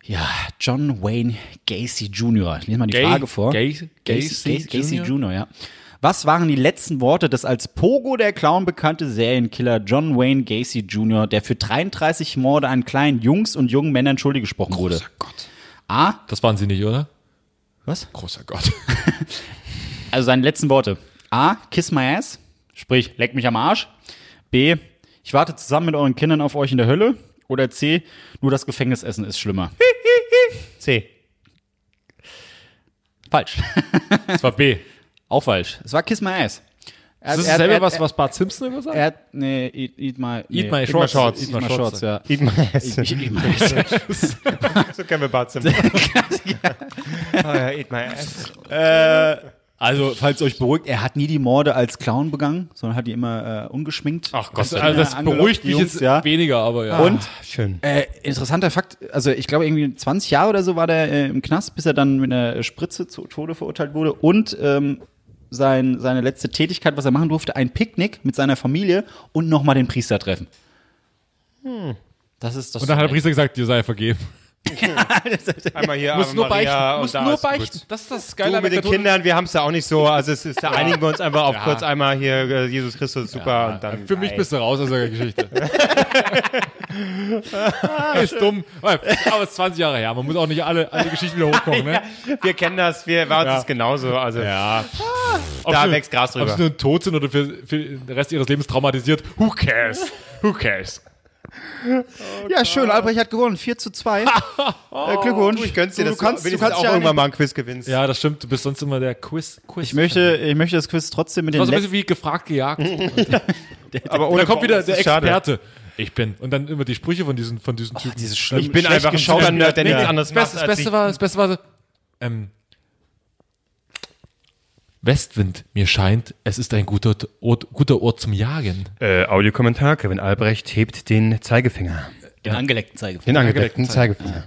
Speaker 2: ja, John Wayne Gacy Jr. Ich lese mal die
Speaker 1: Gay-
Speaker 2: Frage vor.
Speaker 1: Gacy- Gacy
Speaker 2: Gacy
Speaker 1: Jr.?
Speaker 2: Jr., ja. Was waren die letzten Worte des als Pogo der Clown bekannte Serienkiller John Wayne Gacy Jr., der für 33 Morde an kleinen Jungs und jungen Männern schuldig gesprochen wurde?
Speaker 3: Gott.
Speaker 1: Das waren sie nicht, oder?
Speaker 2: Was?
Speaker 1: Großer Gott.
Speaker 2: Also seine letzten Worte. A. Kiss my ass. Sprich, leck mich am Arsch. B. Ich warte zusammen mit euren Kindern auf euch in der Hölle. Oder C. Nur das Gefängnisessen ist schlimmer.
Speaker 3: C.
Speaker 2: falsch.
Speaker 1: Das war B.
Speaker 2: Auch falsch. Es war Kiss my ass. Er,
Speaker 1: Das ist
Speaker 2: Also er-
Speaker 1: dasselbe,
Speaker 2: er-
Speaker 1: was,
Speaker 2: er-
Speaker 1: was Bart Simpson immer sagt.
Speaker 2: Er hat, nee, eat, eat my, nee,
Speaker 1: my shorts.
Speaker 2: Eat my shorts, ja.
Speaker 3: Eat my ass.
Speaker 2: Eat my ass.
Speaker 3: So können wir Bart Simpson. oh ja, eat my ass.
Speaker 2: Also, falls euch beruhigt, er hat nie die Morde als Clown begangen, sondern hat die immer äh, ungeschminkt.
Speaker 3: Ach Gott.
Speaker 1: Das, also das
Speaker 2: Ja, angelockt,
Speaker 1: beruhigt
Speaker 2: die
Speaker 1: mich
Speaker 2: Jungs,
Speaker 1: jetzt
Speaker 2: ja.
Speaker 1: weniger, aber ja.
Speaker 2: Und
Speaker 3: Schön.
Speaker 2: Äh, interessanter Fakt, also ich glaube irgendwie 20 Jahre oder so war der äh, im Knast, bis er dann mit einer Spritze zu Tode verurteilt wurde und ähm, sein, seine letzte Tätigkeit, was er machen durfte, ein Picknick mit seiner Familie und nochmal den Priester treffen.
Speaker 3: Hm.
Speaker 2: Das ist das.
Speaker 1: Und dann hat der Priester gesagt, dir sei vergeben.
Speaker 3: Einmal hier,
Speaker 1: Muss
Speaker 3: Ave
Speaker 1: nur
Speaker 3: Maria
Speaker 1: beichten.
Speaker 3: und
Speaker 1: Muss
Speaker 3: da
Speaker 1: nur
Speaker 3: ist gut.
Speaker 1: beichten. Das ist das Geile
Speaker 3: Du
Speaker 1: an
Speaker 3: mit
Speaker 1: der
Speaker 3: den
Speaker 1: katholischen-
Speaker 3: Kindern, wir haben es ja auch nicht so. Also es ist, da einigen wir uns einfach auf kurz einmal hier äh, Jesus Christus, super. Und dann,
Speaker 1: Für mich bist du raus aus der Geschichte. ist dumm. Aber es ist 20 Jahre her. Man muss auch nicht alle, alle Geschichten wieder hochkommen, ne?
Speaker 3: Wir kennen das, wir waren
Speaker 1: Ja.
Speaker 3: das genauso. Also
Speaker 1: Ja. Ob
Speaker 3: da
Speaker 1: sie-
Speaker 3: wächst Gras
Speaker 1: Ob
Speaker 3: drüber.
Speaker 1: sie nun tot sind oder für, für den Rest ihres Lebens traumatisiert. Who cares? Who cares?
Speaker 2: ja, schön, Albrecht hat gewonnen, 4 zu 2. äh, Glückwunsch.
Speaker 3: Du, ich gönn's dir,
Speaker 2: du,
Speaker 3: dass
Speaker 2: kannst, du
Speaker 3: wenigstens
Speaker 2: kannst
Speaker 3: auch
Speaker 2: ja
Speaker 3: irgendwann mal ein Quiz gewinnst.
Speaker 1: Ja, das stimmt. Du bist sonst immer der Quiz. Quiz
Speaker 2: Ich möchte, ich möchte das Quiz trotzdem mit den
Speaker 1: war so ein bisschen
Speaker 2: letzten.
Speaker 1: wie gefragt, gejagt.
Speaker 3: aber
Speaker 1: Und dann kommt wieder
Speaker 3: das
Speaker 1: der
Speaker 3: ist schade.
Speaker 1: Experte. Ich bin. Und dann immer die Sprüche von diesen, von diesen Typen.
Speaker 2: Dieses
Speaker 3: Ich bin
Speaker 2: schlecht
Speaker 3: einfach ein
Speaker 2: geschaut.
Speaker 3: Schauder-Nerd, der nichts
Speaker 1: nee,
Speaker 3: anderes
Speaker 1: das Beste,
Speaker 3: macht.
Speaker 1: das
Speaker 3: als
Speaker 1: Beste war, das Beste war so, ähm, Westwind, mir scheint, es ist ein guter Ort, guter Ort zum Jagen.
Speaker 3: ich- Äh, Audiokommentar, Kevin Albrecht hebt den Zeigefinger.
Speaker 2: Den angeleckten Zeigefinger.
Speaker 3: Den angedeckten Zeigefinger.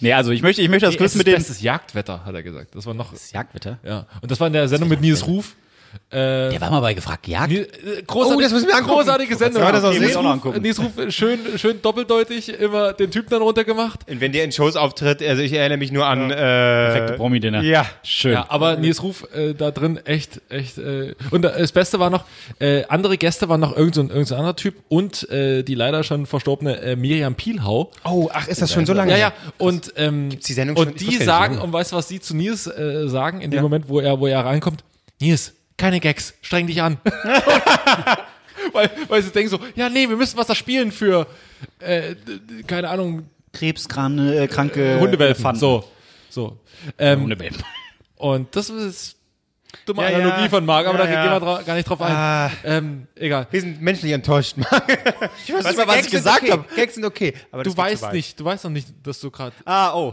Speaker 2: Nee, also ich möchte, ich möchte das Quiz mit den.
Speaker 1: bestes Jagdwetter, hat er gesagt. Das war noch,
Speaker 2: Jagdwetter.
Speaker 1: ja. Und das war in der Sendung mit Nils Ruf. Äh,
Speaker 2: Der war mal bei gefragt, ja.
Speaker 1: Nee, äh, Großartig,
Speaker 3: Oh, das müssen wir angucken.
Speaker 1: großartige Sendung.
Speaker 3: Sollen wir das auch
Speaker 1: Nils
Speaker 3: sehen?
Speaker 1: Ruf-
Speaker 3: Auch noch angucken.
Speaker 1: Nils Ruf schön, schön doppeldeutig immer den Typ dann runtergemacht.
Speaker 3: Und wenn der in Shows auftritt, also ich erinnere mich nur an. Äh,
Speaker 2: Perfekte Promi-Dinner.
Speaker 3: Ja.
Speaker 2: Schön.
Speaker 1: Ja, aber Nils Ruf äh, da drin echt, echt. Äh, und äh, das Beste war noch, äh, andere Gäste waren noch irgendein so ein- irgend so ein anderer Typ und äh, die leider schon verstorbene äh, Miriam Pielhau.
Speaker 3: Oh, ach, ist das schon so lange?
Speaker 1: Ja,
Speaker 3: her?
Speaker 1: ja. Und, ähm,
Speaker 3: die Sendung schon?
Speaker 1: und
Speaker 3: Ich
Speaker 1: die
Speaker 3: wusste gar nicht,
Speaker 1: sagen,
Speaker 3: ja.
Speaker 1: und weißt du, was die zu Nils äh, sagen, in dem
Speaker 3: Ja.
Speaker 1: Moment, wo er, wo er reinkommt? Nils, keine Gags, streng dich an. weil, weil sie denken so, ja, nee, wir müssen was da spielen für, äh, d- d- keine Ahnung,
Speaker 2: Krebskranke, äh, kranke
Speaker 1: Hundewelpen.
Speaker 2: Elefanten.
Speaker 1: so. So. Ähm,
Speaker 2: Hundewelpen.
Speaker 1: Und das ist dumme
Speaker 3: Ja, ja.
Speaker 1: Analogie von Marc, aber
Speaker 3: Ja,
Speaker 1: da
Speaker 3: ja.
Speaker 1: gehen wir dra- gar nicht drauf ein.
Speaker 3: Ah.
Speaker 1: Ähm, egal.
Speaker 3: Wir sind menschlich enttäuscht, Mann. Ich weiß
Speaker 2: nicht, was ich gesagt
Speaker 3: okay.
Speaker 2: habe.
Speaker 3: Gags sind okay. Aber das
Speaker 1: Du
Speaker 3: geht zu
Speaker 1: weißt
Speaker 3: weit.
Speaker 1: nicht, du weißt noch nicht, dass du gerade.
Speaker 2: Ah, oh.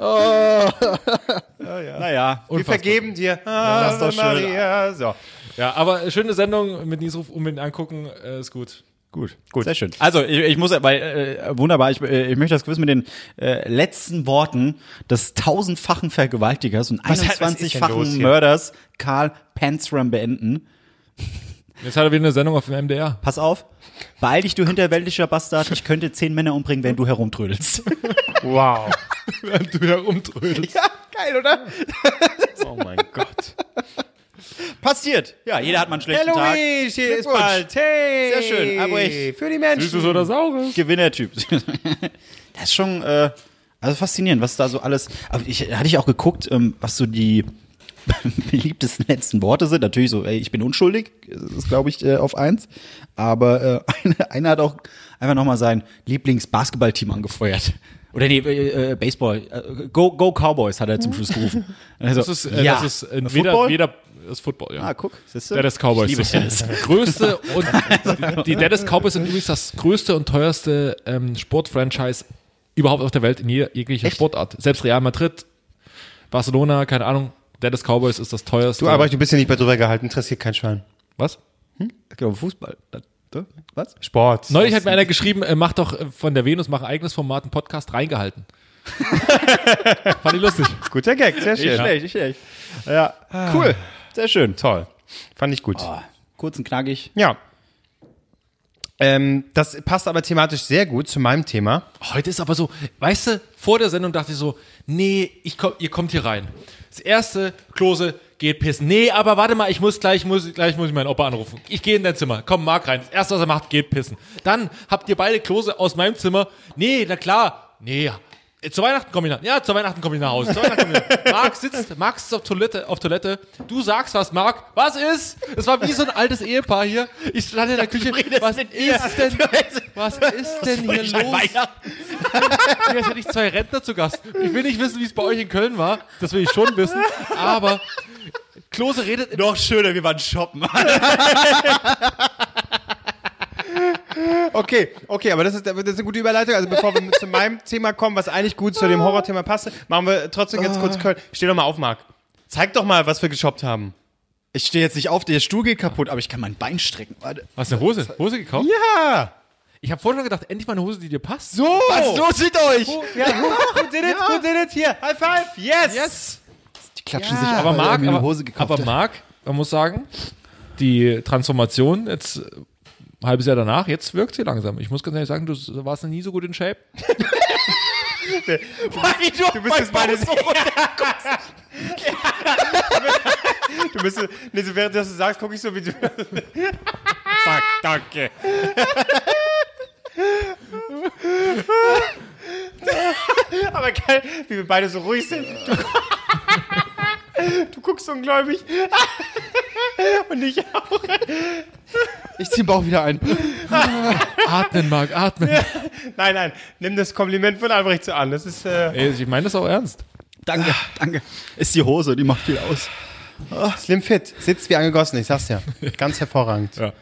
Speaker 2: Ah, Naja.
Speaker 3: Wir
Speaker 1: Unfassbar.
Speaker 3: vergeben dir. Ah,
Speaker 2: das ist doch schön.
Speaker 3: Maria. So.
Speaker 1: Ja, aber schöne Sendung mit Niesruf unbedingt angucken, äh, ist gut.
Speaker 2: Gut, gut. Sehr schön. Also, ich, ich muss, weil, äh, wunderbar, ich, äh, ich möchte das Quiz mit den äh, letzten Worten des tausendfachen Vergewaltigers und
Speaker 3: Was hat- was ist denn los
Speaker 2: 21-fachen
Speaker 3: hier?
Speaker 2: Mörders Karl Panzram beenden.
Speaker 1: Jetzt hat er wieder eine Sendung auf dem MDR.
Speaker 2: Pass auf. Beeil dich, du hinterwäldischer Bastard. Ich könnte zehn Männer umbringen, wenn du herumtrödelst.
Speaker 3: Wow.
Speaker 1: du herumtrödelst.
Speaker 2: ja, geil, oder?
Speaker 3: Oh mein Gott.
Speaker 2: Passiert. Ja, jeder hat mal einen schlechten Tag.
Speaker 3: Halloween, hier ist
Speaker 2: Glückwunsch.
Speaker 3: bald. Hey.
Speaker 2: Sehr schön, aber ich-
Speaker 3: Für die Menschen.
Speaker 1: Süßes oder saures?
Speaker 2: Gewinnertyp. das ist schon, äh, also faszinierend, was da so alles. Aber ich hatte ich auch geguckt, ähm, was so die beliebtesten letzten Worte sind. Natürlich so, ey, ich bin unschuldig, das ist glaube ich äh, auf eins. Aber äh, einer eine hat auch einfach nochmal sein Lieblings-Basketballteam angefeuert. Oder nee, äh, äh, Baseball. Äh, go, go Cowboys hat er zum Schluss gerufen. Also,
Speaker 1: Das ist, äh,
Speaker 2: ja.
Speaker 1: das ist
Speaker 2: Football?
Speaker 1: entweder, weder, das ist Football, ja.
Speaker 2: Ah, guck, siehst du?
Speaker 1: Der des Cowboys.
Speaker 2: Ich liebe Dallas.
Speaker 1: Größte und die- die Dallas Cowboys sind übrigens das größte und teuerste ähm, Sportfranchise überhaupt auf der Welt in je- jeglicher Sportart. Selbst Real Madrid, Barcelona, keine Ahnung. Dallas Cowboys ist das teuerste.
Speaker 3: Du, aber du bist ja nicht mehr drüber gehalten. Interessiert kein Schwein.
Speaker 1: was?
Speaker 2: Genau, Fußball. Das- das- Was?
Speaker 3: Sport.
Speaker 1: Neulich hat mir einer geschrieben, äh, mach doch äh, von der Venus, mach ein eigenes Format, einen Podcast reingehalten. Fand ich lustig.
Speaker 3: Guter Gag. Sehr schön.
Speaker 2: Nicht schlecht, nicht schlecht. Ja, cool. Sehr schön.
Speaker 3: Toll. Fand ich gut.
Speaker 2: Ah, kurz und knackig.
Speaker 3: Ja. Ähm, das passt aber thematisch sehr gut zu meinem Thema.
Speaker 1: Heute ist aber so, weißt du, vor der Sendung dachte ich so, nee, ich komm, ihr kommt hier rein. Das erste, Klose geht pissen. Nee, aber warte mal, ich muss gleich, muss, gleich muss ich meinen Opa anrufen. Ich gehe in dein Zimmer. Komm, Marc rein. Das erste, was er macht, geht pissen. Dann habt ihr beide Klose aus meinem Zimmer. Nee, na klar. Nee, äh, zu Weihnachten komme ich nach. Ja, zu Weihnachten komme ich nach Hause. Zu Weihnachten komm ich nach. Marc sitzt, Marc sitzt auf Toilette, auf Toilette. Du sagst was, Marc. Was ist? Es war wie so ein altes Ehepaar hier. Ich stand in der Küche. Was ist denn, was ist denn hier los? Hier hatte ich zwei Rentner zu Gast. Ich will nicht wissen, wie es bei euch in Köln war. Das will ich schon wissen. Aber Klose redet in
Speaker 2: Noch schöner, wir waren shoppen.
Speaker 3: Okay, okay, aber das ist, das ist eine gute Überleitung. Also bevor wir zu meinem Thema kommen, was eigentlich gut zu dem Horrorthema passte, machen wir trotzdem jetzt kurz Köln. Steh doch mal auf, Marc. Zeig doch mal, was wir geshoppt haben.
Speaker 2: Ich stehe jetzt nicht auf, der Stuhl geht kaputt, aber ich kann mein Bein strecken. Warte.
Speaker 1: Hast du eine Hose? Hose gekauft?
Speaker 3: Ja!
Speaker 1: Ich habe vorhin schon gedacht, endlich mal eine Hose, die dir passt.
Speaker 3: So!
Speaker 2: Was ist los mit euch?
Speaker 3: Oh. Ja, who, who did it? Who did it? Hier, High Five! Yes!
Speaker 1: Yes.
Speaker 2: Die klatschen sich aber
Speaker 1: Aber Marc,
Speaker 2: eine
Speaker 1: aber,
Speaker 2: Hose gekauft.
Speaker 1: aber Marc, man muss sagen, die Transformation jetzt äh, ein halbes Jahr danach, jetzt wirkt sie langsam. Ich muss ganz ehrlich sagen, du s- warst noch nie so gut in Shape.
Speaker 3: Du bist jetzt meine Du bist, nee, so während du das sagst, guck ich so wie du. Fuck, danke. Aber geil, wie wir beide so ruhig sind. Du, du guckst ungläubig. Und ich auch.
Speaker 2: ich zieh den Bauch wieder ein.
Speaker 1: Atmen, Marc, atmen.
Speaker 3: Nein, nein, nimm das Kompliment von Albrecht so an. Das ist. Äh,
Speaker 1: Ey, ich meine das auch ernst.
Speaker 2: Danke, danke. Ah. Ist die Hose, die macht viel aus.
Speaker 3: Slim Fit. Sitzt wie angegossen, ich sag's ja. Ganz hervorragend.
Speaker 2: Da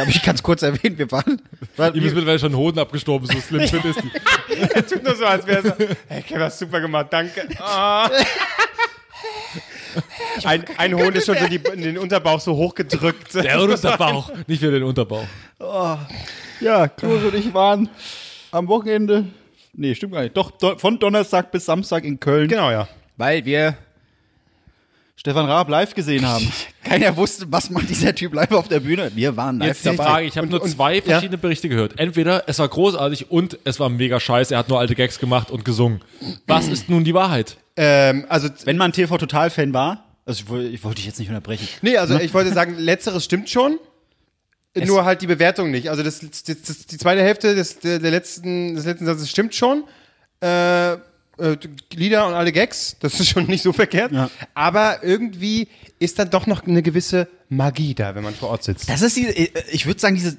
Speaker 2: habe ich ganz kurz erwähnt, wir waren.
Speaker 1: Ihm ist mittlerweile schon Hoden abgestorben, so slim fit ist die.
Speaker 3: Tut nur so, als wäre es. Hey, Kevin, hast super gemacht, danke. Ah. Ein, ein Hohn ist schon so die, in den Unterbauch so hochgedrückt.
Speaker 1: Der Unterbauch, nicht für den Unterbauch.
Speaker 2: Ja, Klose und ich waren am Wochenende. Nee, Genau. stimmt gar nicht. Doch, do, von Donnerstag bis Samstag in Köln.
Speaker 3: Genau, ja.
Speaker 2: Weil wir Stefan Raab live gesehen haben. Keiner wusste, was macht dieser Typ live auf der Bühne. Wir waren live
Speaker 1: Jetzt die Frage, ich habe nur zwei verschiedene Berichte gehört. Entweder es war großartig und es war mega scheiße, er hat nur alte Gags gemacht und gesungen. Was ist nun die Wahrheit?
Speaker 3: Ähm, also,
Speaker 2: Wenn man TV-Total-Fan war, also ich, woll- ich wollte dich jetzt nicht unterbrechen.
Speaker 3: nee, also ich wollte sagen, letzteres stimmt schon. nur halt die Bewertung nicht. Also das, das, das, die zweite Hälfte des, der, der letzten, des letzten Satzes stimmt schon. Äh, äh, Lieder und alle Gags, das ist schon nicht so verkehrt. Aber irgendwie ist dann doch noch eine gewisse Magie da, wenn man vor Ort sitzt.
Speaker 2: Das ist die, äh, ich würde sagen, diese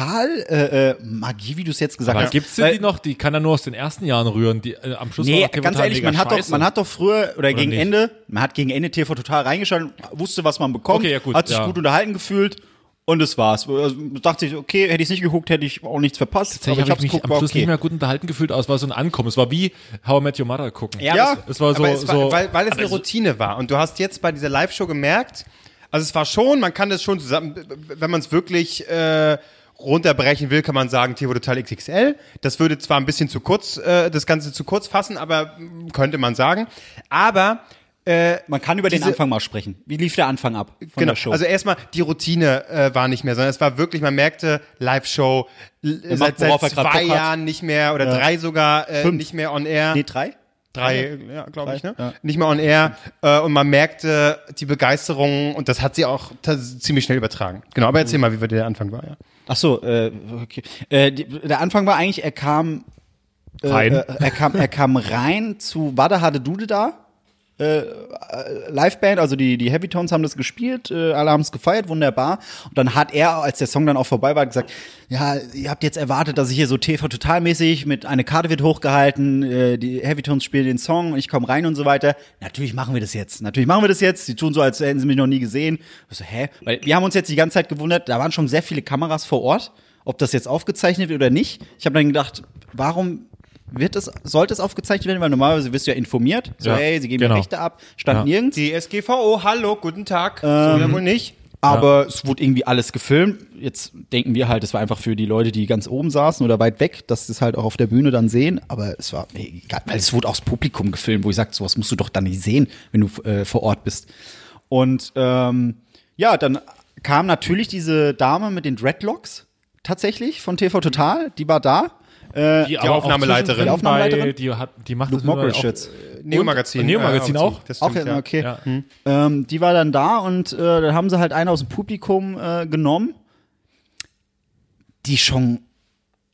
Speaker 2: TV-Total-Magie, äh, wie du es jetzt gesagt
Speaker 1: Da
Speaker 2: hast.
Speaker 1: gibt's denn die noch, die kann er nur aus den ersten Jahren rühren, die äh, am Schluss
Speaker 2: Nee,
Speaker 1: war doch Kevin
Speaker 2: ganz
Speaker 1: Teil
Speaker 2: ehrlich,
Speaker 1: mega
Speaker 2: man hat, doch,
Speaker 1: scheiße.
Speaker 2: man hat doch früher oder, gegen
Speaker 1: nicht?
Speaker 2: Ende, man hat gegen Ende TV total reingeschaut, wusste, was man bekommt,
Speaker 1: Okay, ja, gut,
Speaker 2: hat sich
Speaker 1: ja.
Speaker 2: gut unterhalten gefühlt und es war's. Also, dachte ich, okay, hätte ich es nicht geguckt, hätte ich auch nichts verpasst.
Speaker 1: Tatsächlich habe ich mich
Speaker 2: hab's
Speaker 1: am
Speaker 2: war
Speaker 1: Schluss nicht mehr gut unterhalten gefühlt, aber es war so ein Ankommen. Es war wie How I Met Your Mother gucken.
Speaker 2: Ja,
Speaker 3: Ja,
Speaker 2: das-
Speaker 1: es war so-
Speaker 3: aber es war,
Speaker 1: so-
Speaker 3: weil, weil es eine Routine war. Und du hast jetzt bei dieser Live-Show gemerkt, also es war schon, man kann das schon zusammen, wenn man es wirklich äh, runterbrechen will, kann man sagen, TV Total XXL. Das würde zwar ein bisschen zu kurz, äh, das Ganze zu kurz fassen, aber mm, könnte man sagen. Aber
Speaker 2: Man kann über den
Speaker 3: Diese-
Speaker 2: Anfang mal sprechen. Wie lief der Anfang ab von
Speaker 3: genau,
Speaker 2: der Show?
Speaker 3: also erstmal die Routine äh, war nicht mehr, sondern es war wirklich, man merkte, Live-Show l-
Speaker 2: macht,
Speaker 3: seit, seit
Speaker 2: worauf er grad
Speaker 3: zwei
Speaker 2: Bock hat.
Speaker 3: Jahren nicht mehr oder drei sogar äh,
Speaker 2: Fünf.
Speaker 3: nicht mehr on air.
Speaker 2: nee, drei?
Speaker 3: Drei, ja, glaube ich, ne?
Speaker 2: ja.
Speaker 3: Nicht mehr on air. Äh, und man merkte die Begeisterung und das hat sie auch ta- ziemlich schnell übertragen. Genau, aber erzähl mal, wie der Anfang war, ja.
Speaker 2: Ach so, äh, okay. Äh, die, der Anfang war eigentlich, er kam
Speaker 1: Rein.
Speaker 2: Äh, er, kam, er kam rein zu Wada Hade Dude da. Äh, äh, Liveband, also die, die Heavytones haben das gespielt, äh, alle haben es gefeiert, wunderbar. Und dann hat er, als der Song dann auch vorbei war, gesagt, ja, ihr habt jetzt erwartet, dass ich hier so TV totalmäßig mit eine Karte wird hochgehalten, äh, die Heavytones spielen den Song und ich komme rein und so weiter. Natürlich machen wir das jetzt. Natürlich machen wir das jetzt. Die tun so, als hätten sie mich noch nie gesehen. Ich so, hä? Weil wir haben uns jetzt die ganze Zeit gewundert, da waren schon sehr viele Kameras vor Ort, ob das jetzt aufgezeichnet wird oder nicht. Ich habe dann gedacht, warum wird es, sollte es aufgezeichnet werden, weil normalerweise wirst du ja informiert. So,
Speaker 1: Ja,
Speaker 2: hey, sie geben
Speaker 1: genau.
Speaker 2: die Rechte ab, stand
Speaker 1: Ja.
Speaker 2: nirgends.
Speaker 3: Die SGVO, hallo, guten Tag. Ähm, so ja wohl nicht.
Speaker 2: Aber es wurde irgendwie alles gefilmt. Jetzt denken wir halt, es war einfach für die Leute, die ganz oben saßen oder weit weg, dass sie es halt auch auf der Bühne dann sehen. Aber es war mir egal, weil es wurde auch das Publikum gefilmt, wo ich sage, sowas musst du doch dann nicht sehen, wenn du äh, vor Ort bist. Und ähm, ja, dann kam natürlich diese Dame mit den Dreadlocks tatsächlich von TV Total, die war da.
Speaker 1: die,
Speaker 3: die
Speaker 1: aber auch
Speaker 3: Aufnahmeleiterin.
Speaker 1: zwischendrin
Speaker 2: Die Aufnahmeleiterin?
Speaker 1: Bei, die, hat, die macht
Speaker 2: Luke
Speaker 1: immer
Speaker 2: Mockridge
Speaker 3: Neo-Magazin.
Speaker 1: Neo-Magazin
Speaker 3: äh,
Speaker 1: auch?
Speaker 3: Das
Speaker 2: Auch
Speaker 3: stimmt,
Speaker 2: ja,
Speaker 3: ja.
Speaker 2: okay.
Speaker 1: Ja.
Speaker 2: Ähm, die war dann da und äh, dann haben sie halt einen aus dem Publikum äh, genommen, die schon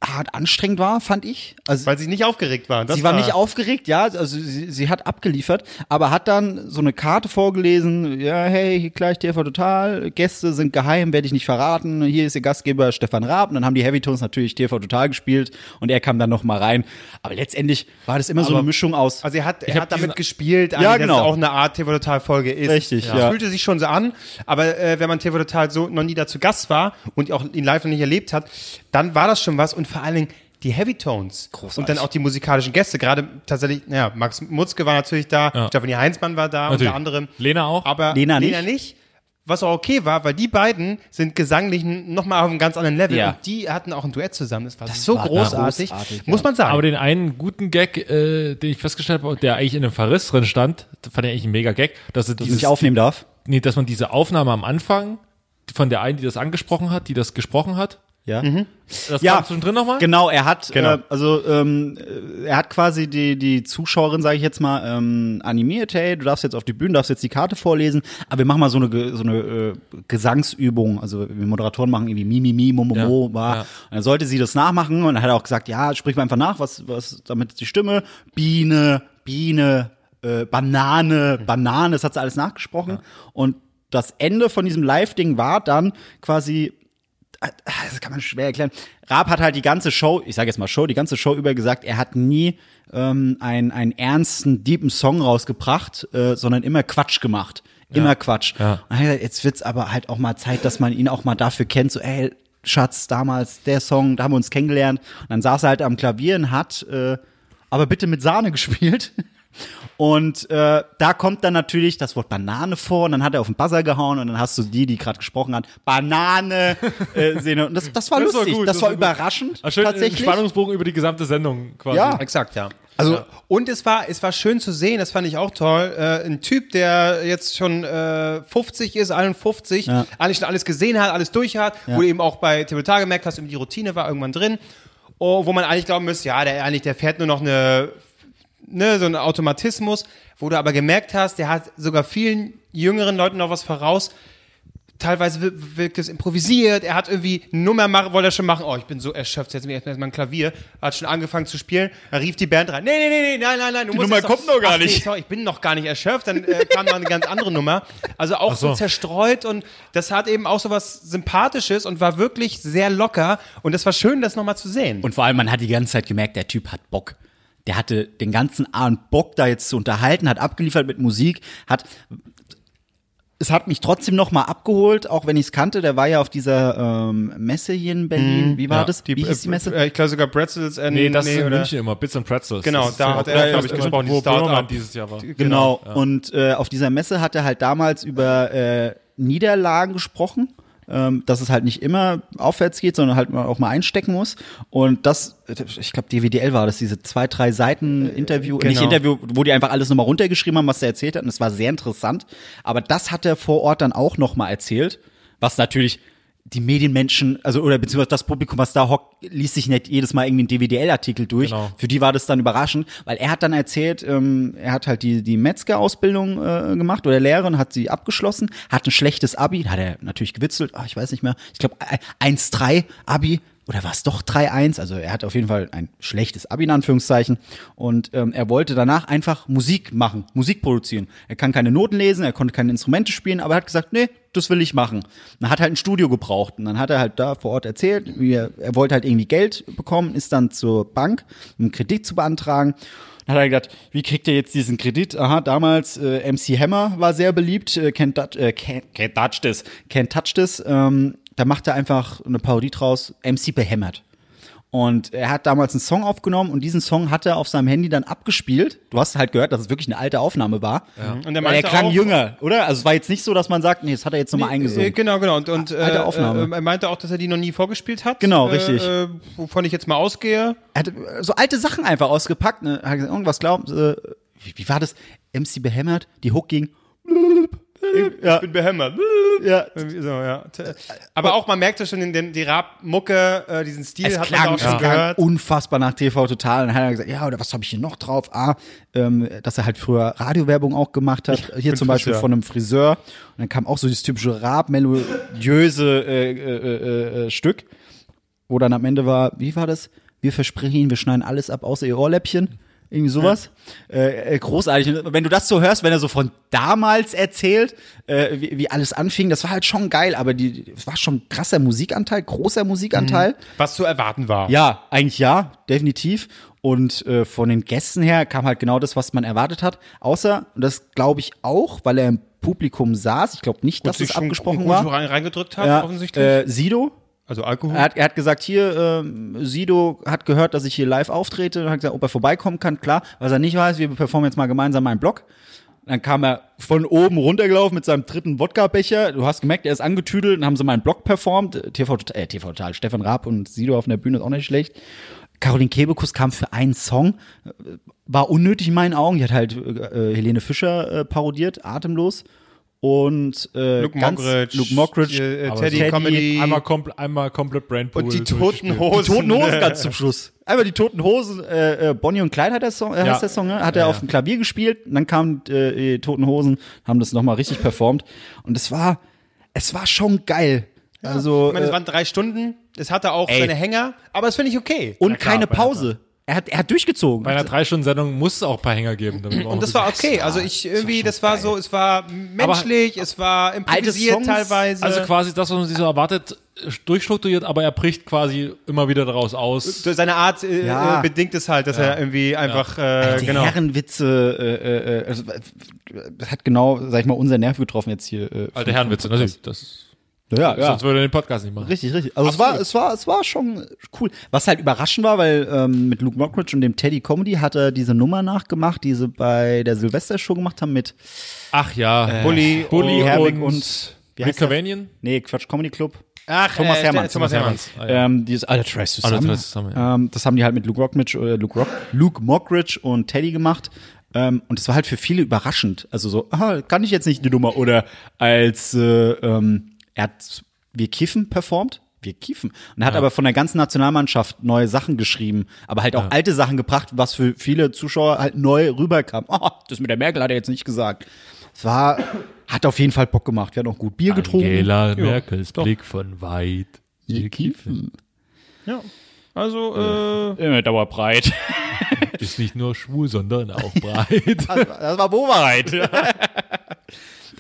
Speaker 2: hart anstrengend war, fand ich. Also
Speaker 3: Weil sie nicht aufgeregt waren. Das
Speaker 2: sie war nicht aufgeregt, ja, also sie, sie hat abgeliefert, aber hat dann so eine Karte vorgelesen, ja, hey, hier gleich TV Total, Gäste sind geheim, werde ich nicht verraten, hier ist ihr Gastgeber Stefan Raab und dann haben die Heavy Tones natürlich TV Total gespielt und er kam dann noch mal rein, aber letztendlich war das immer so eine Mischung aus
Speaker 3: Also er hat, er
Speaker 1: hab
Speaker 3: hat
Speaker 1: diesen-
Speaker 3: damit gespielt, eigentlich,
Speaker 2: Ja,
Speaker 3: dass
Speaker 2: genau.
Speaker 3: es auch eine Art TV Total Folge ist.
Speaker 2: Richtig,
Speaker 3: Das
Speaker 2: ja.
Speaker 3: fühlte sich schon so an, aber äh, wenn man TV Total so noch nie dazu Gast war und auch ihn live noch nicht erlebt hat, dann war das schon was und vor allen Dingen die Heavy Tones
Speaker 2: Großartig.
Speaker 3: und dann auch die musikalischen Gäste, gerade tatsächlich, naja, Max Mutzke war natürlich da,
Speaker 1: Ja.
Speaker 3: Stephanie Heinzmann war da,
Speaker 1: Natürlich.
Speaker 3: unter anderem.
Speaker 1: Lena auch?
Speaker 3: Aber
Speaker 2: Lena
Speaker 3: Lena,
Speaker 2: nicht.
Speaker 3: nicht. Was auch okay war, weil die beiden sind gesanglich nochmal auf einem ganz anderen Level.
Speaker 2: Ja.
Speaker 3: Und die hatten auch ein Duett zusammen. Das war so
Speaker 2: war
Speaker 3: großartig,
Speaker 2: großartig, ja.
Speaker 3: muss man sagen.
Speaker 1: Aber den einen guten Gag, äh, den ich festgestellt habe, der eigentlich in einem Verriss drin stand, fand ich eigentlich ein mega Gag, dass,
Speaker 2: die
Speaker 1: dieses,
Speaker 2: ich aufnehmen darf.
Speaker 1: nee, dass man diese Aufnahme am Anfang von der einen, die das angesprochen hat, die das gesprochen hat,
Speaker 2: Ja.
Speaker 3: Mhm.
Speaker 1: das
Speaker 2: Ja.
Speaker 1: kam zwischendrin nochmal.
Speaker 2: Genau, er hat,
Speaker 1: Genau.
Speaker 2: Äh, also ähm, äh, er hat quasi die, die Zuschauerin, sage ich jetzt mal, ähm, animiert, hey, du darfst jetzt auf die Bühne, darfst jetzt die Karte vorlesen, aber wir machen mal so eine, Ge- so eine äh, Gesangsübung, also wir Moderatoren machen irgendwie mi, mi, mi, mo, mo,
Speaker 1: Ja,
Speaker 2: mo, war.
Speaker 1: ja.
Speaker 2: Und dann sollte sie das nachmachen und dann hat er auch gesagt, ja, sprich mal einfach nach, was, was, damit die Stimme, Biene, Biene, äh, Banane, Banane, das hat sie alles nachgesprochen und das Ende von diesem Live-Ding war dann quasi das kann man schwer erklären. Raab hat halt die ganze Show, ich sage jetzt mal Show, die ganze Show über gesagt, er hat nie ähm, einen, einen ernsten, deepen Song rausgebracht, äh, sondern immer Quatsch gemacht. Immer Quatsch.
Speaker 1: Ja.
Speaker 2: Und er hat gesagt, jetzt wird's aber halt auch mal Zeit, dass man ihn auch mal dafür kennt, so, ey, Schatz, damals der Song, da haben wir uns kennengelernt. Und dann saß er halt am Klavier und hat, äh, aber bitte mit Sahne gespielt. Und äh, da kommt dann natürlich das Wort Banane vor und dann hat er auf den Buzzer gehauen und dann hast du die, die gerade gesprochen hat, Banane äh, sehen. Und das, das war
Speaker 1: Das war
Speaker 2: lustig,
Speaker 1: gut,
Speaker 2: das,
Speaker 1: das
Speaker 2: war
Speaker 1: war gut.
Speaker 2: überraschend
Speaker 1: Ah,
Speaker 2: tatsächlich.
Speaker 1: schön, Tatsächlich? Spannungsbogen über die gesamte Sendung quasi.
Speaker 2: Ja.
Speaker 3: Exakt, ja.
Speaker 2: Also-
Speaker 3: Also und es war es war schön zu sehen, das fand ich auch toll. Äh, ein Typ, der jetzt schon äh, 50 ist, 51,
Speaker 2: Ja.
Speaker 3: eigentlich schon alles gesehen hat, alles durch hat, wo du eben auch bei Tabletar gemerkt hast, eben die Routine war irgendwann drin, oh, wo man eigentlich glauben müsste, ja, der eigentlich der fährt nur noch eine ne, so ein Automatismus, wo du aber gemerkt hast, der hat sogar vielen jüngeren Leuten noch was voraus. Teilweise wir- wirkt es improvisiert, er hat irgendwie eine Nummer machen, wollte er schon machen. Oh, ich bin so erschöpft, jetzt mir erstmal ein Klavier. Hat schon angefangen zu spielen, dann rief die Band rein. Nee, nee, nee, nee, nein, nein, nein. Du die
Speaker 1: Nummer kommt noch gar
Speaker 3: Ach, Nee,
Speaker 1: nicht.
Speaker 3: sorry, ich bin noch gar nicht erschöpft, dann äh, kam noch eine ganz andere Nummer. Also auch so.
Speaker 1: so.
Speaker 3: zerstreut und das hat eben auch so was Sympathisches und war wirklich sehr locker und das war schön, das nochmal zu sehen.
Speaker 2: Und vor allem, man hat die ganze Zeit gemerkt, der Typ hat Bock. Der hatte den ganzen Abend Bock, da jetzt zu unterhalten, hat abgeliefert mit Musik, hat. Es hat mich trotzdem nochmal abgeholt, auch wenn ich es kannte. Der war ja auf dieser ähm, Messe hier in Berlin. Wie war das? Wie hieß die Messe?
Speaker 3: Äh, ich glaube sogar Pretzels. Äh,
Speaker 1: Nee, das ist in
Speaker 3: oder-
Speaker 1: München immer. Bits and Pretzels.
Speaker 3: Genau,
Speaker 1: Das ist
Speaker 3: da
Speaker 1: ja
Speaker 3: hat
Speaker 1: auch,
Speaker 3: er,
Speaker 1: glaub
Speaker 3: glaub ich,
Speaker 1: immer,
Speaker 3: gesprochen,
Speaker 1: Wo
Speaker 3: die Start-up.
Speaker 1: Böhmermann dieses Jahr war.
Speaker 2: Genau. Und äh, auf dieser Messe hat er halt damals über äh, Niederlagen gesprochen, ähm, dass es halt nicht immer aufwärts geht, sondern halt mal auch mal einstecken muss. Und das, ich glaube, DWDL war das, diese zwei, drei Seiten Interview, nicht
Speaker 3: genau.
Speaker 2: Interview, wo die einfach alles nochmal runtergeschrieben haben, was er erzählt hat. Und es war sehr interessant. Aber das hat er vor Ort dann auch nochmal erzählt, was natürlich die Medienmenschen, also oder beziehungsweise das Publikum, was da hockt, liest sich nicht jedes Mal irgendwie einen DWDL-Artikel durch.
Speaker 1: Genau.
Speaker 2: Für die war das dann überraschend, weil er hat dann erzählt, ähm, er hat halt die, die Metzger-Ausbildung äh, gemacht oder Lehrerin, hat sie abgeschlossen, hat ein schlechtes Abi, hat er natürlich gewitzelt, ah, ich weiß nicht mehr, ich glaube 1-3 Abi oder war es doch 3-1, also er hat auf jeden Fall ein schlechtes Abi in Anführungszeichen und ähm, er wollte danach einfach Musik machen, Musik produzieren. Er kann keine Noten lesen, er konnte keine Instrumente spielen, aber er hat gesagt, nee, das will ich machen. Man hat halt ein Studio gebraucht und dann hat er halt da vor Ort erzählt, wie er, er wollte halt irgendwie Geld bekommen, ist dann zur Bank, um einen Kredit zu beantragen. Dann hat er gedacht, wie kriegt er jetzt diesen Kredit? Aha, damals äh, MC Hammer war sehr beliebt, äh, Can't, Touch- äh, can't, can't Touch This, Can't Touch This. Ähm, da macht er einfach eine Parodie draus, MC behämmert. Und er hat damals einen Song aufgenommen und diesen Song hat er auf seinem Handy dann abgespielt. Du hast halt gehört, dass es wirklich eine alte Aufnahme war.
Speaker 3: Und er
Speaker 2: Weil er
Speaker 3: meinte
Speaker 2: klang
Speaker 3: auch-
Speaker 2: jünger, oder? Also es war jetzt nicht so, dass man sagt, nee, das hat er jetzt nochmal eingesungen.
Speaker 3: Äh, Genau, genau. Und, und äh,
Speaker 2: Alte Aufnahme.
Speaker 3: äh, er meinte auch, dass er die noch nie vorgespielt hat.
Speaker 2: Genau,
Speaker 3: äh,
Speaker 2: richtig.
Speaker 3: Äh, wovon ich jetzt mal ausgehe.
Speaker 2: er hat äh, so alte Sachen einfach ausgepackt. Ne? Hat gesagt, irgendwas glauben Sie, wie, wie war das? MC behämmert, die Hook ging.
Speaker 3: Ich bin behämmert.
Speaker 2: Ja,
Speaker 3: Irgendwie So, ja. T- Aber auch, man merkte schon den, den, die Rap-Mucke, äh, diesen Stil
Speaker 2: es
Speaker 3: hat
Speaker 2: klang,
Speaker 3: man auch
Speaker 2: es
Speaker 3: schon
Speaker 2: klang
Speaker 3: gehört.
Speaker 2: unfassbar nach TV Total. Und dann hat er gesagt, ja, oder was habe ich hier noch drauf? Ah, ähm, dass er halt früher Radiowerbung auch gemacht hat. hier
Speaker 3: bin
Speaker 2: zum Beispiel
Speaker 3: Friseur.
Speaker 2: von einem Friseur. Und dann kam auch so dieses typische Rap-melodiöse äh, äh, äh, äh, Stück, wo dann am Ende war, wie war das? Wir versprechen, wir schneiden alles ab, außer ihr Ohrläppchen. Irgendwie sowas. Äh, äh, großartig. Und Wenn du das so hörst, wenn er so von damals erzählt, äh, wie, wie alles anfing, das war halt schon geil, aber die, es war schon krasser Musikanteil, großer Musikanteil.
Speaker 3: Was zu erwarten war.
Speaker 2: Ja, eigentlich ja, definitiv. Und äh, von den Gästen her kam halt genau das, was man erwartet hat. Außer, und das glaube ich auch, weil er im Publikum saß, ich glaube nicht, dass
Speaker 3: sich
Speaker 2: es
Speaker 3: schon
Speaker 2: abgesprochen
Speaker 3: gut
Speaker 2: war.
Speaker 3: rein- reingedrückt hat,
Speaker 2: Ja,
Speaker 3: offensichtlich.
Speaker 2: äh, Sido,
Speaker 3: also Alkohol.
Speaker 2: er hat, er hat gesagt, hier, ähm, Sido hat gehört, dass ich hier live auftrete und hat gesagt, ob er vorbeikommen kann, klar. Was er nicht weiß, wir performen jetzt mal gemeinsam meinen Blog. Dann kam er von oben runtergelaufen mit seinem dritten Wodka-Becher. Du hast gemerkt, er ist angetüdelt und haben sie meinen Blog performt. TV, Total- äh, TV Total, Stefan Raab und Sido auf der Bühne ist auch nicht schlecht. Caroline Kebekus kam für einen Song, äh, war unnötig in meinen Augen. Die hat halt äh, Helene Fischer äh, parodiert, atemlos. Und äh,
Speaker 3: Luke
Speaker 2: ganz-
Speaker 3: Mockridge,
Speaker 2: Luke Mockridge,
Speaker 3: hier, äh,
Speaker 2: aber
Speaker 3: Teddy Comedy.
Speaker 1: Einmal, kompl einmal komplett Brainpool.
Speaker 3: und die toten
Speaker 1: durchgespielt.
Speaker 3: Hosen.
Speaker 2: die Toten Hosen ganz zum Schluss. Einfach die Toten Hosen, äh, äh, Bonnie und Clyde hat der Song, äh, heißt der Song, ne? hat er auf dem Klavier gespielt, und dann kamen äh, die Toten Hosen, haben das nochmal richtig performt und es war, es war schon geil. Also,
Speaker 3: ich meine,
Speaker 2: äh,
Speaker 3: es waren drei Stunden. Es hatte auch
Speaker 2: Ey.
Speaker 3: seine Hänger, aber das finde ich okay.
Speaker 2: und
Speaker 1: Na klar,
Speaker 2: keine
Speaker 1: bei einer-
Speaker 2: Pause. Er hat, er hat durchgezogen. Also,
Speaker 1: Bei einer drei Stunden Sendung muss es auch ein paar Hänger geben. damit man auch
Speaker 3: Und das
Speaker 1: ein
Speaker 3: war okay. Also ich irgendwie, das war so, es war menschlich, es war improvisiert
Speaker 2: Songs,
Speaker 3: teilweise.
Speaker 1: bisschen- Also quasi das, was man sich so erwartet, durchstrukturiert, aber er bricht quasi immer wieder daraus aus.
Speaker 3: So seine Art äh,
Speaker 2: Ja.
Speaker 3: äh, bedingt es halt, dass er irgendwie einfach äh,
Speaker 2: die
Speaker 3: genau.
Speaker 2: Herrenwitze, äh, äh, äh, also, äh, das hat genau, sag ich mal, unseren Nerv getroffen jetzt hier. Äh,
Speaker 1: Alte Herrenwitze, natürlich. Das
Speaker 2: Ja,
Speaker 1: Sonst würde er den Podcast nicht machen.
Speaker 2: Richtig, richtig. Also es war, es war, es war schon cool. Was halt überraschend war, weil ähm, mit Luke Mockridge und dem Teddy Comedy hat er diese Nummer nachgemacht, die sie bei der Silvestershow gemacht haben mit
Speaker 1: Ach ja,
Speaker 3: Bulli
Speaker 1: Bulli
Speaker 2: und Äh, Herwig
Speaker 1: und,
Speaker 2: und- wie
Speaker 1: Rick
Speaker 2: heißt der?
Speaker 1: Cavanian.
Speaker 2: Nee, Quatsch Comedy Club.
Speaker 3: Ach, äh,
Speaker 2: Thomas Hermann.
Speaker 3: Thomas Hermann.
Speaker 1: Ah, ja.
Speaker 2: Ähm, die ist alle Trash zusammen.
Speaker 1: Alle drei zusammen, ja.
Speaker 2: Ähm, das haben die halt mit Luke Rockridge, äh, Luke, Rock, Luke Mockridge und Teddy gemacht. Ähm, und es war halt für viele überraschend. Also so, ah, kann ich jetzt nicht die Nummer. Oder als äh, ähm, er hat Wir Kiffen performt. Wir kiffen. Und er hat aber von der ganzen Nationalmannschaft neue Sachen geschrieben, aber halt auch alte Sachen gebracht, was für viele Zuschauer halt neu rüberkam. Oh, das mit der Merkel hat er jetzt nicht gesagt. Es war, hat auf jeden Fall Bock gemacht. Wir haben auch gut Bier getrunken.
Speaker 1: Angela Merkels Blick von weit. Wir kiefen.
Speaker 3: Ja. Also, äh,
Speaker 2: Immer dauerbreit.
Speaker 1: Ist nicht nur schwul, sondern auch breit.
Speaker 2: Das war Boberheit.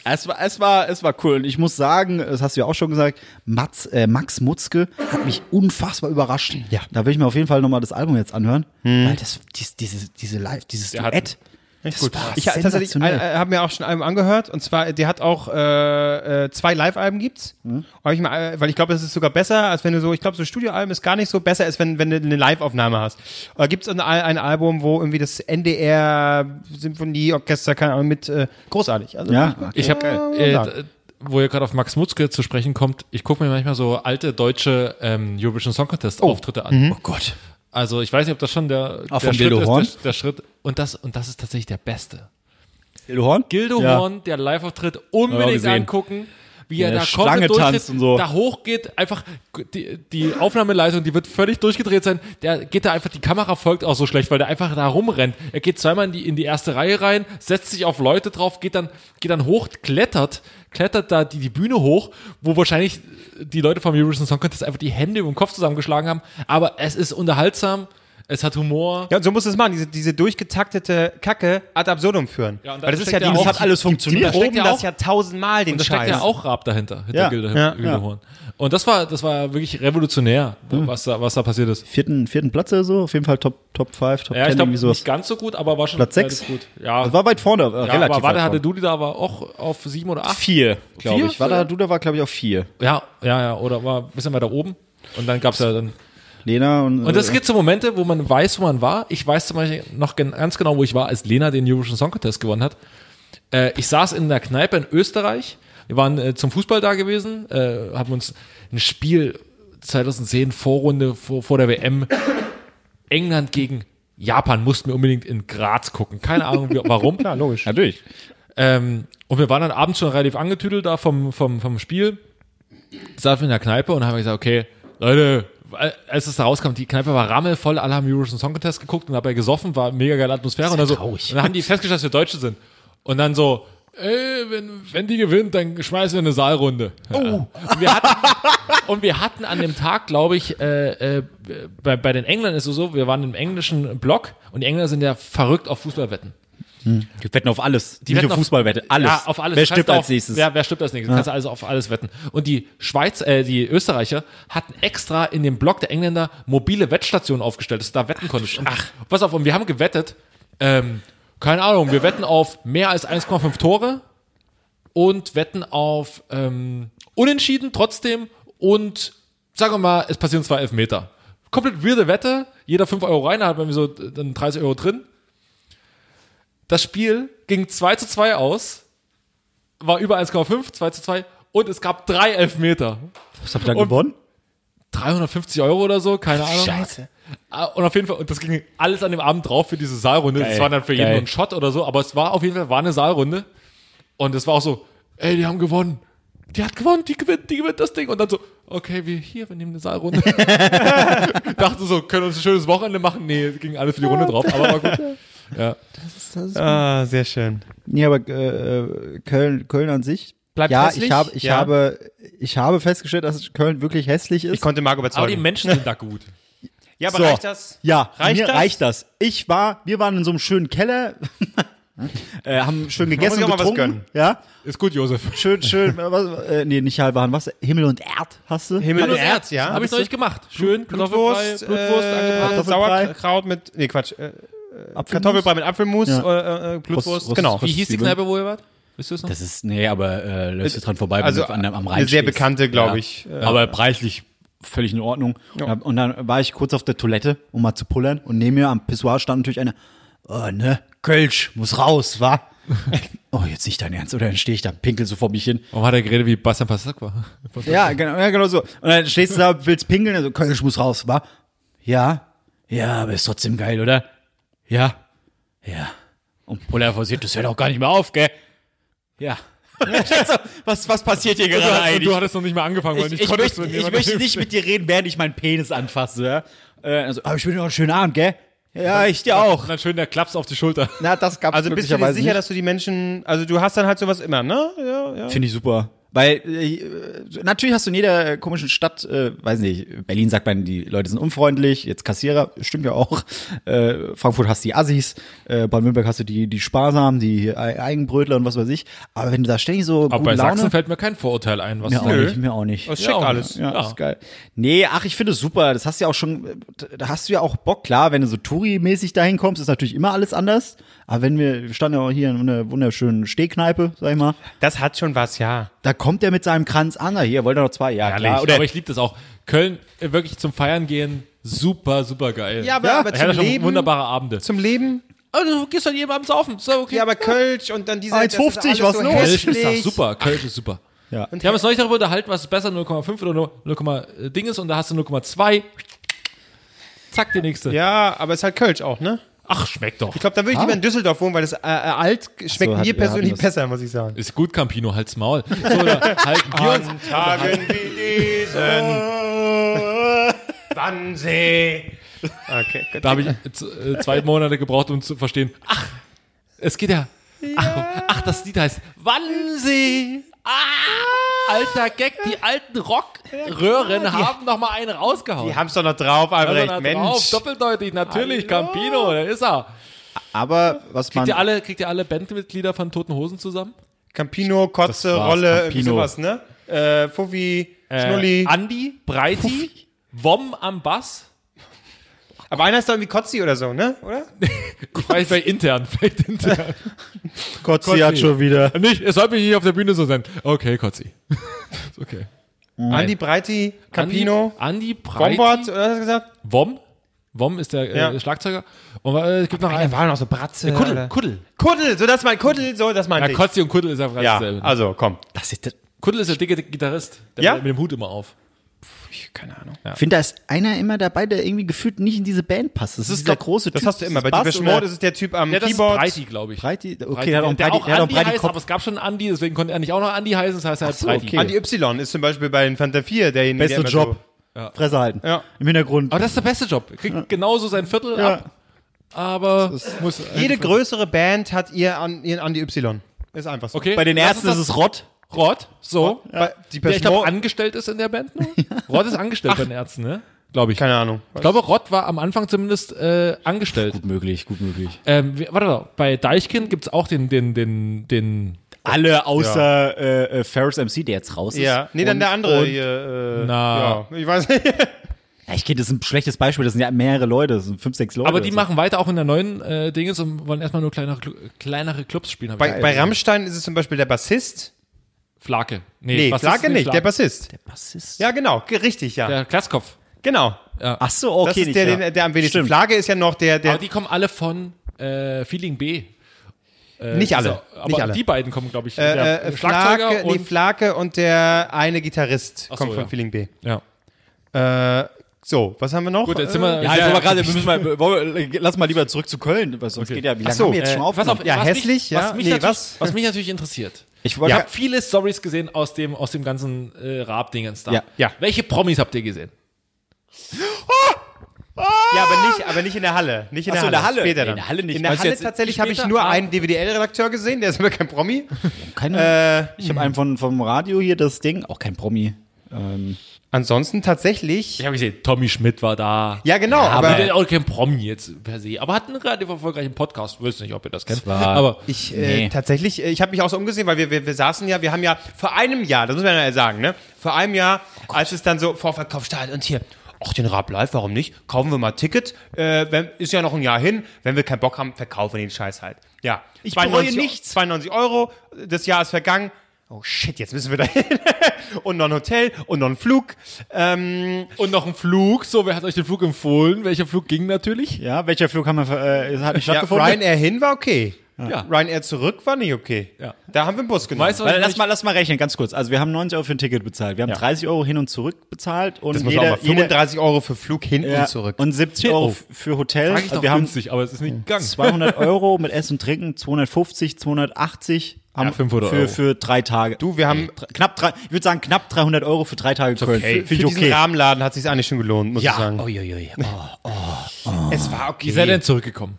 Speaker 2: es, war, es, war, es war cool. Und ich muss sagen, das hast du ja auch schon gesagt, Mats, äh, Max Mutzke hat mich unfassbar überrascht. Ja. Hm. Da will ich mir auf jeden Fall nochmal das Album jetzt anhören. Weil das, dies, diese, diese Live, dieses
Speaker 1: Der hat-
Speaker 2: Duett, das war
Speaker 3: ich ha- tatsächlich
Speaker 2: sensationell.
Speaker 3: habe mir auch schon ein Album angehört und zwar, die hat auch äh, äh, zwei Live-Alben gibt's,
Speaker 2: Mhm.
Speaker 3: Hab ich mal, äh, weil ich glaube, das ist sogar besser, als wenn du so, ich glaube, so Studioalben ist gar nicht so besser, als wenn, wenn du eine Live-Aufnahme hast. Äh, gibt's ein, Al- ein Album, wo irgendwie das NDR Symphonieorchester keine Ahnung mit äh, großartig. Also
Speaker 2: ja,
Speaker 1: Ich habe, äh, wo ihr gerade auf Max Mutzke zu sprechen kommt, ich gucke mir manchmal so alte deutsche ähm, Eurovision Song Contest Auftritte an.
Speaker 2: oh Gott.
Speaker 1: Also ich weiß nicht, ob das schon der,
Speaker 2: Auch vom
Speaker 1: der Schritt
Speaker 2: Gildo
Speaker 1: ist,
Speaker 2: Horn?
Speaker 1: Der, der Schritt. Und das, und das ist tatsächlich der Beste.
Speaker 2: Gildohorn?
Speaker 1: Gildo
Speaker 2: Ja.
Speaker 1: Horn, der Live-Auftritt,
Speaker 2: Haben wir
Speaker 1: unbedingt
Speaker 2: gesehen.
Speaker 1: angucken, wie er
Speaker 2: Ja,
Speaker 1: da
Speaker 2: Schlange
Speaker 1: komplett
Speaker 2: tanzt und so.
Speaker 1: da hochgeht, einfach die, die Aufnahmeleitung, die wird völlig durchgedreht sein. Der geht da einfach, die Kamera folgt auch so schlecht, weil der einfach da rumrennt. Er geht zweimal in die, in die erste Reihe rein, setzt sich auf Leute drauf, geht dann, geht dann hoch, klettert, klettert da die, die Bühne hoch, wo wahrscheinlich die Leute vom Eurovision Song Contest einfach die Hände über den Kopf zusammengeschlagen haben. Aber es ist unterhaltsam, es hat Humor.
Speaker 3: Ja, und so muss es machen, diese, diese durchgetaktete Kacke ad absurdum führen.
Speaker 1: Ja, und da
Speaker 3: Weil das ist ja
Speaker 1: steckt
Speaker 3: die,
Speaker 1: ja
Speaker 3: das
Speaker 1: auch-
Speaker 2: Oh,
Speaker 3: hat alles funktioniert.
Speaker 1: da steckt ja auch-
Speaker 3: ja tausendmal den
Speaker 1: Und da steckt ja auch Raab dahinter, hinter
Speaker 2: Ja,
Speaker 1: Gilde,
Speaker 3: ja,
Speaker 1: Gildehorn. Und das war, das war wirklich revolutionär,
Speaker 2: Hm.
Speaker 1: was, da, was da passiert ist.
Speaker 2: Vierten, vierten Platz oder so, auf jeden Fall Top, Top 5, Top
Speaker 1: Ja,
Speaker 2: 10,
Speaker 1: ich glaube,
Speaker 2: irgendwie sowas.
Speaker 1: nicht ganz so gut, aber war schon
Speaker 2: Platz
Speaker 1: relativ
Speaker 2: 6.
Speaker 1: gut. Ja,
Speaker 2: Das war weit vorne, äh,
Speaker 1: ja
Speaker 2: relativ
Speaker 1: aber
Speaker 2: weit
Speaker 1: Wada hatte
Speaker 2: vorne.
Speaker 1: Dudi da war auch auf sieben oder acht.
Speaker 2: Vier, glaube
Speaker 1: Vier?
Speaker 2: ich. War da, du, da war, glaube ich, auf vier.
Speaker 1: Ja, ja, ja, oder war ein bisschen weiter oben. Und dann gab's ja dann.
Speaker 2: Lena und.
Speaker 1: Und es
Speaker 2: äh,
Speaker 1: gibt so Momente, wo man weiß, wo man war. Ich weiß zum Beispiel noch gen ganz genau, wo ich war, als Lena den Eurovision Song Contest gewonnen hat. Äh, ich saß in einer Kneipe in Österreich. Wir waren äh, zum Fußball da gewesen, äh, haben uns ein Spiel 2010 Vorrunde vor, vor der WM England gegen Japan mussten wir unbedingt in Graz gucken. Keine Ahnung, wie, warum.
Speaker 3: Klar, logisch.
Speaker 2: Natürlich.
Speaker 1: Ähm, und wir waren dann abends schon relativ angetüdelt da vom, vom, vom Spiel. Saßen wir in der Kneipe und haben gesagt, okay, Leute, als es da rauskam, die Kneipe war rammelvoll, alle haben Eurovision Song Contest geguckt und dabei gesoffen, war mega geile Atmosphäre. Und dann, so, und dann haben die festgestellt, dass wir Deutsche sind. Und dann so, ey, wenn, wenn die gewinnt, dann schmeißen wir eine Saalrunde. Oh. Und, wir hatten, und wir hatten an dem Tag, glaube ich, äh, äh, bei, bei den Engländern ist es so, wir waren im englischen Block und die Engländer sind ja verrückt auf Fußballwetten.
Speaker 2: Die wetten auf alles. Die
Speaker 1: wetten auf-
Speaker 2: Fußballwette. Alles.
Speaker 1: Ja, auf alles.
Speaker 2: Wer
Speaker 1: Du kannst
Speaker 2: stirbt als
Speaker 1: auch-
Speaker 2: nächstes?
Speaker 1: Ja, wer stirbt als nächstes? Kannst du also auf alles wetten. Und die Schweiz, äh, die Österreicher hatten extra in dem Block der Engländer mobile Wettstationen aufgestellt, dass du da wetten konntest. Ach, pass auf, und wir haben gewettet, ähm, keine Ahnung, wir wetten auf mehr als 1,5 Tore und wetten auf ähm, Unentschieden trotzdem und sagen wir mal, es passieren zwei Elfmeter. Komplett weirde Wette, jeder 5 Euro rein, da hat man so äh, dann 30 Euro drin. Das Spiel ging 2 zu 2 aus, war über 1,5, 2 zu 2 und es gab drei Elfmeter.
Speaker 2: Was habt ihr da
Speaker 1: Und-
Speaker 2: gewonnen?
Speaker 1: 350 Euro oder so, keine Ahnung.
Speaker 2: Scheiße.
Speaker 1: Ah, Und auf jeden Fall, und das ging alles an dem Abend drauf für diese Saalrunde.
Speaker 2: Geil,
Speaker 1: das war dann für jeden
Speaker 2: geil.
Speaker 1: nur ein Shot oder so, aber es war auf jeden Fall war eine Saalrunde. Und es war auch so, ey, die haben gewonnen. Die hat gewonnen, die gewinnt, die gewinnt das Ding. Und dann so, okay, wir hier, wir nehmen eine Saalrunde. Dachte so, können wir uns ein schönes Wochenende machen. Nee, es ging alles für die Runde drauf, aber war gut. Ja.
Speaker 3: Ah, sehr schön.
Speaker 2: Nee, aber äh, Köln, Köln an sich.
Speaker 3: Bleibt
Speaker 2: ja,
Speaker 3: hässlich?
Speaker 2: ich habe, ich
Speaker 3: Ja.
Speaker 2: habe, ich habe festgestellt, dass Köln wirklich hässlich ist.
Speaker 3: Ich konnte Marco
Speaker 1: Aber die
Speaker 3: überzeugen.
Speaker 1: Menschen sind da gut.
Speaker 3: ja, aber
Speaker 2: So.
Speaker 3: reicht das?
Speaker 2: ja,
Speaker 3: Reicht
Speaker 2: mir
Speaker 3: das?
Speaker 2: reicht das. Ich war, wir waren in so einem schönen Keller, äh, haben schön gegessen
Speaker 3: sich
Speaker 2: und
Speaker 3: auch mal was
Speaker 2: getrunken.
Speaker 3: gönnen.
Speaker 2: Ja,
Speaker 1: Ist gut, Josef.
Speaker 2: schön, schön. äh, was, äh, nee, nicht halbwahren Wasser. Himmel und Erd hast du?
Speaker 3: Himmel und
Speaker 1: Blutwurst,
Speaker 3: Erz, ja.
Speaker 1: Habe ich neulich gemacht. Schön, Kartoffelbrei,
Speaker 3: Blutwurst,
Speaker 1: Blutwurst,
Speaker 3: äh,
Speaker 1: angebraten.
Speaker 2: Kartoffelbrei.
Speaker 3: Sauerkraut mit, nee, Quatsch, äh,
Speaker 2: Apfelmus?
Speaker 3: Kartoffelbrei mit Apfelmus,
Speaker 2: Ja.
Speaker 3: äh, äh, Blutwurst,
Speaker 2: Rost-
Speaker 3: genau.
Speaker 1: Wie hieß die
Speaker 2: Zwiebeln.
Speaker 1: Kneipe, wo ihr wart? Wisst ihr es noch?
Speaker 2: Das ist, nee, aber äh, läufst du dran vorbei, wenn
Speaker 3: also,
Speaker 2: du an, einem- am Rhein
Speaker 3: eine sehr
Speaker 2: stehst.
Speaker 3: bekannte, glaube ich. äh,
Speaker 2: Ja. Aber preislich völlig in Ordnung. Und, hab, und dann war ich kurz auf der Toilette, um mal zu pullern. Und neben mir am Pissoir stand natürlich einer, oh, ne, Kölsch, muss raus, wa? oh, jetzt nicht dein Ernst, oder dann stehe ich da, pinkel so vor mich hin.
Speaker 3: Oh,
Speaker 1: Warum hat er geredet wie Bastian Pasakwa?
Speaker 2: Ja, genau, ja, genau so. Und dann stehst du da, willst pinkeln, also Kölsch muss raus, wa? Ja. Ja, aber ist trotzdem geil, oder? Ja. Ja. Und Puller forciert, das hört auch gar nicht mehr auf, gell? Ja. Also, was, was passiert hier gerade eigentlich?
Speaker 1: Du hattest noch nicht mal angefangen, weil
Speaker 2: Ich, ich, möchte, ich möchte nicht mit dir reden, während ich meinen Penis anfasse. Ja? Äh, also, aber ich wünsche dir noch einen schönen Abend, gell? Ja, ich dir auch.
Speaker 1: Dann schön der Klaps auf die Schulter.
Speaker 2: Na, das gab's
Speaker 3: Also bist du dir sicher, dass du die Menschen, also du hast dann halt sowas immer, ne? Ja, ja.
Speaker 2: Finde ich super. Weil äh, natürlich hast du in jeder äh, komischen Stadt, äh, weiß nicht, Berlin sagt man, die Leute sind unfreundlich, jetzt Kassierer, stimmt ja auch. Äh, Frankfurt hast die Assis, äh, Baden-Württemberg hast du die, die Sparsamen, die E- Eigenbrötler und was weiß ich. Aber wenn du da ständig so
Speaker 1: Aber
Speaker 2: gute
Speaker 1: bei Sachsen
Speaker 2: Laune...
Speaker 1: fällt mir kein Vorurteil ein, was
Speaker 2: Mir auch
Speaker 1: Nö.
Speaker 2: nicht, mir auch nicht.
Speaker 3: Das ist schick
Speaker 1: Ja,
Speaker 3: alles.
Speaker 2: Ja,
Speaker 1: Ja.
Speaker 2: ist geil. Nee, ach, ich finde es super. Das hast du ja auch schon, da hast du ja auch Bock. Klar, wenn du so Touri-mäßig dahin kommst, ist natürlich immer alles anders. Aber wenn wir, wir standen ja auch hier in einer wunderschönen Stehkneipe, sag ich mal,
Speaker 3: Das hat schon was, ja.
Speaker 2: da kommt der mit seinem Kranz an. Na, hier, wollt ihr noch zwei? Ja,
Speaker 1: Ja,
Speaker 2: klar.
Speaker 1: aber ich liebe das auch. Köln äh, wirklich zum Feiern gehen, super, super geil.
Speaker 3: Ja, aber- aber
Speaker 1: ich hatte
Speaker 3: zum
Speaker 1: schon
Speaker 3: Leben-
Speaker 1: wunderbare Abende.
Speaker 3: Zum Leben.
Speaker 1: Also, du gehst dann jedem Abend saufen. So, okay.
Speaker 3: Ja, aber Kölsch und dann diese. das ist
Speaker 2: 1,50,
Speaker 3: alles
Speaker 2: was los?
Speaker 1: Kölsch ist doch
Speaker 3: hässlich.
Speaker 1: super. Kölsch ist super.
Speaker 2: Ja.
Speaker 1: Und wir haben uns neulich darüber unterhalten, was ist besser, 0,5 oder 0, 0, äh, Ding ist und da hast du 0,2. Zack, die nächste.
Speaker 3: Ja, aber es ist halt Kölsch auch, ne?
Speaker 1: Ach, schmeckt doch.
Speaker 3: Ich glaube, da würde ich lieber in Düsseldorf wohnen, weil das äh, äh, alt schmeckt
Speaker 2: hat-
Speaker 3: mir
Speaker 2: wir hatten
Speaker 3: persönlich
Speaker 2: das.
Speaker 3: besser, muss ich sagen.
Speaker 1: Ist gut, Campino, halt's Maul. So, oder halt halten wir uns.
Speaker 3: Tagen wie diesen. Wannsee. Okay, gut.
Speaker 1: Da habe ich äh, z- äh, zwei Monate gebraucht, um zu verstehen. Ach, es geht ja. Ach, ach das Lied heißt Wannsee. Ah, alter Gag, die alten Rockröhren haben noch mal einen rausgehauen. Also
Speaker 3: Die haben es doch noch drauf, Albrecht.
Speaker 1: da
Speaker 3: Mensch.
Speaker 1: drauf, doppeldeutig, natürlich, Campino, da ist er.
Speaker 2: aber was man.
Speaker 1: Kriegt ihr alle, kriegt ihr alle Bandmitglieder von Toten Hosen zusammen?
Speaker 3: Campino, Kotze,
Speaker 2: war's,
Speaker 3: Rolle, irgendwie
Speaker 2: Campino.
Speaker 3: sowas, ne? Äh, Fuffi, Schnulli.
Speaker 1: Äh, Andi, Breiti, Wom am Bass.
Speaker 3: Aber einer ist doch irgendwie Kotzi oder so, ne? Oder?
Speaker 1: Ich weiß bei intern, vielleicht intern.
Speaker 2: Kotzi
Speaker 1: hat schon
Speaker 2: wieder.
Speaker 1: Nicht, es sollte mich nicht auf der Bühne so sein. Okay, Kotzi. Ist okay.
Speaker 3: Andi Breiti, Campino,
Speaker 1: Andi, Andi Breiti.
Speaker 3: Bombard, oder hast du gesagt?
Speaker 1: Wom. Wom ist der äh,
Speaker 3: Ja.
Speaker 1: Schlagzeuger. Und äh, es gibt noch einen. Äh,
Speaker 3: war noch so Bratze.
Speaker 1: Kuddel,
Speaker 3: Kuddel,
Speaker 1: Kuddel.
Speaker 3: Kuddel, so das mein Kuddel, so das mein
Speaker 1: Ja,
Speaker 3: ich.
Speaker 1: Kotzi und Kuddel ist ja gerade
Speaker 3: Ja,
Speaker 1: dasselbe.
Speaker 3: also komm.
Speaker 2: Das ist, ich
Speaker 1: Kuddel ist der dicke Gitarrist. Der
Speaker 3: Ja?
Speaker 1: mit dem Hut immer auf.
Speaker 3: Keine Ahnung.
Speaker 2: finde, da ist einer immer dabei, der irgendwie gefühlt nicht in diese Band passt. Das, ist der große
Speaker 3: Das
Speaker 2: Typ.
Speaker 3: hast du immer. Bei
Speaker 2: Bass
Speaker 3: Depeche
Speaker 2: oder-
Speaker 3: Mode ist es der Typ am
Speaker 1: Ja, das ist
Speaker 3: Keyboard.
Speaker 1: Breiti, glaube ich.
Speaker 2: Breiti, okay,
Speaker 1: Breiti,
Speaker 2: der hat auch einen
Speaker 1: der
Speaker 2: Breiti,
Speaker 1: auch
Speaker 2: der hat auch einen
Speaker 1: Andi
Speaker 2: Breiti
Speaker 1: heißt,
Speaker 2: Kopf.
Speaker 1: aber es gab schon einen Andi, deswegen konnte er nicht auch noch Andi heißen, das heißt er heißt
Speaker 2: so,
Speaker 1: Breiti.
Speaker 2: okay.
Speaker 3: Andi Y ist zum Beispiel bei den Fantafier derjenige,
Speaker 2: Bester
Speaker 3: immer
Speaker 2: Job. Fresse halten.
Speaker 3: Ja.
Speaker 2: Im Hintergrund.
Speaker 1: Aber das ist der beste Job. Er kriegt genauso sein Viertel
Speaker 2: Ja.
Speaker 1: ab, aber muss äh,
Speaker 3: So. Jede größere Band hat ihr an, ihren Andi Y. Ist einfach so.
Speaker 1: okay.
Speaker 2: Bei den
Speaker 1: lass
Speaker 2: Ärzten
Speaker 1: uns
Speaker 2: ist es
Speaker 1: das-
Speaker 2: Rott.
Speaker 1: Rod, so.
Speaker 3: Bei
Speaker 1: Der, ich
Speaker 3: Depeche
Speaker 1: glaube,
Speaker 3: Mode,
Speaker 1: angestellt ist in der Band nur. Rod ist angestellt bei den Ärzten, ne? Glaube ich.
Speaker 3: keine Ahnung.
Speaker 1: Ich glaube, Rod war am Anfang zumindest äh, angestellt.
Speaker 2: Gut möglich, gut möglich.
Speaker 1: Ähm, wir- warte mal, bei Deichkind gibt's auch den, den, den, den,
Speaker 2: Alle außer äh, äh, Ferris MC, der jetzt raus ist.
Speaker 3: Ja, nee, dann der andere
Speaker 2: und-
Speaker 3: hier. Äh,
Speaker 1: Na.
Speaker 3: Ja, ich weiß nicht.
Speaker 2: Ja, ich gehe, das ist ein schlechtes Beispiel. Das sind ja mehrere Leute. Das sind fünf, sechs Leute.
Speaker 1: aber die
Speaker 2: Also,
Speaker 1: machen weiter auch in der neuen äh, Dinges und wollen erstmal nur kleinere, Cl- kleinere Clubs spielen. hab ich
Speaker 3: Bei,
Speaker 1: gehört.
Speaker 3: bei Rammstein ist es zum Beispiel der Bassist.
Speaker 1: Flake.
Speaker 3: Nee,
Speaker 1: Bassist
Speaker 3: Flake
Speaker 1: ist
Speaker 3: nicht, der
Speaker 1: Flake.
Speaker 3: Bassist.
Speaker 2: Bassist.
Speaker 3: Ja, genau, ge- richtig, ja.
Speaker 1: Der Glatzkopf.
Speaker 3: Genau.
Speaker 2: Ach so, okay.
Speaker 3: Das ist
Speaker 2: nicht,
Speaker 3: der,
Speaker 2: ja.
Speaker 3: den, der am wenigsten.
Speaker 2: Stimmt.
Speaker 3: Flagge ist ja noch der, der
Speaker 1: Aber die kommen alle von äh, Feeling B. Äh,
Speaker 3: Nicht alle,
Speaker 1: also, aber
Speaker 3: nicht alle.
Speaker 1: die beiden kommen, glaube ich. der
Speaker 3: äh, äh,
Speaker 1: Schlagzeuger
Speaker 3: Flake,
Speaker 1: und
Speaker 3: nee, Flake und der eine Gitarrist
Speaker 1: Ach so,
Speaker 3: kommt von
Speaker 1: ja.
Speaker 3: Feeling B.
Speaker 1: ja.
Speaker 3: Äh, so, was haben wir noch?
Speaker 1: Gut, jetzt sind
Speaker 3: Äh,
Speaker 1: wir.
Speaker 2: Ja, jetzt aber gerade, wir müssen mal, wollen wir- lass mal lieber zurück zu Köln, weil sonst geht ja, wie lange
Speaker 3: so,
Speaker 2: haben wir jetzt
Speaker 3: äh,
Speaker 2: schon
Speaker 1: Pass
Speaker 2: aufgenommen?
Speaker 1: auf,
Speaker 3: Ja,
Speaker 1: was mich,
Speaker 3: hässlich, ja.
Speaker 1: Was mich,
Speaker 3: Nee,
Speaker 1: natürlich, was?
Speaker 3: was?
Speaker 1: mich natürlich interessiert.
Speaker 2: Ich wollte
Speaker 1: Ich
Speaker 3: Ja.
Speaker 1: habe viele Stories gesehen aus dem, aus dem ganzen äh, Raab-Dingens da.
Speaker 2: Ja,
Speaker 3: ja.
Speaker 1: Welche Promis habt ihr gesehen?
Speaker 3: ja, aber nicht, aber nicht in der Halle. Nicht in
Speaker 2: Ach
Speaker 3: der
Speaker 2: so, in der Halle.
Speaker 3: Später
Speaker 2: Nee, in
Speaker 3: dann.
Speaker 2: der Halle nicht.
Speaker 3: In der
Speaker 2: Meinst du
Speaker 3: Halle
Speaker 2: jetzt
Speaker 3: tatsächlich habe ich
Speaker 1: später?
Speaker 3: nur
Speaker 1: Ah.
Speaker 3: einen DWDL-Redakteur gesehen, der ist aber kein Promi.
Speaker 2: äh, Keine, ich habe einen von, vom Radio hier, das Ding, auch kein Promi. Ähm,
Speaker 3: Ansonsten tatsächlich.
Speaker 1: Ich habe gesehen, Tommy Schmidt war da.
Speaker 3: Ja, genau,
Speaker 1: aber
Speaker 3: aber-
Speaker 1: der ist auch kein Promi jetzt per se. Aber hat einen relativ erfolgreichen Podcast. Weiß nicht, ob ihr das kennt. aber
Speaker 3: Ich äh, tatsächlich, äh, ich habe mich auch so umgesehen, weil wir, wir, wir saßen ja, wir haben ja vor einem Jahr, das muss man ja sagen, ne? Vor einem Jahr, als es dann so Vorverkauf startet und hier, ach den Rap Live, warum nicht? Kaufen wir mal ein Ticket, äh, wenn, ist ja noch ein Jahr hin, wenn wir keinen Bock haben, verkaufen wir den Scheiß halt. Ja. Ich
Speaker 2: bereue nichts.
Speaker 3: 92 Euro, das Jahr ist vergangen. Oh shit, jetzt müssen wir da hin. und noch ein Hotel und noch ein Flug. Ähm,
Speaker 1: und noch ein Flug. So, wer hat euch den Flug empfohlen? Welcher Flug ging natürlich?
Speaker 2: Ja, welcher Flug haben wir, äh, hat nicht
Speaker 3: ja, Ryanair hin war okay.
Speaker 1: Ja.
Speaker 3: Ryanair zurück war nicht okay.
Speaker 1: Ja.
Speaker 3: Da haben wir einen Bus genommen.
Speaker 1: Weißt du, was
Speaker 2: Warte,
Speaker 1: ich
Speaker 2: lass mal, lass mal rechnen, ganz kurz. Also wir haben 90 Euro für ein Ticket bezahlt. Wir haben
Speaker 3: Ja.
Speaker 2: 30 Euro hin und zurück bezahlt und
Speaker 3: Das muss
Speaker 2: jeder,
Speaker 3: auch mal 35 Euro für Flug hin
Speaker 2: jeder,
Speaker 3: und zurück.
Speaker 2: und 70 Euro f- für Hotel.
Speaker 1: Eigentlich
Speaker 2: Also
Speaker 1: doch
Speaker 2: wir haben
Speaker 1: günstig, aber es ist nicht gegangen.
Speaker 2: 200 Euro mit Essen und Trinken, 250, 280 haben
Speaker 1: Ja, 500
Speaker 2: für,
Speaker 1: Euro.
Speaker 2: für drei Tage.
Speaker 3: du, wir haben
Speaker 2: Dr- knapp drei, ich würde sagen knapp 300 Euro für drei Tage Köln.
Speaker 1: okay.
Speaker 2: F-
Speaker 3: für
Speaker 2: Finde ich
Speaker 3: diesen
Speaker 2: okay.
Speaker 3: Rahmenladen hat sich eigentlich schon gelohnt, muss ich
Speaker 2: Ja,
Speaker 3: sagen.
Speaker 2: Uiuiui.
Speaker 3: oh, Es war okay.
Speaker 1: Wie seid ihr denn zurückgekommen?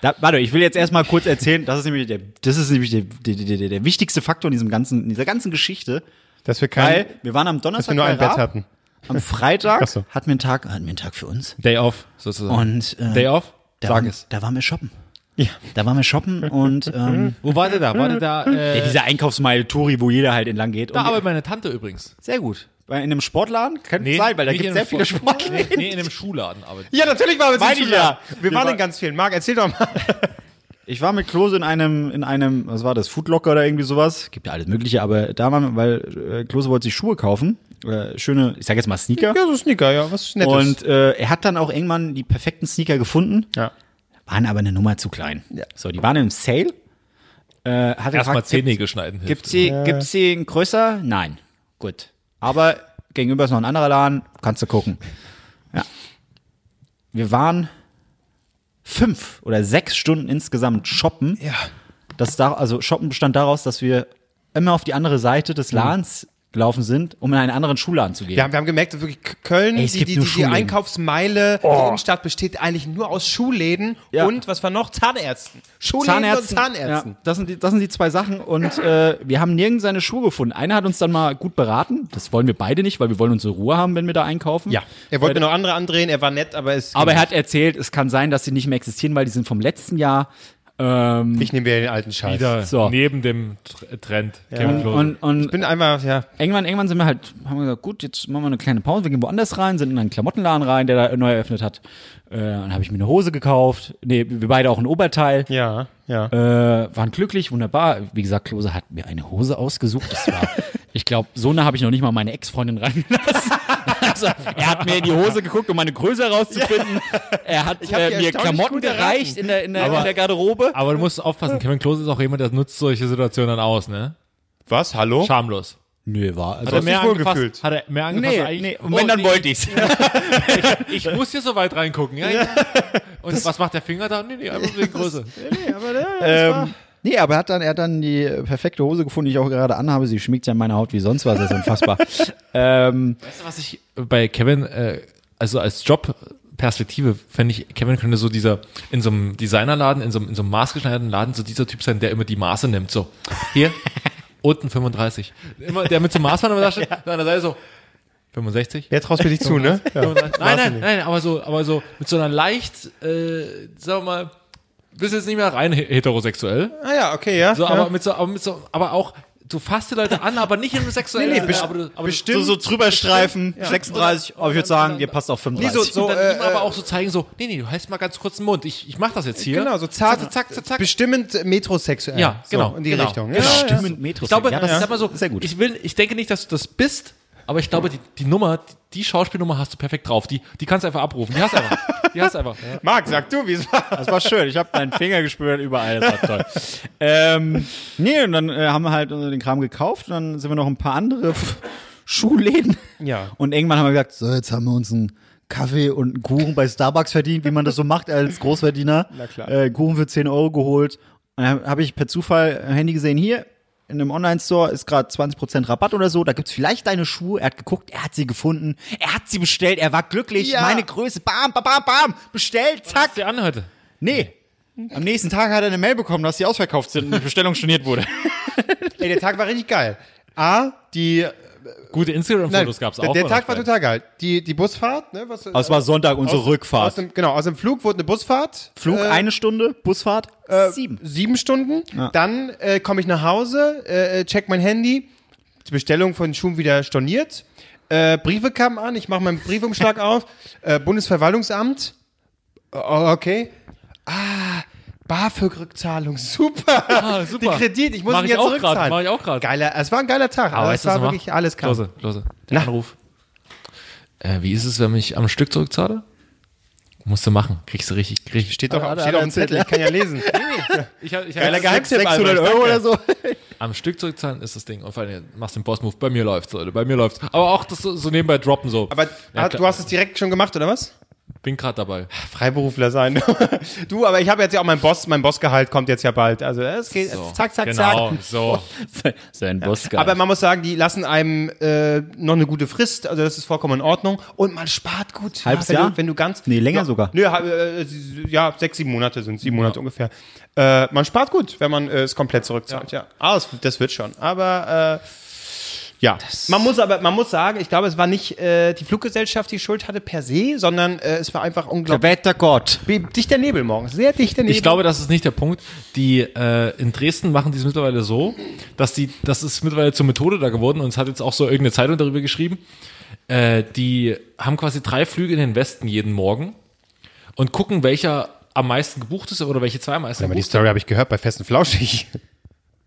Speaker 2: Da, warte, ich will jetzt erstmal kurz erzählen, das ist nämlich der, das ist nämlich der, der, der, der, der wichtigste Faktor in diesem ganzen, in dieser ganzen Geschichte.
Speaker 3: dass wir kein,
Speaker 2: Weil wir waren am
Speaker 3: dass
Speaker 2: Donnerstag
Speaker 3: wir nur
Speaker 2: bei
Speaker 3: ein Bett
Speaker 2: Raab.
Speaker 3: hatten.
Speaker 2: Am Freitag
Speaker 3: Ach so.
Speaker 2: hatten wir einen Tag, hatten wir einen Tag für uns.
Speaker 1: Day off, sozusagen.
Speaker 2: Und äh,
Speaker 1: Day off?
Speaker 2: Da,
Speaker 1: Sag
Speaker 2: waren,
Speaker 1: es.
Speaker 2: da waren wir shoppen. Ja. Da waren wir shoppen und ähm,
Speaker 1: Wo war der da? War der da? Äh,
Speaker 2: ja, dieser Einkaufsmeile Touri, wo jeder halt entlang geht.
Speaker 1: da
Speaker 2: Und-
Speaker 1: arbeitet meine Tante übrigens.
Speaker 2: sehr gut. Bei in einem Sportladen könnte
Speaker 1: Nee,
Speaker 2: sein, weil da
Speaker 1: nicht
Speaker 2: gibt es
Speaker 1: in
Speaker 2: sehr
Speaker 1: einem
Speaker 2: viele
Speaker 1: Sport-
Speaker 2: Sportläden.
Speaker 1: Nee, in einem Schuhladen arbeitet.
Speaker 3: Ja, natürlich waren wir
Speaker 2: Meine
Speaker 3: zu
Speaker 2: ich
Speaker 3: Schule.
Speaker 2: ja.
Speaker 3: Wir,
Speaker 2: Wir
Speaker 3: waren
Speaker 2: war-
Speaker 3: in ganz vielen. Marc, erzähl doch mal.
Speaker 2: Ich war mit Klose in einem, in einem, was war das, Foodlocker oder irgendwie sowas. Gibt ja alles Mögliche, aber da waren wir, weil äh, Klose wollte sich Schuhe kaufen. Äh, schöne, ich sag jetzt mal Sneaker.
Speaker 3: so Sneaker, ja, was Nettes.
Speaker 2: und äh, er hat dann auch irgendwann die perfekten Sneaker gefunden,
Speaker 3: ja.
Speaker 2: waren aber eine Nummer zu klein. So, die waren im Sale. Äh, hat er
Speaker 1: Erstmal
Speaker 2: gefragt, gibt's-
Speaker 1: Zehennägel schneiden. hilft.
Speaker 2: Gibt's sie, gibt's sie in größer? Nein. Gut. Aber gegenüber ist noch ein anderer Laden, kannst du gucken. Ja. Wir waren fünf oder sechs Stunden insgesamt shoppen.
Speaker 3: Ja.
Speaker 2: Das da, also shoppen bestand daraus, dass wir immer auf die andere Seite des Ladens gelaufen sind, um in einen anderen Schuhladen zu gehen.
Speaker 3: Mhm. Wir haben, wir haben gemerkt, dass wirklich K- Köln,
Speaker 2: Ey, es
Speaker 3: die,
Speaker 2: gibt
Speaker 3: die,
Speaker 2: nur
Speaker 3: die, die
Speaker 2: Schuhläden.
Speaker 3: Einkaufsmeile, die Innenstadt besteht eigentlich nur aus Schuhläden
Speaker 2: Ja.
Speaker 3: und, was war noch, Zahnärzten. Schuhläden
Speaker 2: Zahnärzten.
Speaker 3: und Zahnärzten.
Speaker 2: Ja, das, sind die, das sind die zwei Sachen. Und äh, wir haben nirgends seine Schuhe gefunden. Einer hat uns dann mal gut beraten. Das wollen wir beide nicht, weil wir wollen unsere Ruhe haben, wenn wir da einkaufen.
Speaker 3: Er wollte mir noch andere andrehen, er war nett, aber es
Speaker 2: Aber er hat erzählt, es kann sein, dass sie nicht mehr existieren, weil die sind vom letzten Jahr. Ähm,
Speaker 3: ich nehme wieder den alten Scheiß.
Speaker 1: Wieder
Speaker 2: So.
Speaker 1: neben dem Tr- Trend. Kevin
Speaker 2: und
Speaker 1: Klose.
Speaker 2: und,
Speaker 3: Ich
Speaker 2: und
Speaker 3: bin einmal, ja,
Speaker 2: irgendwann, irgendwann sind wir halt, haben wir gesagt, gut, jetzt machen wir eine kleine Pause, wir gehen woanders rein, sind in einen Klamottenladen rein, der da neu eröffnet hat. Äh, dann habe ich mir eine Hose gekauft. Nee, wir beide auch ein Oberteil.
Speaker 3: ja, ja.
Speaker 2: Äh, waren glücklich, wunderbar. Wie gesagt, Klose hat mir eine Hose ausgesucht. Das war, ich glaube, so eine habe ich noch nicht mal meine Ex-Freundin reingelassen. Also, er hat mir in die Hose geguckt, um meine Größe herauszufinden. Er hat
Speaker 3: hab die
Speaker 2: äh, mir
Speaker 3: erstaunlich
Speaker 2: Klamotten
Speaker 3: gut erraten.
Speaker 2: gereicht in der, in, der,
Speaker 1: Aber-
Speaker 2: in der Garderobe.
Speaker 1: Aber du musst aufpassen, Kevin Klose ist auch jemand, der nutzt solche Situationen dann aus, ne?
Speaker 3: Was? Hallo?
Speaker 1: Schamlos.
Speaker 2: Nö, war. Also,
Speaker 1: Hat er
Speaker 3: hast
Speaker 1: mehr
Speaker 3: dich wohl
Speaker 1: angefasst?
Speaker 3: gefühlt.
Speaker 1: Hat er mehr angefasst eigentlich?
Speaker 2: und wenn,
Speaker 1: Oh,
Speaker 2: dann
Speaker 1: nee,
Speaker 2: wollte ich's.
Speaker 1: Ich muss hier so weit reingucken, ja? ja. Und was macht der Finger da? Nee, nee, einfach wegen Größe.
Speaker 2: Ähm, Nee, aber er hat dann, er hat dann die perfekte Hose gefunden, die ich auch gerade anhabe. Sie schmiegt ja meine Haut wie sonst was. Das ist unfassbar. ähm,
Speaker 1: Weißt du, was ich bei Kevin, äh, also als Jobperspektive, fände ich, Kevin könnte so dieser, in so einem Designerladen, in so, einem- in so einem maßgeschneiderten Laden, so dieser Typ sein, der immer die Maße nimmt. So, hier, unten 35. Immer, der mit so Maßband in der Tasche, ja. an der Seite so, 65.
Speaker 3: Jetzt traust du mir nicht zu, ne? Ja.
Speaker 1: Nein, nein, nein, aber so, aber so mit so einer leicht, äh, sagen wir mal, bist jetzt nicht mehr rein he- heterosexuell,
Speaker 3: Ah ja, okay, ja.
Speaker 1: so,
Speaker 3: ja.
Speaker 1: aber mit so, aber mit so, aber auch, du fasst die Leute an, aber nicht in einem sexuellen,
Speaker 3: Nee, nee,
Speaker 1: Sinne,
Speaker 3: best-
Speaker 1: aber, du- aber du-
Speaker 2: so, so drüber streifen, 36, aber ich würde sagen, ihr passt auf 35.
Speaker 3: Nee, so-
Speaker 1: und dann
Speaker 3: äh,
Speaker 1: ihm aber auch so zeigen, so, nee, nee, du hältst mal ganz kurz den Mund, ich, ich mach das jetzt hier.
Speaker 3: Genau, so zart,
Speaker 1: Zack, zack, zack, zack.
Speaker 3: Bestimmend metrosexuell.
Speaker 1: Ja,
Speaker 3: So,
Speaker 1: genau,
Speaker 3: in die
Speaker 1: genau,
Speaker 3: Richtung.
Speaker 1: genau.
Speaker 3: Ja,
Speaker 2: Stimmen, Metro.
Speaker 1: Ich glaube,
Speaker 2: ja,
Speaker 1: das
Speaker 2: das
Speaker 1: sag mal so,
Speaker 2: sehr gut.
Speaker 1: Ich, will, ich denke nicht, dass du das bist, aber ich glaube, die, die Nummer, die, die Schauspielnummer hast du perfekt drauf. Die, die kannst du einfach abrufen. Die hast du einfach. Die hast du einfach.
Speaker 3: Ja. Marc, sag du, wie es war.
Speaker 2: Das war schön. Ich habe meinen Finger gespürt überall. Das war toll. ähm, nee, und dann äh, haben wir halt äh, den Kram gekauft. Und dann sind wir noch ein paar andere F- Schuhläden.
Speaker 3: Ja.
Speaker 2: Und irgendwann haben wir gesagt, so, jetzt haben wir uns einen Kaffee und einen Kuchen bei Starbucks verdient, wie man das so macht als Großverdiener.
Speaker 3: Na klar.
Speaker 2: Äh, Kuchen für 10 Euro geholt. Und dann habe ich per Zufall ein Handy gesehen, hier in einem Online-Store ist gerade 20% Rabatt oder so. Da gibt's vielleicht deine Schuhe. Er hat geguckt, er hat sie gefunden, er hat sie bestellt, er war glücklich.
Speaker 3: Ja.
Speaker 2: Meine Größe, bam, bam, bam, bam, bestellt, zack.
Speaker 1: Pack dir an heute.
Speaker 2: Nee. Am nächsten Tag hat er eine Mail bekommen, dass sie ausverkauft sind und die Bestellung storniert wurde.
Speaker 3: Ey, der Tag war richtig geil. A, die
Speaker 1: Gute
Speaker 3: Nein,
Speaker 1: Instagram-Fotos gab es
Speaker 3: der-
Speaker 1: auch.
Speaker 3: Der
Speaker 1: von
Speaker 3: Tag
Speaker 1: euch
Speaker 3: war
Speaker 1: beiden.
Speaker 3: total geil. Die, die Busfahrt, ne? Was,
Speaker 2: Aber es war Sonntag unsere
Speaker 3: aus- Aus
Speaker 2: Rückfahrt.
Speaker 3: dem, genau, aus dem Flug wurde eine Busfahrt.
Speaker 2: Flug
Speaker 3: äh,
Speaker 2: eine Stunde, Busfahrt
Speaker 3: äh,
Speaker 2: sieben.
Speaker 3: Sieben Stunden. Dann äh, komme ich nach Hause, äh, check mein Handy, die Bestellung von Schuhen wieder storniert. Äh, Briefe kamen an, ich mache meinen Briefumschlag auf. Äh, Bundesverwaltungsamt. Oh, okay. Ah, BAföG-Rückzahlung, super.
Speaker 1: Ah, super.
Speaker 3: Die Kredit, ich muss
Speaker 1: Mach
Speaker 3: ihn
Speaker 1: ich
Speaker 3: jetzt
Speaker 1: auch
Speaker 3: zurückzahlen.
Speaker 1: grad, mach ich auch grad.
Speaker 3: Geiler, es war ein geiler Tag, aber, es
Speaker 1: weißt du,
Speaker 3: war
Speaker 1: was er macht?
Speaker 3: wirklich alles kam.
Speaker 1: Lose, lose. Der Anruf. Äh, wie ist es, wenn ich am Stück zurückzahle? Musst du machen. Kriegst du richtig, richtig.
Speaker 3: Steht doch,
Speaker 1: Alle-
Speaker 3: steht
Speaker 1: alle-
Speaker 3: doch auf dem Zettel, ich kann ja lesen.
Speaker 1: Ich, hab- ich,
Speaker 3: Geiler
Speaker 1: hab-
Speaker 3: Geheimtipp,
Speaker 2: 600
Speaker 3: Albrecht,
Speaker 2: Euro
Speaker 3: danke.
Speaker 2: oder so.
Speaker 1: Am Stück zurückzahlen ist das Ding. Und vor allem, machst den Boss-Move. Bei mir läuft's, Leute. Bei mir läuft's. Aber auch das so, so nebenbei droppen so.
Speaker 3: Aber
Speaker 1: Ja,
Speaker 3: ah,
Speaker 1: klar.
Speaker 3: du hast es direkt schon gemacht, oder was?
Speaker 1: Bin gerade dabei.
Speaker 3: Freiberufler sein. du, aber ich habe jetzt ja auch mein Boss, mein Bossgehalt kommt jetzt ja bald. Also es geht
Speaker 1: So.
Speaker 3: zack, zack,
Speaker 1: genau,
Speaker 3: zack. Oh,
Speaker 1: so.
Speaker 2: Sein Boss
Speaker 3: Aber man muss sagen, die lassen einem äh, noch eine gute Frist, also das ist vollkommen in Ordnung. Und man spart gut.
Speaker 2: Halbes
Speaker 3: wenn
Speaker 2: Jahr?
Speaker 3: Du, wenn du ganz.
Speaker 2: Nee, länger
Speaker 3: ja,
Speaker 2: sogar.
Speaker 3: Nö, ha- äh, ja, sechs, sieben Monate sind sieben Monate ungefähr. Äh, man spart gut, wenn man äh, es komplett zurückzahlt, ja. Ah, das, das wird schon. Aber äh, ja, man muss aber man muss sagen, ich glaube, es war nicht äh, die Fluggesellschaft, die Schuld hatte per se, sondern äh, es war einfach unglaublich.
Speaker 2: Wettergott.
Speaker 3: Wie dichter Nebel morgens, sehr dichter Nebel.
Speaker 1: Ich glaube, das ist nicht der Punkt. Die äh, in Dresden machen die es mittlerweile so, dass die, das ist mittlerweile zur Methode da geworden und es hat jetzt auch so irgendeine Zeitung darüber geschrieben. Äh, die haben quasi drei Flüge in den Westen jeden Morgen und gucken, welcher am meisten gebucht ist oder welche zwei am meisten
Speaker 3: aber die
Speaker 1: gebucht
Speaker 3: Story habe ich gehört bei Festen Flauschig.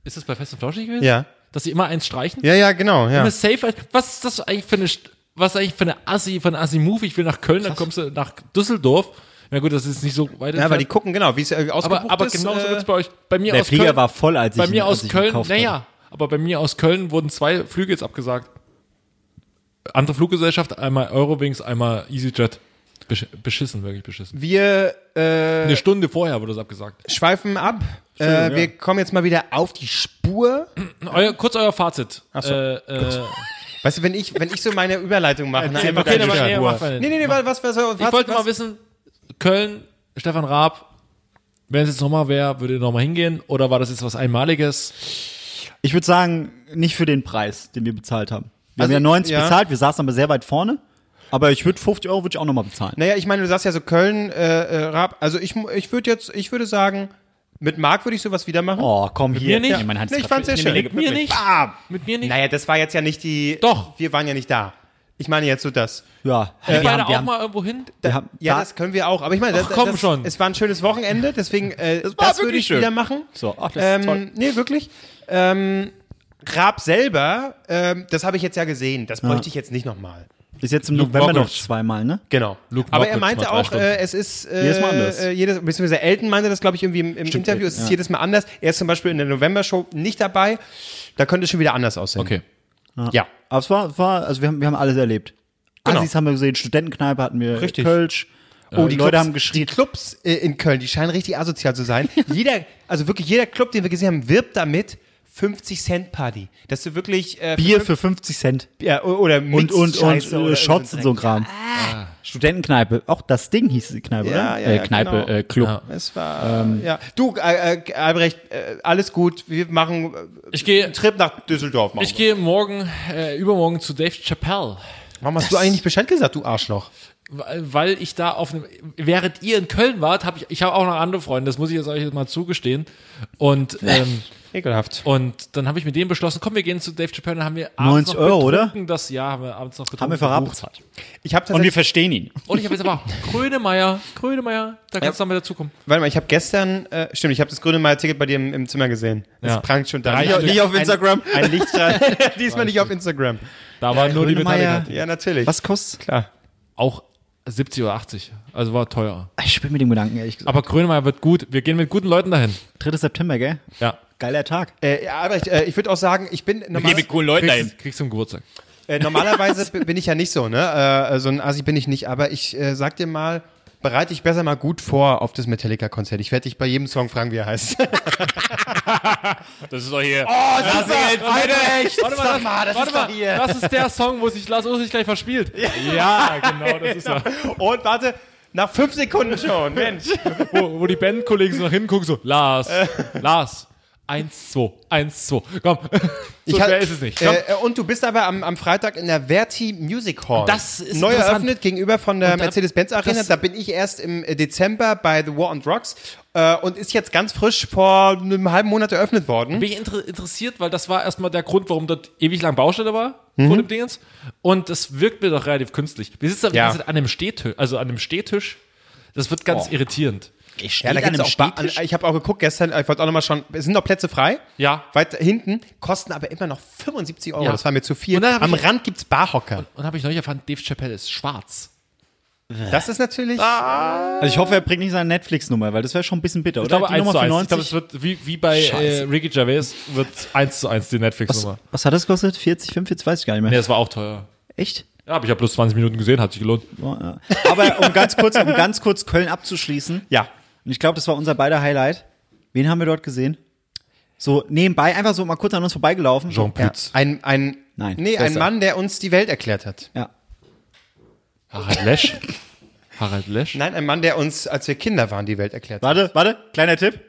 Speaker 1: Ist das bei Fest und Flauschig gewesen?
Speaker 3: Ja.
Speaker 1: Dass sie immer eins streichen?
Speaker 3: Ja, ja, genau, ja.
Speaker 1: Eine Safe, was ist das eigentlich für eine, St- was ist eigentlich für eine Assi, für ein Assi-Move? Ich will nach Köln, dann kommst du nach Düsseldorf. Na gut, das ist nicht so weit
Speaker 3: Ja, aber
Speaker 1: entfernt.
Speaker 3: die gucken genau, wie es äh, ausgebucht
Speaker 1: aber, aber
Speaker 3: ist.
Speaker 1: genauso
Speaker 3: äh,
Speaker 1: wird es bei euch. Bei mir
Speaker 2: Der
Speaker 1: aus
Speaker 2: Flieger
Speaker 1: Köln,
Speaker 2: war voll, als ich
Speaker 1: Bei
Speaker 2: ihn-
Speaker 1: mir
Speaker 2: als ich
Speaker 1: aus
Speaker 2: ihn
Speaker 1: Köln,
Speaker 2: gekauft
Speaker 1: naja, aber bei mir aus Köln wurden zwei Flüge jetzt abgesagt. Andere Fluggesellschaft, einmal Eurowings, einmal EasyJet. Besch beschissen, wirklich beschissen.
Speaker 3: wir äh,
Speaker 1: Eine Stunde vorher wurde es abgesagt.
Speaker 3: schweifen ab. Äh, wir kommen jetzt mal wieder auf die Spur.
Speaker 1: Euer, kurz euer Fazit.
Speaker 3: so.
Speaker 1: Äh, äh,
Speaker 3: Weißt du, wenn ich, wenn ich so meine Überleitung mache, dann einfach
Speaker 1: okay,
Speaker 3: deine
Speaker 1: dann mach- nee,
Speaker 3: Spur.
Speaker 1: mach weiter.
Speaker 3: Nee, nee, nee, wa- was, was, was,
Speaker 1: ich wollte
Speaker 3: was?
Speaker 1: mal wissen, Köln, Stefan Raab, wenn es jetzt nochmal wäre, würdet ihr nochmal hingehen? Oder war das jetzt was Einmaliges?
Speaker 2: Ich würde sagen, nicht für den Preis, den wir bezahlt haben. Wir
Speaker 3: Also,
Speaker 2: haben ja 90
Speaker 3: ja.
Speaker 2: bezahlt, wir saßen aber sehr weit vorne. Aber ich würde 50 Euro würde ich auch nochmal bezahlen.
Speaker 3: Naja, ich meine, du sagst ja so Köln, äh, äh, Raab. Also ich, mu- ich würde jetzt, ich würde sagen, mit Marc würde ich sowas wieder machen.
Speaker 2: Oh, komm hier.
Speaker 1: mir nicht?
Speaker 2: Nee, mein Hand
Speaker 3: Nee,
Speaker 2: ist
Speaker 3: ich
Speaker 2: grad-
Speaker 3: fand's sehr
Speaker 2: Nee,
Speaker 3: schön.
Speaker 2: nee,
Speaker 1: Mit mir nicht.
Speaker 3: Bam.
Speaker 1: Mit mir nicht.
Speaker 3: Naja, das war jetzt ja nicht die.
Speaker 1: Doch.
Speaker 3: Wir waren ja nicht da. Ich meine jetzt so das.
Speaker 2: Ja,
Speaker 1: Wir
Speaker 2: wir
Speaker 1: beide
Speaker 2: haben, wir
Speaker 1: auch
Speaker 2: haben,
Speaker 1: mal irgendwo hin.
Speaker 2: wir haben,
Speaker 3: Ja,
Speaker 2: da-
Speaker 3: das können wir auch. Aber ich meine, das,
Speaker 1: Ach, komm
Speaker 3: das,
Speaker 1: schon.
Speaker 3: es war ein schönes Wochenende, deswegen äh, das,
Speaker 2: war
Speaker 3: würde
Speaker 2: wirklich
Speaker 3: ich
Speaker 2: schön.
Speaker 3: wieder machen.
Speaker 2: So, ach, das ist toll.
Speaker 3: ähm, nee, wirklich. Ähm, Grab selber, ähm, das habe ich jetzt ja gesehen. Das bräuchte ich jetzt nicht nochmal.
Speaker 2: ist jetzt im
Speaker 1: Luke
Speaker 2: November noch
Speaker 1: Mockridge.
Speaker 2: zweimal, ne?
Speaker 3: Genau.
Speaker 1: Luke
Speaker 3: Aber er
Speaker 1: Mockridge mal
Speaker 3: meinte
Speaker 1: drei
Speaker 3: auch,
Speaker 1: Stunden.
Speaker 3: äh, es ist äh,
Speaker 2: Jedes Mal anders.
Speaker 3: Äh, jedes, beziehungsweise Elton meinte das, glaube ich, irgendwie im, im Interview. Es ist jedes Mal anders. Er ist zum Beispiel in der November-Show nicht dabei. Da könnte es schon wieder anders aussehen.
Speaker 1: Okay.
Speaker 3: Ja.
Speaker 2: Aber es war, war also wir haben, wir haben alles erlebt.
Speaker 3: Genau.
Speaker 2: Assis haben wir gesehen, Studentenkneipe hatten wir,
Speaker 3: Richtig.
Speaker 2: Kölsch. Oh, die
Speaker 3: Clubs-
Speaker 2: Leute haben geschrien.
Speaker 3: Die Clubs äh, in Köln, die scheinen richtig asozial zu sein. jeder, also wirklich jeder Club, den wir gesehen haben, wirbt damit 50 Cent Party. Dass du wirklich äh,
Speaker 2: Bier
Speaker 3: fünf-
Speaker 2: für 50 Cent.
Speaker 3: ja, o- oder
Speaker 2: Und, und, und,
Speaker 3: Mixscheiße
Speaker 2: äh,
Speaker 3: oder
Speaker 2: Shots und so ein
Speaker 3: ein Dreck.
Speaker 2: Kram. Studentenkneipe. Auch das Ding hieß die Kneipe,
Speaker 3: Ah. Ja,
Speaker 2: oder?
Speaker 3: ja,
Speaker 2: äh,
Speaker 3: ja,
Speaker 2: Kneipe,
Speaker 3: genau.
Speaker 2: äh, Club.
Speaker 3: Es war
Speaker 2: Ähm.
Speaker 3: ja. Du äh, äh, Albrecht, äh, alles gut. Wir machen äh,
Speaker 1: Ich gehe
Speaker 3: einen Trip nach Düsseldorf. Machen.
Speaker 1: Ich gehe morgen, äh, übermorgen zu Dave Chappelle,
Speaker 3: wir. Warum hast du eigentlich nicht Bescheid gesagt, du Arschloch?
Speaker 1: weil, weil ich da auf einem, während ihr in Köln wart, habe ich, ich habe auch noch andere Freunde, das muss ich jetzt euch jetzt mal zugestehen. Und, ähm,
Speaker 3: Ekelhaft.
Speaker 1: und dann habe ich mit denen beschlossen, komm, wir gehen zu Dave Chappelle, dann haben wir
Speaker 2: 90
Speaker 1: abends noch
Speaker 2: Euro,
Speaker 1: betrunken, das Jahr haben wir abends noch getrunken.
Speaker 2: Haben wir verraten.
Speaker 1: gebucht.
Speaker 3: Ich habe
Speaker 2: Und wir
Speaker 3: tatsächlich,
Speaker 2: verstehen ihn.
Speaker 1: Und ich habe jetzt aber Grönemeyer, Grönemeyer, da kannst du noch mit dazukommen.
Speaker 3: warte mal, ich habe gestern, äh, stimmt, ich habe das Grönemeyer-Ticket bei dir im, im Zimmer gesehen. Das
Speaker 1: Ja.
Speaker 3: prangt schon da.
Speaker 1: Drei Stück. Nicht
Speaker 2: auf Instagram.
Speaker 3: Ein, ein Lichtstrahl. Diesmal nicht auf Instagram.
Speaker 1: Da waren nur die
Speaker 2: Grönemeyer-
Speaker 1: Metallica.
Speaker 3: Ja, natürlich.
Speaker 2: Was kostet?
Speaker 3: Klar.
Speaker 1: Auch 70 oder 80, also war teuer.
Speaker 2: Ich spiele mit dem Gedanken, ehrlich gesagt.
Speaker 1: Aber Grönemeyer wird gut, wir gehen mit guten Leuten dahin.
Speaker 2: 3. September, gell?
Speaker 1: Ja.
Speaker 2: Geiler Tag.
Speaker 3: Äh, ja, Albrecht, äh, ich würde auch sagen, ich bin normal,
Speaker 2: coolen Leuten
Speaker 1: Kriegst, kriegst du zum Geburtstag.
Speaker 3: äh, normalerweise b- bin ich ja nicht so, ne? Äh, so ein Asi bin ich nicht, aber ich äh, sag dir mal, bereite dich besser mal gut vor auf das Metallica-Konzert. Ich werde dich bei jedem Song fragen, wie er heißt.
Speaker 5: Das ist doch hier.
Speaker 3: Albrecht! Warte mal, das
Speaker 1: Warte
Speaker 3: Oh, ist doch
Speaker 1: mal,
Speaker 3: hier.
Speaker 1: das ist der Song, wo sich Lars Ulrich gleich verspielt. Ja, genau, das ist er.
Speaker 3: Und warte, nach fünf Sekunden schon, Mensch.
Speaker 1: wo, wo die Bandkollegen so nach hinten gucken, so, Lars, Lars, Eins, zwei, eins, zwei. Komm, so
Speaker 3: Ich hab-
Speaker 1: schwer ist es nicht. Komm.
Speaker 3: Äh, äh, und du bist aber am, am Freitag in der Verti Music Hall.
Speaker 1: Das ist
Speaker 3: Neu
Speaker 1: interessant.
Speaker 3: eröffnet gegenüber von der
Speaker 1: Und da-
Speaker 3: Mercedes-Benz Arena.
Speaker 1: das-
Speaker 3: Da bin ich erst im äh, Dezember bei The War on Drugs äh, und ist jetzt ganz frisch vor einem halben Monat eröffnet worden.
Speaker 1: Bin ich eh inter interessiert, weil das war erstmal der Grund, warum dort ewig lang Baustelle war, vor dem Dingens. Und das wirkt mir doch relativ künstlich. Wir sitzen aber
Speaker 3: Ja.
Speaker 1: ja. an einem Stehtisch, also an einem Stehtisch. Das wird ganz irritierend.
Speaker 2: Ich
Speaker 3: Ja, da gibt's
Speaker 1: also
Speaker 3: auch Bar- an, ich habe auch geguckt gestern, ich wollte auch nochmal schauen, es sind noch Plätze frei.
Speaker 1: Ja.
Speaker 3: Weit hinten, kosten aber immer noch 75 Euro,
Speaker 1: Ja.
Speaker 3: das war mir zu viel.
Speaker 1: Und dann hab
Speaker 3: Am
Speaker 1: ich-
Speaker 3: Rand gibt's Barhocker.
Speaker 1: Und habe ich neulich erfahren, Dave Chappelle ist schwarz.
Speaker 3: Das ist natürlich.
Speaker 1: Ah.
Speaker 2: Also ich hoffe, er bringt nicht seine Netflix-Nummer, weil das wäre schon ein bisschen bitter,
Speaker 1: Ich
Speaker 2: oder?
Speaker 1: glaube,
Speaker 2: die
Speaker 1: 1
Speaker 2: Nummer
Speaker 1: zu
Speaker 2: für
Speaker 1: 1. Ich
Speaker 2: 90.
Speaker 1: glaube, es wird wie, wie bei äh,
Speaker 2: Scheiße.
Speaker 1: Ricky Gervais wird 1 zu 1 die Netflix-Nummer.
Speaker 2: was, was hat das gekostet? 40, 45, weiß ich gar nicht mehr.
Speaker 1: Nee, das war auch teuer.
Speaker 2: Echt?
Speaker 1: Ja, aber ich habe bloß 20 Minuten gesehen, hat sich gelohnt.
Speaker 2: Ja, ja. Aber um ganz kurz, um ganz kurz Köln abzuschließen.
Speaker 3: ja.
Speaker 2: Und ich glaube, das war unser beider Highlight. Wen haben wir dort gesehen? So nebenbei, einfach so mal kurz an uns vorbeigelaufen.
Speaker 1: Jean
Speaker 3: ja.
Speaker 1: Pütz.
Speaker 3: Ein, ein,
Speaker 2: Nein,
Speaker 3: nee, ein
Speaker 2: besser.
Speaker 3: Mann, der uns die Welt erklärt hat.
Speaker 2: Ja.
Speaker 1: Harald Lesch. Harald Lesch.
Speaker 3: Nein, ein Mann, der uns, als wir Kinder waren, die Welt erklärt hat.
Speaker 2: Warte, warte, kleiner Tipp.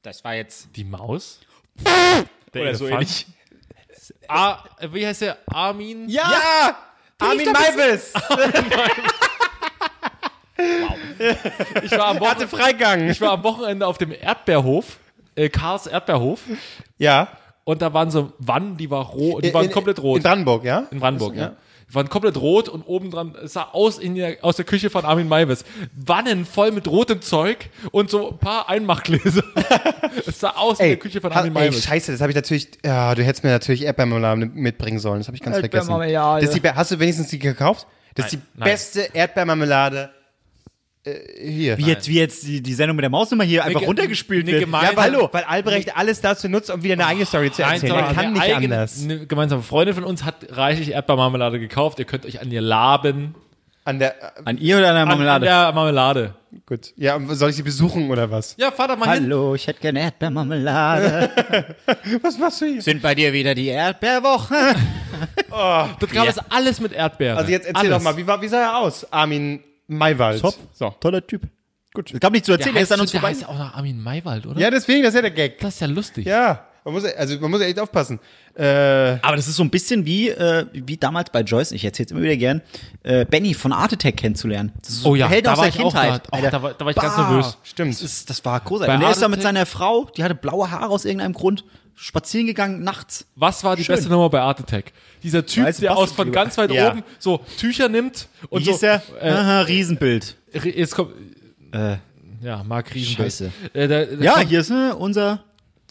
Speaker 3: Das war jetzt.
Speaker 1: Die Maus. Der Oder so ähnlich. Ah, wie heißt der? Armin?
Speaker 3: Ja! Armin Meiwes!
Speaker 1: Ich war am Wochenende,
Speaker 3: Hatte Freigang!
Speaker 1: ich war am Wochenende auf dem Erdbeerhof, äh, Karls Erdbeerhof,
Speaker 3: Ja.
Speaker 1: und da waren so Wannen, die, war roh, die waren komplett rot.
Speaker 3: In Brandenburg, ja?
Speaker 1: In Brandenburg, ja. Die waren komplett rot und obendran es sah aus, in der, aus der Küche von Armin Maivis. Wannen voll mit rotem Zeug und so ein paar Einmachgläser. es sah aus in der Küche von
Speaker 3: ha-
Speaker 1: Armin
Speaker 3: ey,
Speaker 1: Maivis.
Speaker 3: scheiße, das habe ich natürlich. Ja, du hättest mir natürlich Erdbeermarmelade mitbringen sollen. Das habe ich ganz vergessen.
Speaker 2: Erdbeermarmelade.
Speaker 3: Das ist die, be- hast du wenigstens die gekauft? Das ist
Speaker 1: Nein,
Speaker 3: die
Speaker 1: nein.
Speaker 3: beste Erdbeermarmelade äh, hier.
Speaker 2: Wie jetzt, wie jetzt die, die Sendung mit der Maus immer hier einfach
Speaker 1: Nicke-
Speaker 2: runtergespielt
Speaker 1: Nicke
Speaker 2: wird.
Speaker 1: Mai-
Speaker 3: ja,
Speaker 1: Nein,
Speaker 3: weil,
Speaker 1: hallo.
Speaker 3: weil Albrecht alles dazu nutzt, um wieder eine eigene Story zu erzählen. Man kann nicht anders.
Speaker 1: Eine ne gemeinsame Freundin von uns hat reichlich Erdbeermarmelade gekauft. Ihr könnt euch an ihr laben.
Speaker 3: An der. Äh,
Speaker 2: An ihr oder an der Marmelade?
Speaker 1: An, an der Marmelade.
Speaker 3: gut. Ja, soll ich sie besuchen oder was?
Speaker 1: Ja, fahr doch mal hin.
Speaker 2: Hallo, ich hätte gerne Erdbeermarmelade.
Speaker 3: Was machst du hier?
Speaker 2: Sind bei dir wieder die Erdbeerwoche?
Speaker 1: Das gab es alles mit Erdbeeren.
Speaker 3: Also jetzt erzähl
Speaker 1: alles.
Speaker 3: doch mal, wie, war, wie sah er aus? Armin Maywald.
Speaker 2: Top.
Speaker 3: So.
Speaker 2: Toller Typ. Gut. Ich glaube nicht zu
Speaker 1: Der
Speaker 2: erzählen, er ist
Speaker 1: heißt,
Speaker 2: an uns
Speaker 1: der
Speaker 2: vorbei.
Speaker 1: heißt ja auch nach Armin Maywald, oder?
Speaker 3: Ja, deswegen, das ist ja der Gag.
Speaker 1: Das ist ja lustig.
Speaker 3: Ja. Man muss, also man muss ja echt aufpassen. Äh,
Speaker 2: Aber das ist so ein bisschen wie, äh, wie damals bei Joyce, ich erzähle es immer wieder gern, äh, Benny von Art Attack kennenzulernen. Das ist so
Speaker 1: Oh ja,
Speaker 2: ein Held
Speaker 1: da
Speaker 2: aus
Speaker 1: war
Speaker 2: der
Speaker 1: ich auch
Speaker 2: Kindheit.
Speaker 1: da. Oh,
Speaker 2: Alter.
Speaker 1: da war- da war ich ganz
Speaker 2: Bah.
Speaker 1: nervös.
Speaker 3: ah, Stimmt.
Speaker 2: Das, ist, das war großartig.
Speaker 1: Bei
Speaker 2: Und er ist da
Speaker 1: Art
Speaker 2: mit
Speaker 1: Attack-
Speaker 2: seiner Frau, die hatte blaue Haare aus irgendeinem Grund, spazieren gegangen nachts.
Speaker 1: Was war die
Speaker 2: Schön.
Speaker 1: beste Nummer bei Art Attack? Dieser Typ,
Speaker 2: Weißt du,
Speaker 1: der
Speaker 2: passt
Speaker 1: aus von
Speaker 2: drüber.
Speaker 1: ganz weit
Speaker 3: Ja.
Speaker 1: oben so Tücher nimmt und so. Äh,
Speaker 2: Aha, Riesenbild.
Speaker 1: jetzt kommt. ja, Marc Riesenberg.
Speaker 2: Äh. Scheiße.
Speaker 1: Äh, da, da
Speaker 2: Ja,
Speaker 1: kommt,
Speaker 2: hier ist ne, unser.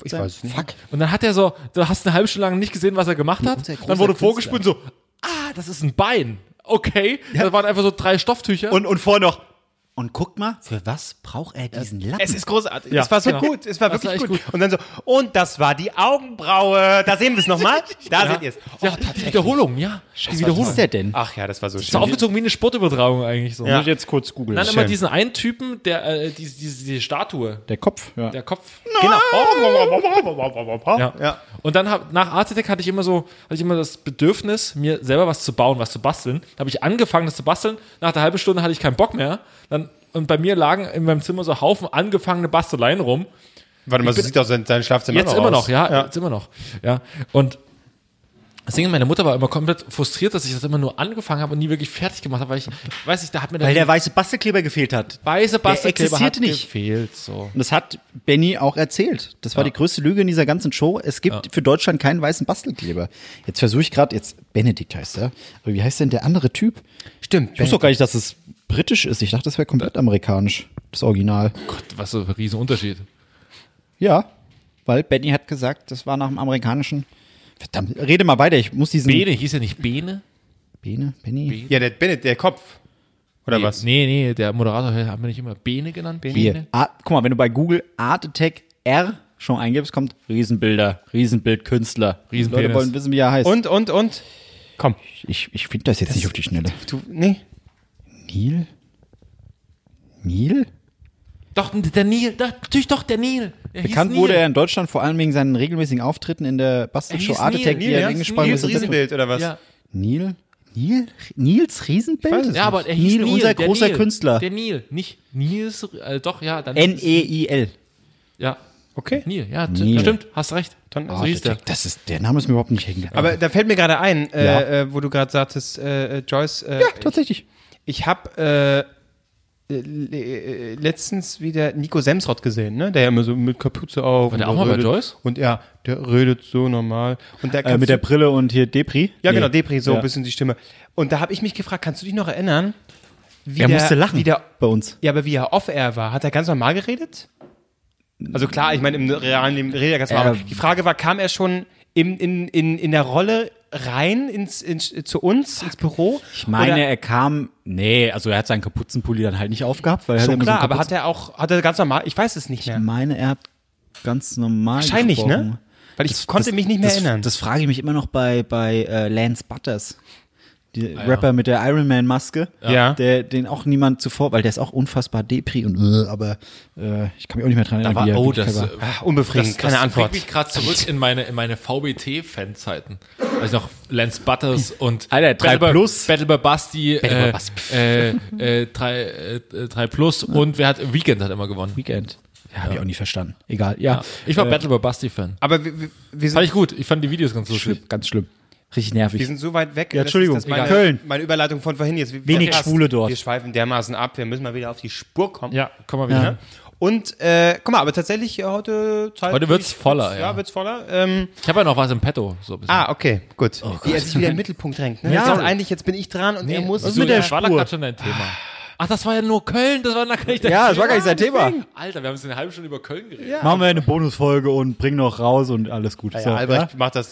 Speaker 2: Ich
Speaker 3: weiß nicht.
Speaker 2: Fuck.
Speaker 1: Und dann hat er so, du hast eine halbe Stunde lang nicht gesehen, was er gemacht hat.
Speaker 2: Unser großer
Speaker 1: Dann wurde
Speaker 2: Künstler.
Speaker 1: vorgespult und so, ah, das ist ein Bein. Okay. Da waren einfach so drei Stofftücher.
Speaker 2: Und, und vor noch. Und guck mal, für was braucht er diesen Lappen?
Speaker 3: Es ist großartig.
Speaker 1: Ja,
Speaker 3: es war so
Speaker 1: genau.
Speaker 3: gut. Es war
Speaker 1: Das war
Speaker 3: wirklich
Speaker 1: echt
Speaker 3: gut. Und dann so, und das war die Augenbraue. Da sehen wir es nochmal. Da seht ihr es. Oh,
Speaker 1: ja, die Wiederholung, ja. Die Wiederholung.
Speaker 2: was ist der denn?
Speaker 3: Ach ja, das war so
Speaker 1: Ist
Speaker 3: schön.
Speaker 1: aufgezogen wie eine Sportübertragung eigentlich so.
Speaker 3: Ja.
Speaker 1: Ja.
Speaker 3: Muss ich
Speaker 2: jetzt kurz googeln.
Speaker 1: Dann immer
Speaker 3: Schön.
Speaker 1: diesen einen Typen, der, äh, diese, diese, diese Statue,
Speaker 2: Der Kopf. Ja.
Speaker 1: der Kopf.
Speaker 3: Genau.
Speaker 1: Ja.
Speaker 3: oh, Ja.
Speaker 1: Und dann hab, nach Artitech hatte ich immer so, hatte ich immer das Bedürfnis, mir selber was zu bauen, was zu basteln. Da habe ich angefangen, das zu basteln. Nach der halben Stunde hatte ich keinen Bock mehr. Dann, und bei mir lagen in meinem Zimmer so Haufen angefangene Basteleien rum.
Speaker 3: Warte mal, so sieht doch sein, sein Schlafzimmer
Speaker 1: Jetzt
Speaker 3: noch
Speaker 1: immer noch,
Speaker 3: aus.
Speaker 1: ja, Jetzt immer noch. Ja. Und deswegen, meine Mutter war immer komplett frustriert, dass ich das immer nur angefangen habe und nie wirklich fertig gemacht habe, weil ich, weiß nicht, da hat mir
Speaker 2: Weil der weiße Bastelkleber gefehlt hat.
Speaker 1: weiße Bastelkleber
Speaker 2: existierte
Speaker 1: hat
Speaker 2: nicht.
Speaker 1: gefehlt. So.
Speaker 2: Und das hat Benny auch erzählt. Das war die größte Lüge in dieser ganzen Show. Es gibt für Deutschland keinen weißen Bastelkleber. Jetzt versuche ich gerade, jetzt Benedikt heißt er. Aber wie heißt denn der andere Typ?
Speaker 3: Stimmt.
Speaker 2: Ich wusste doch gar nicht, dass es britisch ist. Ich dachte, das wäre komplett amerikanisch. Das Original.
Speaker 1: Gott, was für ein Riesenunterschied.
Speaker 2: Ja, weil Benny hat gesagt, das war nach dem amerikanischen. Verdammt, rede mal weiter. Ich muss diesen.
Speaker 1: Bene, hieß ja nicht Bene?
Speaker 2: Bene, Benny.
Speaker 3: Ja, der Bennett, der Kopf. Oder
Speaker 1: nee,
Speaker 3: was?
Speaker 1: Nee, nee, der Moderator hat mich immer Bene genannt. Bene.
Speaker 2: Hier. Ah, guck mal, wenn du bei Google Art Attack R schon eingibst, kommt Riesenbilder, Riesenbildkünstler.
Speaker 1: Riesenpenis.
Speaker 2: Leute wollen wissen, wie er heißt.
Speaker 3: Und, und, und. Komm.
Speaker 2: ich ich finde das jetzt nicht auf die Schnelle.
Speaker 3: Du, nee.
Speaker 2: Neil? Neil?
Speaker 1: Doch, der Nil, da- natürlich doch, der Nil. Er hieß
Speaker 2: Bekannt
Speaker 1: Nil.
Speaker 2: wurde er in Deutschland vor allem wegen seinen regelmäßigen Auftritten in der Bastelshow
Speaker 1: Er hieß
Speaker 2: Art
Speaker 1: Neil,
Speaker 2: Attack, die
Speaker 1: Neil,
Speaker 2: er
Speaker 1: ja.
Speaker 2: in
Speaker 1: Neil
Speaker 2: gespannt
Speaker 1: ist
Speaker 3: Nils
Speaker 2: ist.
Speaker 3: Riesenbild oder was?
Speaker 1: Ja,
Speaker 2: Neil? Neil? Nils Riesenbild?
Speaker 1: ja aber er hieß
Speaker 2: Neil,
Speaker 1: Nil,
Speaker 2: unser
Speaker 1: der
Speaker 2: großer
Speaker 1: Nil,
Speaker 2: Künstler. E
Speaker 1: Der Nil, nicht Nils, äh, doch, ja. dann-
Speaker 2: N-E-I-L.
Speaker 1: Ja,
Speaker 3: Okay.
Speaker 1: Neil, ja, t-
Speaker 2: Neil.
Speaker 1: stimmt, hast recht.
Speaker 3: Dann,
Speaker 1: so hieß der.
Speaker 2: Oh, Das ist, der Name ist mir überhaupt nicht hängen geblieben.
Speaker 3: Aber da fällt mir gerade ein, äh,
Speaker 2: Ja.
Speaker 3: äh, wo du gerade sagtest, äh, äh, Joyce, äh,
Speaker 2: tatsächlich.
Speaker 3: ich habe äh, äh, le- äh, letztens wieder Nico Semsrott gesehen, ne? Der ja immer so mit Kapuze auf. War
Speaker 1: der auch mal bei Joyce?
Speaker 3: Und ja, der redet so normal. Und da
Speaker 2: Äh,
Speaker 3: kannst
Speaker 2: mit
Speaker 3: du-
Speaker 2: der Brille und hier Depri.
Speaker 3: Ja,
Speaker 2: Nee.
Speaker 3: genau, Depri, so
Speaker 2: Ja.
Speaker 3: ein bisschen die Stimme. Und da habe ich mich gefragt, kannst du dich noch erinnern, wie
Speaker 2: Er musste lachen
Speaker 3: Wie der,
Speaker 2: bei uns.
Speaker 3: ja, aber wie er off-air war, hat er ganz normal geredet? Also klar, ich meine, im realen Leben redet er ganz normal.
Speaker 2: Ähm.
Speaker 3: die Frage war, kam er schon in, in, in, in der Rolle rein ins, ins, zu uns, ins Büro?
Speaker 2: Ich meine,
Speaker 3: Oder,
Speaker 2: er kam, nee, also er hat seinen Kapuzenpulli dann halt nicht aufgehabt, weil er
Speaker 3: schon
Speaker 2: hat immer so
Speaker 3: klar,
Speaker 2: einen
Speaker 3: aber
Speaker 2: Kapuzen-
Speaker 3: hat er auch, hat er ganz normal, ich weiß es nicht mehr.
Speaker 2: Ich meine, er hat ganz normal
Speaker 3: Wahrscheinlich,
Speaker 2: gesprochen.
Speaker 3: ne? Weil ich konnte mich nicht mehr
Speaker 2: das,
Speaker 3: erinnern.
Speaker 2: Das frage ich mich immer noch bei, bei äh, Lance Butters. Der Rapper mit der Iron Man Maske.
Speaker 3: Ah, Ja.
Speaker 2: Der, den auch niemand zuvor, weil der ist auch unfassbar depri und äh, aber äh, ich kann mich auch nicht mehr dran erinnern,
Speaker 1: war-
Speaker 2: er
Speaker 1: oh,
Speaker 2: wirklich
Speaker 1: das,
Speaker 2: war.
Speaker 1: äh,
Speaker 3: Ah, unbefriedigend, keine Antwort.
Speaker 1: bringt mich gerade zurück in meine, in meine VBT-Fanzeiten. Als ich noch Lance Butters und
Speaker 2: Alter, drei
Speaker 1: Battle, by-
Speaker 2: plus.
Speaker 1: Battle by Basti,
Speaker 2: Battle by
Speaker 1: äh,
Speaker 2: Basti.
Speaker 1: äh, äh, 3 äh, drei Plus und wer hat Weekend hat immer gewonnen.
Speaker 2: Weekend. Ja, habe ich auch nie verstanden. Egal, ja.
Speaker 1: Ich war
Speaker 2: Äh,
Speaker 1: Battle by Basti-Fan.
Speaker 3: Aber wir, wir, wir,
Speaker 1: Fand
Speaker 3: sind,
Speaker 1: ich gut. Ich fand die Videos ganz lustig.
Speaker 2: schlimm, ganz schlimm. Richtig
Speaker 3: wir
Speaker 2: nervig.
Speaker 3: sind so weit weg.
Speaker 2: Ja,
Speaker 3: das ist
Speaker 2: Entschuldigung.
Speaker 3: das meine,
Speaker 2: Egal. Köln.
Speaker 3: Meine Überleitung von vorhin jetzt. wie- wie
Speaker 2: Wenig
Speaker 3: verpasst.
Speaker 2: Schwule dort.
Speaker 3: Wir schweifen dermaßen ab, wir müssen mal wieder auf die Spur kommen. ne?
Speaker 1: Ja, komm mal wieder.
Speaker 2: Ja.
Speaker 3: Und äh, guck mal, aber tatsächlich äh, heute Zeit,
Speaker 1: Heute wird's voller,
Speaker 3: ja.
Speaker 1: ja.
Speaker 3: wird's voller. Ähm,
Speaker 1: Ich habe ja noch was im Petto. So ein bisschen.
Speaker 3: ah, okay, gut. Wie er sich wieder in den Mittelpunkt drängt. Ne?
Speaker 2: Oh Ja.
Speaker 3: Jetzt sagt eigentlich, jetzt bin ich dran und er muss.
Speaker 1: was ist
Speaker 3: so-
Speaker 1: mit der
Speaker 3: ja.
Speaker 1: Spur? gerade schon dein Thema. Ach, das war ja nur Köln. Das war gar nicht dein
Speaker 2: Ja,
Speaker 1: Thema.
Speaker 2: das war gar nicht sein Thema.
Speaker 1: Alter, wir haben jetzt eine halbe Stunde über Köln geredet.
Speaker 2: Machen wir eine Bonusfolge und bringen noch raus und alles gut.
Speaker 3: Ja, Albrecht macht das,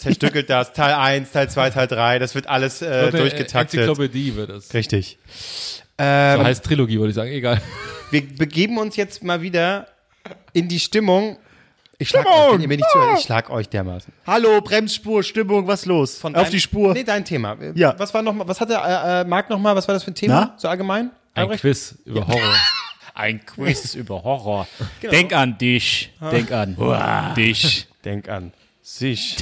Speaker 3: zerstückelt das, Teil 1, Teil 2, Teil 3, das wird alles äh,
Speaker 1: Eine
Speaker 3: durchgetaktet.
Speaker 1: Enzyklopädie wird das.
Speaker 3: Richtig. Ähm,
Speaker 1: So heißt Trilogie, würde ich sagen. Egal.
Speaker 3: wir begeben uns jetzt mal wieder in die Stimmung. Ich schlag, euch, wenn ihr mir
Speaker 2: Ah!
Speaker 3: nicht zuhört, ich schlag euch dermaßen.
Speaker 2: Hallo, Bremsspur, Stimmung, was los?
Speaker 3: Von
Speaker 2: Auf
Speaker 3: dein-
Speaker 2: die Spur.
Speaker 3: Nee, dein Thema. Äh,
Speaker 2: Ja.
Speaker 3: Was war noch mal, was hatte äh, äh, Marc noch mal, was war das für ein Thema?
Speaker 2: Na?
Speaker 3: So allgemein?
Speaker 1: Ein Quiz über Horror.
Speaker 5: Ein Quiz über Horror.
Speaker 2: Denk an dich. Denk an dich.
Speaker 3: Denk an sich.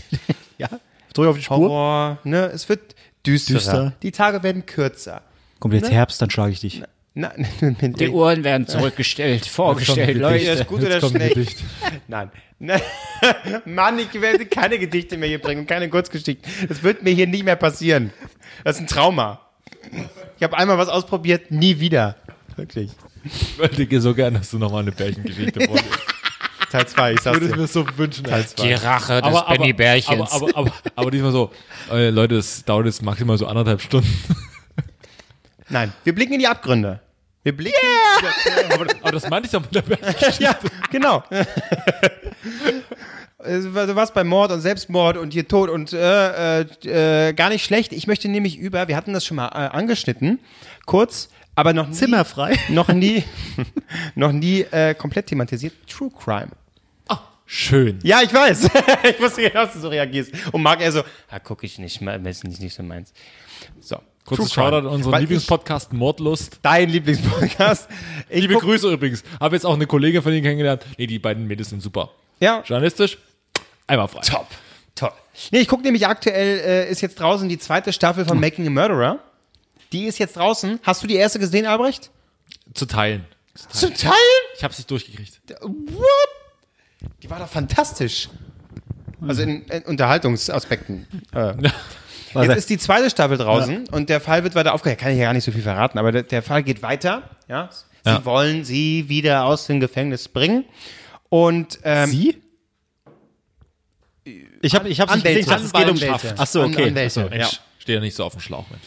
Speaker 2: Ja. Drück auf die Spur.
Speaker 3: Horror, ne? Es wird düsterer.
Speaker 2: Düster.
Speaker 3: Die Tage werden kürzer.
Speaker 2: Kommt
Speaker 3: Ne?
Speaker 2: jetzt Herbst, dann schlage ich dich.
Speaker 3: Nein, nein,
Speaker 5: Die Uhren werden zurückgestellt, vorgestellt, Leute.
Speaker 3: ist gut oder schlecht. Nein. Nein. Mann, ich werde keine Gedichte mehr hier bringen und keine Kurzgeschichten. Das wird mir hier nicht mehr passieren. Das ist ein Trauma. Ich habe einmal was ausprobiert, nie wieder. Wirklich.
Speaker 1: Ich wollte dir so gern, dass du nochmal eine Bärchengeschichte vorlegst.
Speaker 3: Teil 2, ich sag's
Speaker 1: Würde es
Speaker 3: dir.
Speaker 1: mir so wünschen.
Speaker 3: Teil 2.
Speaker 5: Die Rache des Benny Bärchens.
Speaker 1: Aber, aber, aber, aber diesmal so, äh, Leute, das dauert jetzt maximal so anderthalb Stunden.
Speaker 3: Nein, wir blicken in die Abgründe. Wir blicken.
Speaker 1: Aber, aber das meinte ich doch mit der Bärchen.
Speaker 3: ja, genau. Also, Du warst bei Mord und Selbstmord und hier Tod und äh, äh, äh, gar nicht schlecht. Ich möchte nämlich über, wir hatten das schon mal äh, angeschnitten, kurz, aber noch nie,
Speaker 2: Zimmerfrei.
Speaker 3: noch nie, noch nie äh, komplett thematisiert, True Crime.
Speaker 1: Ah, Schön.
Speaker 3: Ja, ich weiß. ich wusste genau, dass du so reagierst. Und Marc eher so, ah, guck ich nicht, mal, ist nicht, nicht so meins. So.
Speaker 1: Kurzes
Speaker 3: True Crime.
Speaker 1: Shoutout an unseren
Speaker 3: Weil ich-
Speaker 1: Lieblingspodcast Mordlust.
Speaker 3: Dein Lieblingspodcast. Ich
Speaker 1: Liebe
Speaker 3: guck-
Speaker 1: Grüße übrigens. Habe jetzt auch eine Kollegin von Ihnen kennengelernt. Nee, die beiden Mädels sind super.
Speaker 3: Ja,
Speaker 1: Journalistisch, einmal frei.
Speaker 3: Top. Top. Nee, ich gucke nämlich aktuell, äh, ist jetzt draußen die zweite Staffel
Speaker 1: Hm.
Speaker 3: von Making a Murderer. Die ist jetzt draußen. Hast du die erste gesehen, Albrecht?
Speaker 1: Zu teilen.
Speaker 3: Zum Teil?
Speaker 1: Ich habe es nicht durchgekriegt.
Speaker 3: What? Die war doch fantastisch. Also in, in Unterhaltungsaspekten. Äh. Jetzt ist die zweite Staffel draußen und der Fall wird weiter aufgeklärt. Kann ich ja gar nicht so viel verraten, aber der, der Fall geht weiter. Ja? Sie
Speaker 1: Ja.
Speaker 3: wollen sie wieder aus dem Gefängnis bringen. Und ähm,
Speaker 2: Sie? Ich habe ich hab
Speaker 3: Anwälte.
Speaker 2: ich dachte, es geht um
Speaker 3: Anwälte.
Speaker 2: Ach so, okay.
Speaker 3: Anwälte.
Speaker 2: Ach so,
Speaker 3: Ja.
Speaker 1: Mensch, stehe ja Hm. nicht so auf dem Schlauch, Mensch.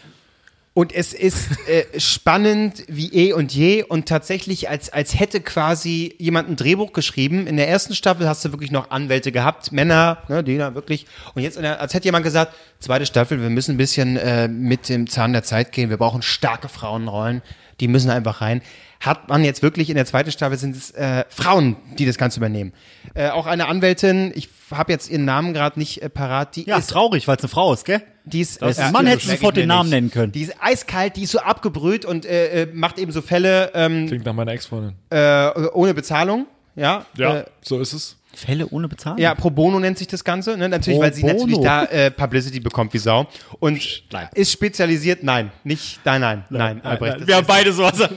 Speaker 3: Und es ist äh, spannend wie eh und je und tatsächlich, als, als hätte quasi jemand ein Drehbuch geschrieben. In der ersten Staffel hast du wirklich noch Anwälte gehabt, Männer, ne, die da wirklich. Und jetzt, in der, als hätte jemand gesagt, zweite Staffel, wir müssen ein bisschen äh, mit dem Zahn der Zeit gehen, wir brauchen starke Frauenrollen, die müssen einfach rein. Hat man jetzt wirklich in der zweiten Staffel sind es äh, Frauen, die das Ganze übernehmen. Äh, auch eine Anwältin, ich habe jetzt ihren Namen gerade nicht äh, parat, die
Speaker 2: Ja,
Speaker 3: ist
Speaker 2: ist traurig, weil es eine Frau ist, gell?
Speaker 3: die ist,
Speaker 2: Das ist- äh, Mann, hättest du sofort den Namen nennen können.
Speaker 3: Die ist eiskalt, die ist so abgebrüht und äh, äh, macht eben so Fälle ähm,
Speaker 1: Klingt nach meiner Ex-Freundin.
Speaker 3: äh, ohne Bezahlung. Ja, Äh,
Speaker 1: so ist es.
Speaker 2: Fälle ohne Bezahlung?
Speaker 3: ja, pro bono nennt sich das Ganze, ne? natürlich,
Speaker 2: Pro
Speaker 3: weil sie
Speaker 2: bono.
Speaker 3: natürlich da äh, Publicity bekommt wie Sau und
Speaker 2: nein.
Speaker 3: ist spezialisiert, nein, nicht, nein, nein, nein, Albrecht. das
Speaker 2: Wir haben
Speaker 3: ist-
Speaker 2: beide sowas.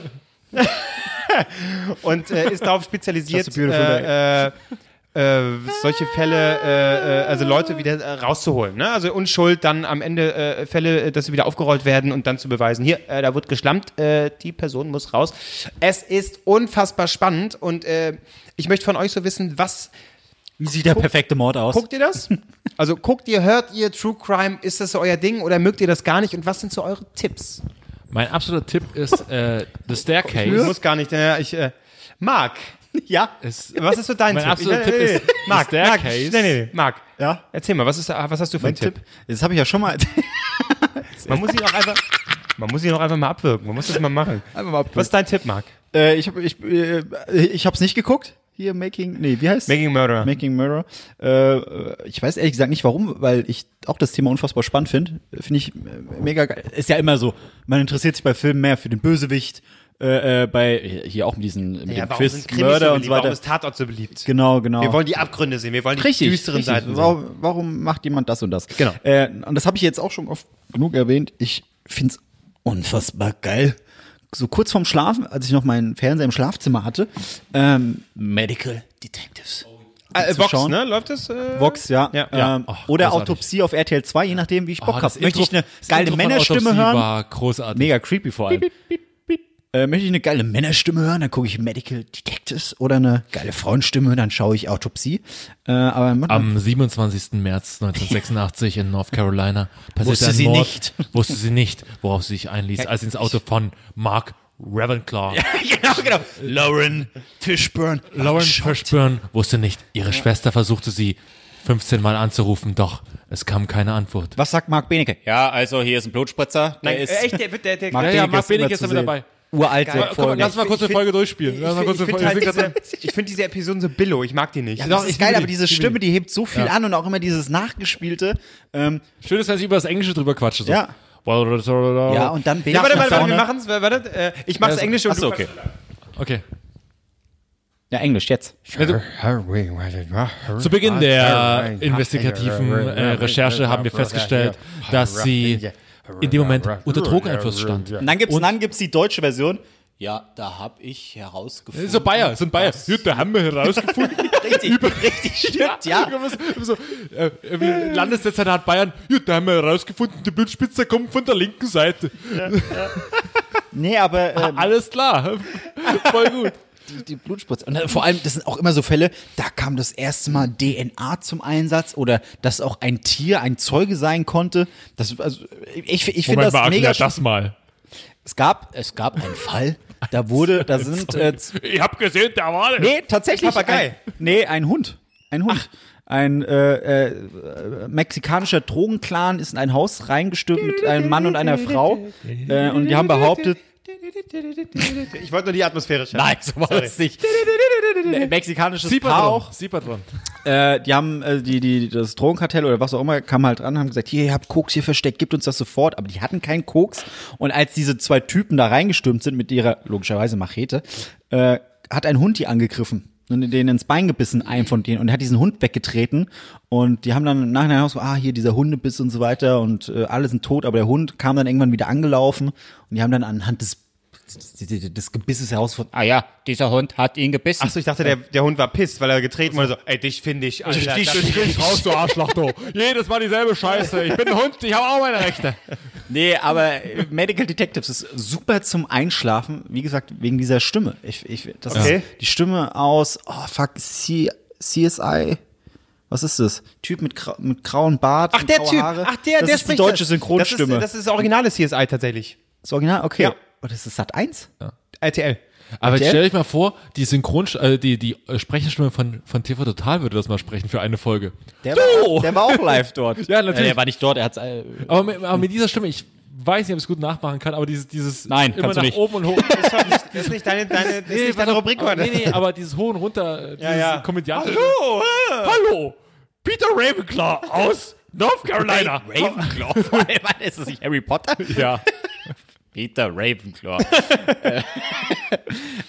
Speaker 3: und äh, ist darauf spezialisiert,
Speaker 2: Just a beautiful
Speaker 3: äh, äh, äh, solche Fälle, äh, äh, also Leute wieder äh, rauszuholen. Ne? Also Unschuld, dann am Ende äh, Fälle, äh, dass sie wieder aufgerollt werden und dann zu beweisen, hier, äh, da wird geschlampt, äh, die Person muss raus. Es ist unfassbar spannend und äh, ich möchte von euch so wissen, was
Speaker 2: Wie sieht der perfekte Mord aus?
Speaker 3: guckt ihr das? Also guckt ihr, hört ihr True Crime, ist das so euer Ding oder mögt ihr das gar nicht und was sind so eure Tipps?
Speaker 1: Mein absoluter Tipp ist äh, The
Speaker 3: Ich
Speaker 1: Staircase.
Speaker 3: muss gar nicht, denn äh, ich äh, Marc,
Speaker 2: Ja.
Speaker 1: Ist,
Speaker 3: was ist so dein
Speaker 1: Mein
Speaker 3: Tipp?
Speaker 1: absoluter
Speaker 3: Ich-
Speaker 1: Tipp ist
Speaker 3: Marc,
Speaker 1: The
Speaker 3: Marc, nee,
Speaker 1: Staircase.
Speaker 3: nee, nee, Marc,
Speaker 2: Ja.
Speaker 3: erzähl mal, was, ist, ah, was hast du für einen Tipp?
Speaker 2: Tipp. Das habe ich ja schon mal.
Speaker 3: Man muss ihn auch einfach, man muss ihn auch einfach mal abwirken. Man muss das mal machen. Was ist dein Tipp, Marc?
Speaker 2: äh, ich habe ich, äh, ich hab's nicht geguckt. Hier Making, nee, wie heißt?
Speaker 3: Making Murderer.
Speaker 2: Making Murder. Äh, ich weiß ehrlich gesagt nicht warum, weil ich auch das Thema unfassbar spannend finde. Finde ich äh, mega geil. Ist ja immer so. Man interessiert sich bei Filmen mehr für den Bösewicht. Äh, äh, bei hier auch mit diesen mit dem Quiz Mörder und so
Speaker 3: Warum
Speaker 2: weiter.
Speaker 3: ist Tatort so beliebt?
Speaker 2: Genau, genau.
Speaker 3: Wir wollen die Abgründe sehen. Wir wollen die
Speaker 2: richtig,
Speaker 3: düsteren
Speaker 2: richtig.
Speaker 3: Seiten sehen.
Speaker 2: Warum, warum macht jemand das und das?
Speaker 3: Genau.
Speaker 2: Äh, und das habe ich jetzt auch schon oft genug erwähnt. Ich find's unfassbar geil. So kurz vorm Schlafen, als ich noch meinen Fernseher im Schlafzimmer hatte, ähm, Medical Detectives.
Speaker 3: Äh,
Speaker 2: zu
Speaker 3: Vox,
Speaker 2: schauen.
Speaker 3: ne? Läuft das? Äh?
Speaker 2: Vox, ja.
Speaker 3: Ja.
Speaker 1: Ja.
Speaker 2: Ähm,
Speaker 1: Oh,
Speaker 2: oder
Speaker 1: großartig.
Speaker 2: Autopsie auf RTL 2, je nachdem, wie ich Bock
Speaker 1: Ah, das
Speaker 2: habe. Möchte ich
Speaker 1: Intro-
Speaker 2: eine
Speaker 1: das
Speaker 2: geile
Speaker 1: Intro von
Speaker 2: Männerstimme
Speaker 1: Autopsie
Speaker 2: hören?
Speaker 1: War großartig.
Speaker 2: Mega creepy vor allem. Äh, möchte ich eine geile Männerstimme hören, dann gucke ich Medical Detectives oder eine geile Frauenstimme, dann schaue ich Autopsie. Äh, aber manchmal-
Speaker 1: Am 27. März 1986 in North Carolina passierte
Speaker 2: Wusste
Speaker 1: ein
Speaker 2: sie
Speaker 1: Mord.
Speaker 2: nicht.
Speaker 1: Wusste sie nicht, worauf sie sich einließ, als sie ins Auto von Mark Ravenclaw.
Speaker 2: genau, genau. Lauren Fishburne.
Speaker 1: Lauren Fishburne wusste nicht. Ihre Schwester versuchte sie 15 Mal anzurufen, doch es kam keine Antwort.
Speaker 2: Was sagt Marc Benecke?
Speaker 5: Ja, also hier ist ein Blutspritzer.
Speaker 3: Nein,
Speaker 5: der ist,
Speaker 3: äh, echt, der, der, der,
Speaker 2: Marc
Speaker 1: Ja, ja,
Speaker 2: Benecke
Speaker 1: Marc
Speaker 2: ist immer
Speaker 1: Benecke
Speaker 2: zu
Speaker 1: ist immer
Speaker 2: sehen.
Speaker 1: dabei.
Speaker 2: Uralte
Speaker 3: Geil. Komm,
Speaker 2: Folge.
Speaker 1: lass mal kurz eine Folge durchspielen. Lass mal
Speaker 3: ich
Speaker 1: kurz eine
Speaker 3: finde
Speaker 1: Folge.
Speaker 3: halt
Speaker 1: Ich sing
Speaker 3: diese,
Speaker 1: grad-
Speaker 3: ich find diese Episoden so billow. Ich mag die nicht.
Speaker 2: das
Speaker 1: Doch,
Speaker 2: ist
Speaker 1: ich
Speaker 2: geil,
Speaker 1: liebe
Speaker 2: aber
Speaker 1: die.
Speaker 2: diese
Speaker 1: Ich liebe
Speaker 2: Stimme,
Speaker 1: die.
Speaker 2: die hebt so viel an und auch immer dieses Nachgespielte. Ähm,
Speaker 1: Schön ist, wenn sie über das Englische drüber quatsche. So.
Speaker 2: Ja. ja, und dann
Speaker 3: ja,
Speaker 2: nach
Speaker 3: warte, warte, warte, wir
Speaker 2: vorne.
Speaker 3: machen's. Warte, äh, ich mach's
Speaker 1: Ja, so-
Speaker 3: Englisch und
Speaker 5: achso, okay.
Speaker 1: Okay.
Speaker 2: Ja, Englisch, jetzt.
Speaker 1: Zu Beginn der investigativen äh, Recherche haben wir festgestellt, dass sie in dem Moment unter Drogeneinfluss stand.
Speaker 2: Und dann gibt's, dann gibt's die deutsche Version.
Speaker 5: Ja, da hab ich herausgefunden.
Speaker 1: So Bayer, so ein Bayer. Ja, da haben wir herausgefunden.
Speaker 2: Richtig, richtig, stimmt, ja.
Speaker 1: so, äh, irgendwie Landesdezernat halt Bayern. Ja, da haben wir herausgefunden, die Bildspitze kommt von der linken Seite.
Speaker 2: Nee, aber ähm,
Speaker 1: Alles klar. Voll gut.
Speaker 2: die Blutspritze. Und dann, vor allem, das sind auch immer so Fälle, da kam das erste Mal DNA zum Einsatz oder dass auch ein Tier ein Zeuge sein konnte. Das, also, ich ich finde das mega
Speaker 1: das mal.
Speaker 2: Es gab, es gab einen Fall, da wurde, da sind, äh, z-
Speaker 1: Ich hab gesehen, da war der.
Speaker 2: nee, tatsächlich.
Speaker 3: Papagei.
Speaker 2: Ein, nee, ein Hund. Ein Hund. Ein äh, äh, äh, mexikanischer Drogenclan ist in ein Haus reingestürmt mit einem Mann und einer Frau. Äh, und die haben behauptet,
Speaker 3: Ich wollte nur die Atmosphäre schaffen.
Speaker 2: nein, so war das nicht. Ein mexikanisches Paar
Speaker 1: Siebertron.
Speaker 2: auch.
Speaker 1: Siebertron.
Speaker 2: Äh, die haben äh, die, die, das Drogenkartell oder was auch immer kam halt an, haben gesagt, hier, ihr habt Koks hier versteckt, gebt uns das sofort. Aber die hatten keinen Koks. Und als diese zwei Typen da reingestürmt sind mit ihrer logischerweise Machete, äh, hat ein Hund die angegriffen und denen ins Bein gebissen, einem von denen, und hat diesen Hund weggetreten. Und die haben dann im Nachhinein auch so, ah, hier dieser Hundebiss und so weiter und äh, alle sind tot, aber der Hund kam dann irgendwann wieder angelaufen und die haben dann anhand des des Gebisses herausgefunden.
Speaker 5: ah ja, dieser Hund hat ihn gebissen.
Speaker 3: Achso, ich dachte, der, der Hund war pisst, weil er getreten wurde. So, ey, dich finde ich. Alter,
Speaker 1: Dich
Speaker 3: das-
Speaker 1: dich, dich raus, du Arschloch, du. Jedes Mal dieselbe Scheiße. Ich bin ein Hund, ich habe auch meine Rechte.
Speaker 2: Nee, aber äh, Medical Detectives ist super zum Einschlafen, wie gesagt, wegen dieser Stimme. Ich, ich, das
Speaker 3: Okay.
Speaker 2: ist die Stimme aus, oh fuck, C, CSI. Was ist das? Typ mit, grau, mit grauem Bart.
Speaker 3: Ach,
Speaker 2: und
Speaker 3: der
Speaker 2: graue
Speaker 3: Typ.
Speaker 2: Haare.
Speaker 3: Ach, der,
Speaker 2: das
Speaker 3: der
Speaker 2: ist
Speaker 3: spricht
Speaker 2: die deutsche Synchronstimme.
Speaker 3: Das ist das, ist das originale CSI tatsächlich.
Speaker 2: Das Original? Okay.
Speaker 3: Ja.
Speaker 2: Oh, das ist Sat 1?
Speaker 3: RTL.
Speaker 1: Aber
Speaker 2: RTL?
Speaker 1: stell euch mal vor, die Synchron, äh, die, die äh, Sprecherstimme von, von TV Total würde das mal sprechen für eine Folge.
Speaker 2: Der, war, der war auch live dort.
Speaker 1: Ja, natürlich.
Speaker 5: war nicht dort, er hat's. Äh,
Speaker 1: aber, mit, aber mit dieser Stimme, ich weiß nicht, ob ich es gut nachmachen kann, aber dieses, dieses
Speaker 5: Nein,
Speaker 1: immer
Speaker 5: kannst du
Speaker 1: nach
Speaker 5: nicht.
Speaker 1: oben und hoch.
Speaker 3: Das war nicht- das ist nicht deine, deine, das ist nicht deine
Speaker 1: pass auf,
Speaker 3: Rubrik
Speaker 2: Oh,
Speaker 1: aber,
Speaker 3: heute.
Speaker 1: nee, nee, aber dieses hohen runter, äh, dieses
Speaker 3: ja.
Speaker 1: komödiantische.
Speaker 3: Hallo! äh.
Speaker 1: Hallo, Peter Ravenclaw aus North Carolina.
Speaker 5: Ravenclaw. Wann ist es nicht Harry Potter?
Speaker 1: Ja.
Speaker 5: Peter Ravenclaw.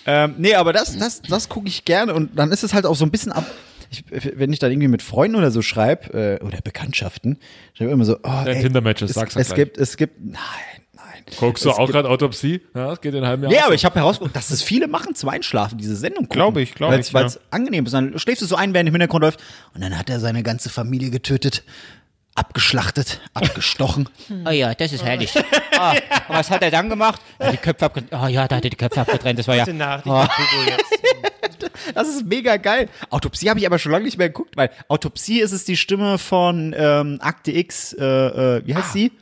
Speaker 2: Ähm, nee, aber das, das, das gucke ich gerne und dann ist es halt auch so ein bisschen ab. Ich, wenn ich dann irgendwie mit Freunden oder so schreibe, äh, oder Bekanntschaften, schreibe ich immer so, oh, ey,
Speaker 1: Tinder-Matches,
Speaker 2: es,
Speaker 1: sag's doch
Speaker 2: es
Speaker 1: gleich.
Speaker 2: gibt, es gibt, nein, nein,
Speaker 1: Guckst du auch gerade Autopsie? Ja, das geht in einem halben Jahr.
Speaker 2: Ja, aber ich habe herausgefunden, dass es viele machen zum Einschlafen, diese Sendung gucken.
Speaker 3: Glaube ich, glaube
Speaker 2: Weil's-
Speaker 3: ich,
Speaker 2: Weil's
Speaker 3: ja.
Speaker 2: angenehm ist. Dann schläfst du so ein, während im Hintergrund läuft. Und dann hat er seine ganze Familie getötet, abgeschlachtet, abgestochen.
Speaker 5: Oh ja, das ist herrlich. Ah, und was hat er dann gemacht? Ja, die Köpfe abgetrennt. Oh ja, da hat er die Köpfe abgetrennt. Das war ja. Ah.
Speaker 3: Nacht,
Speaker 2: Das ist mega geil. Autopsie habe ich aber schon lange nicht mehr geguckt, weil Autopsie ist es die Stimme von ähm, Akte X, äh, äh, wie heißt sie?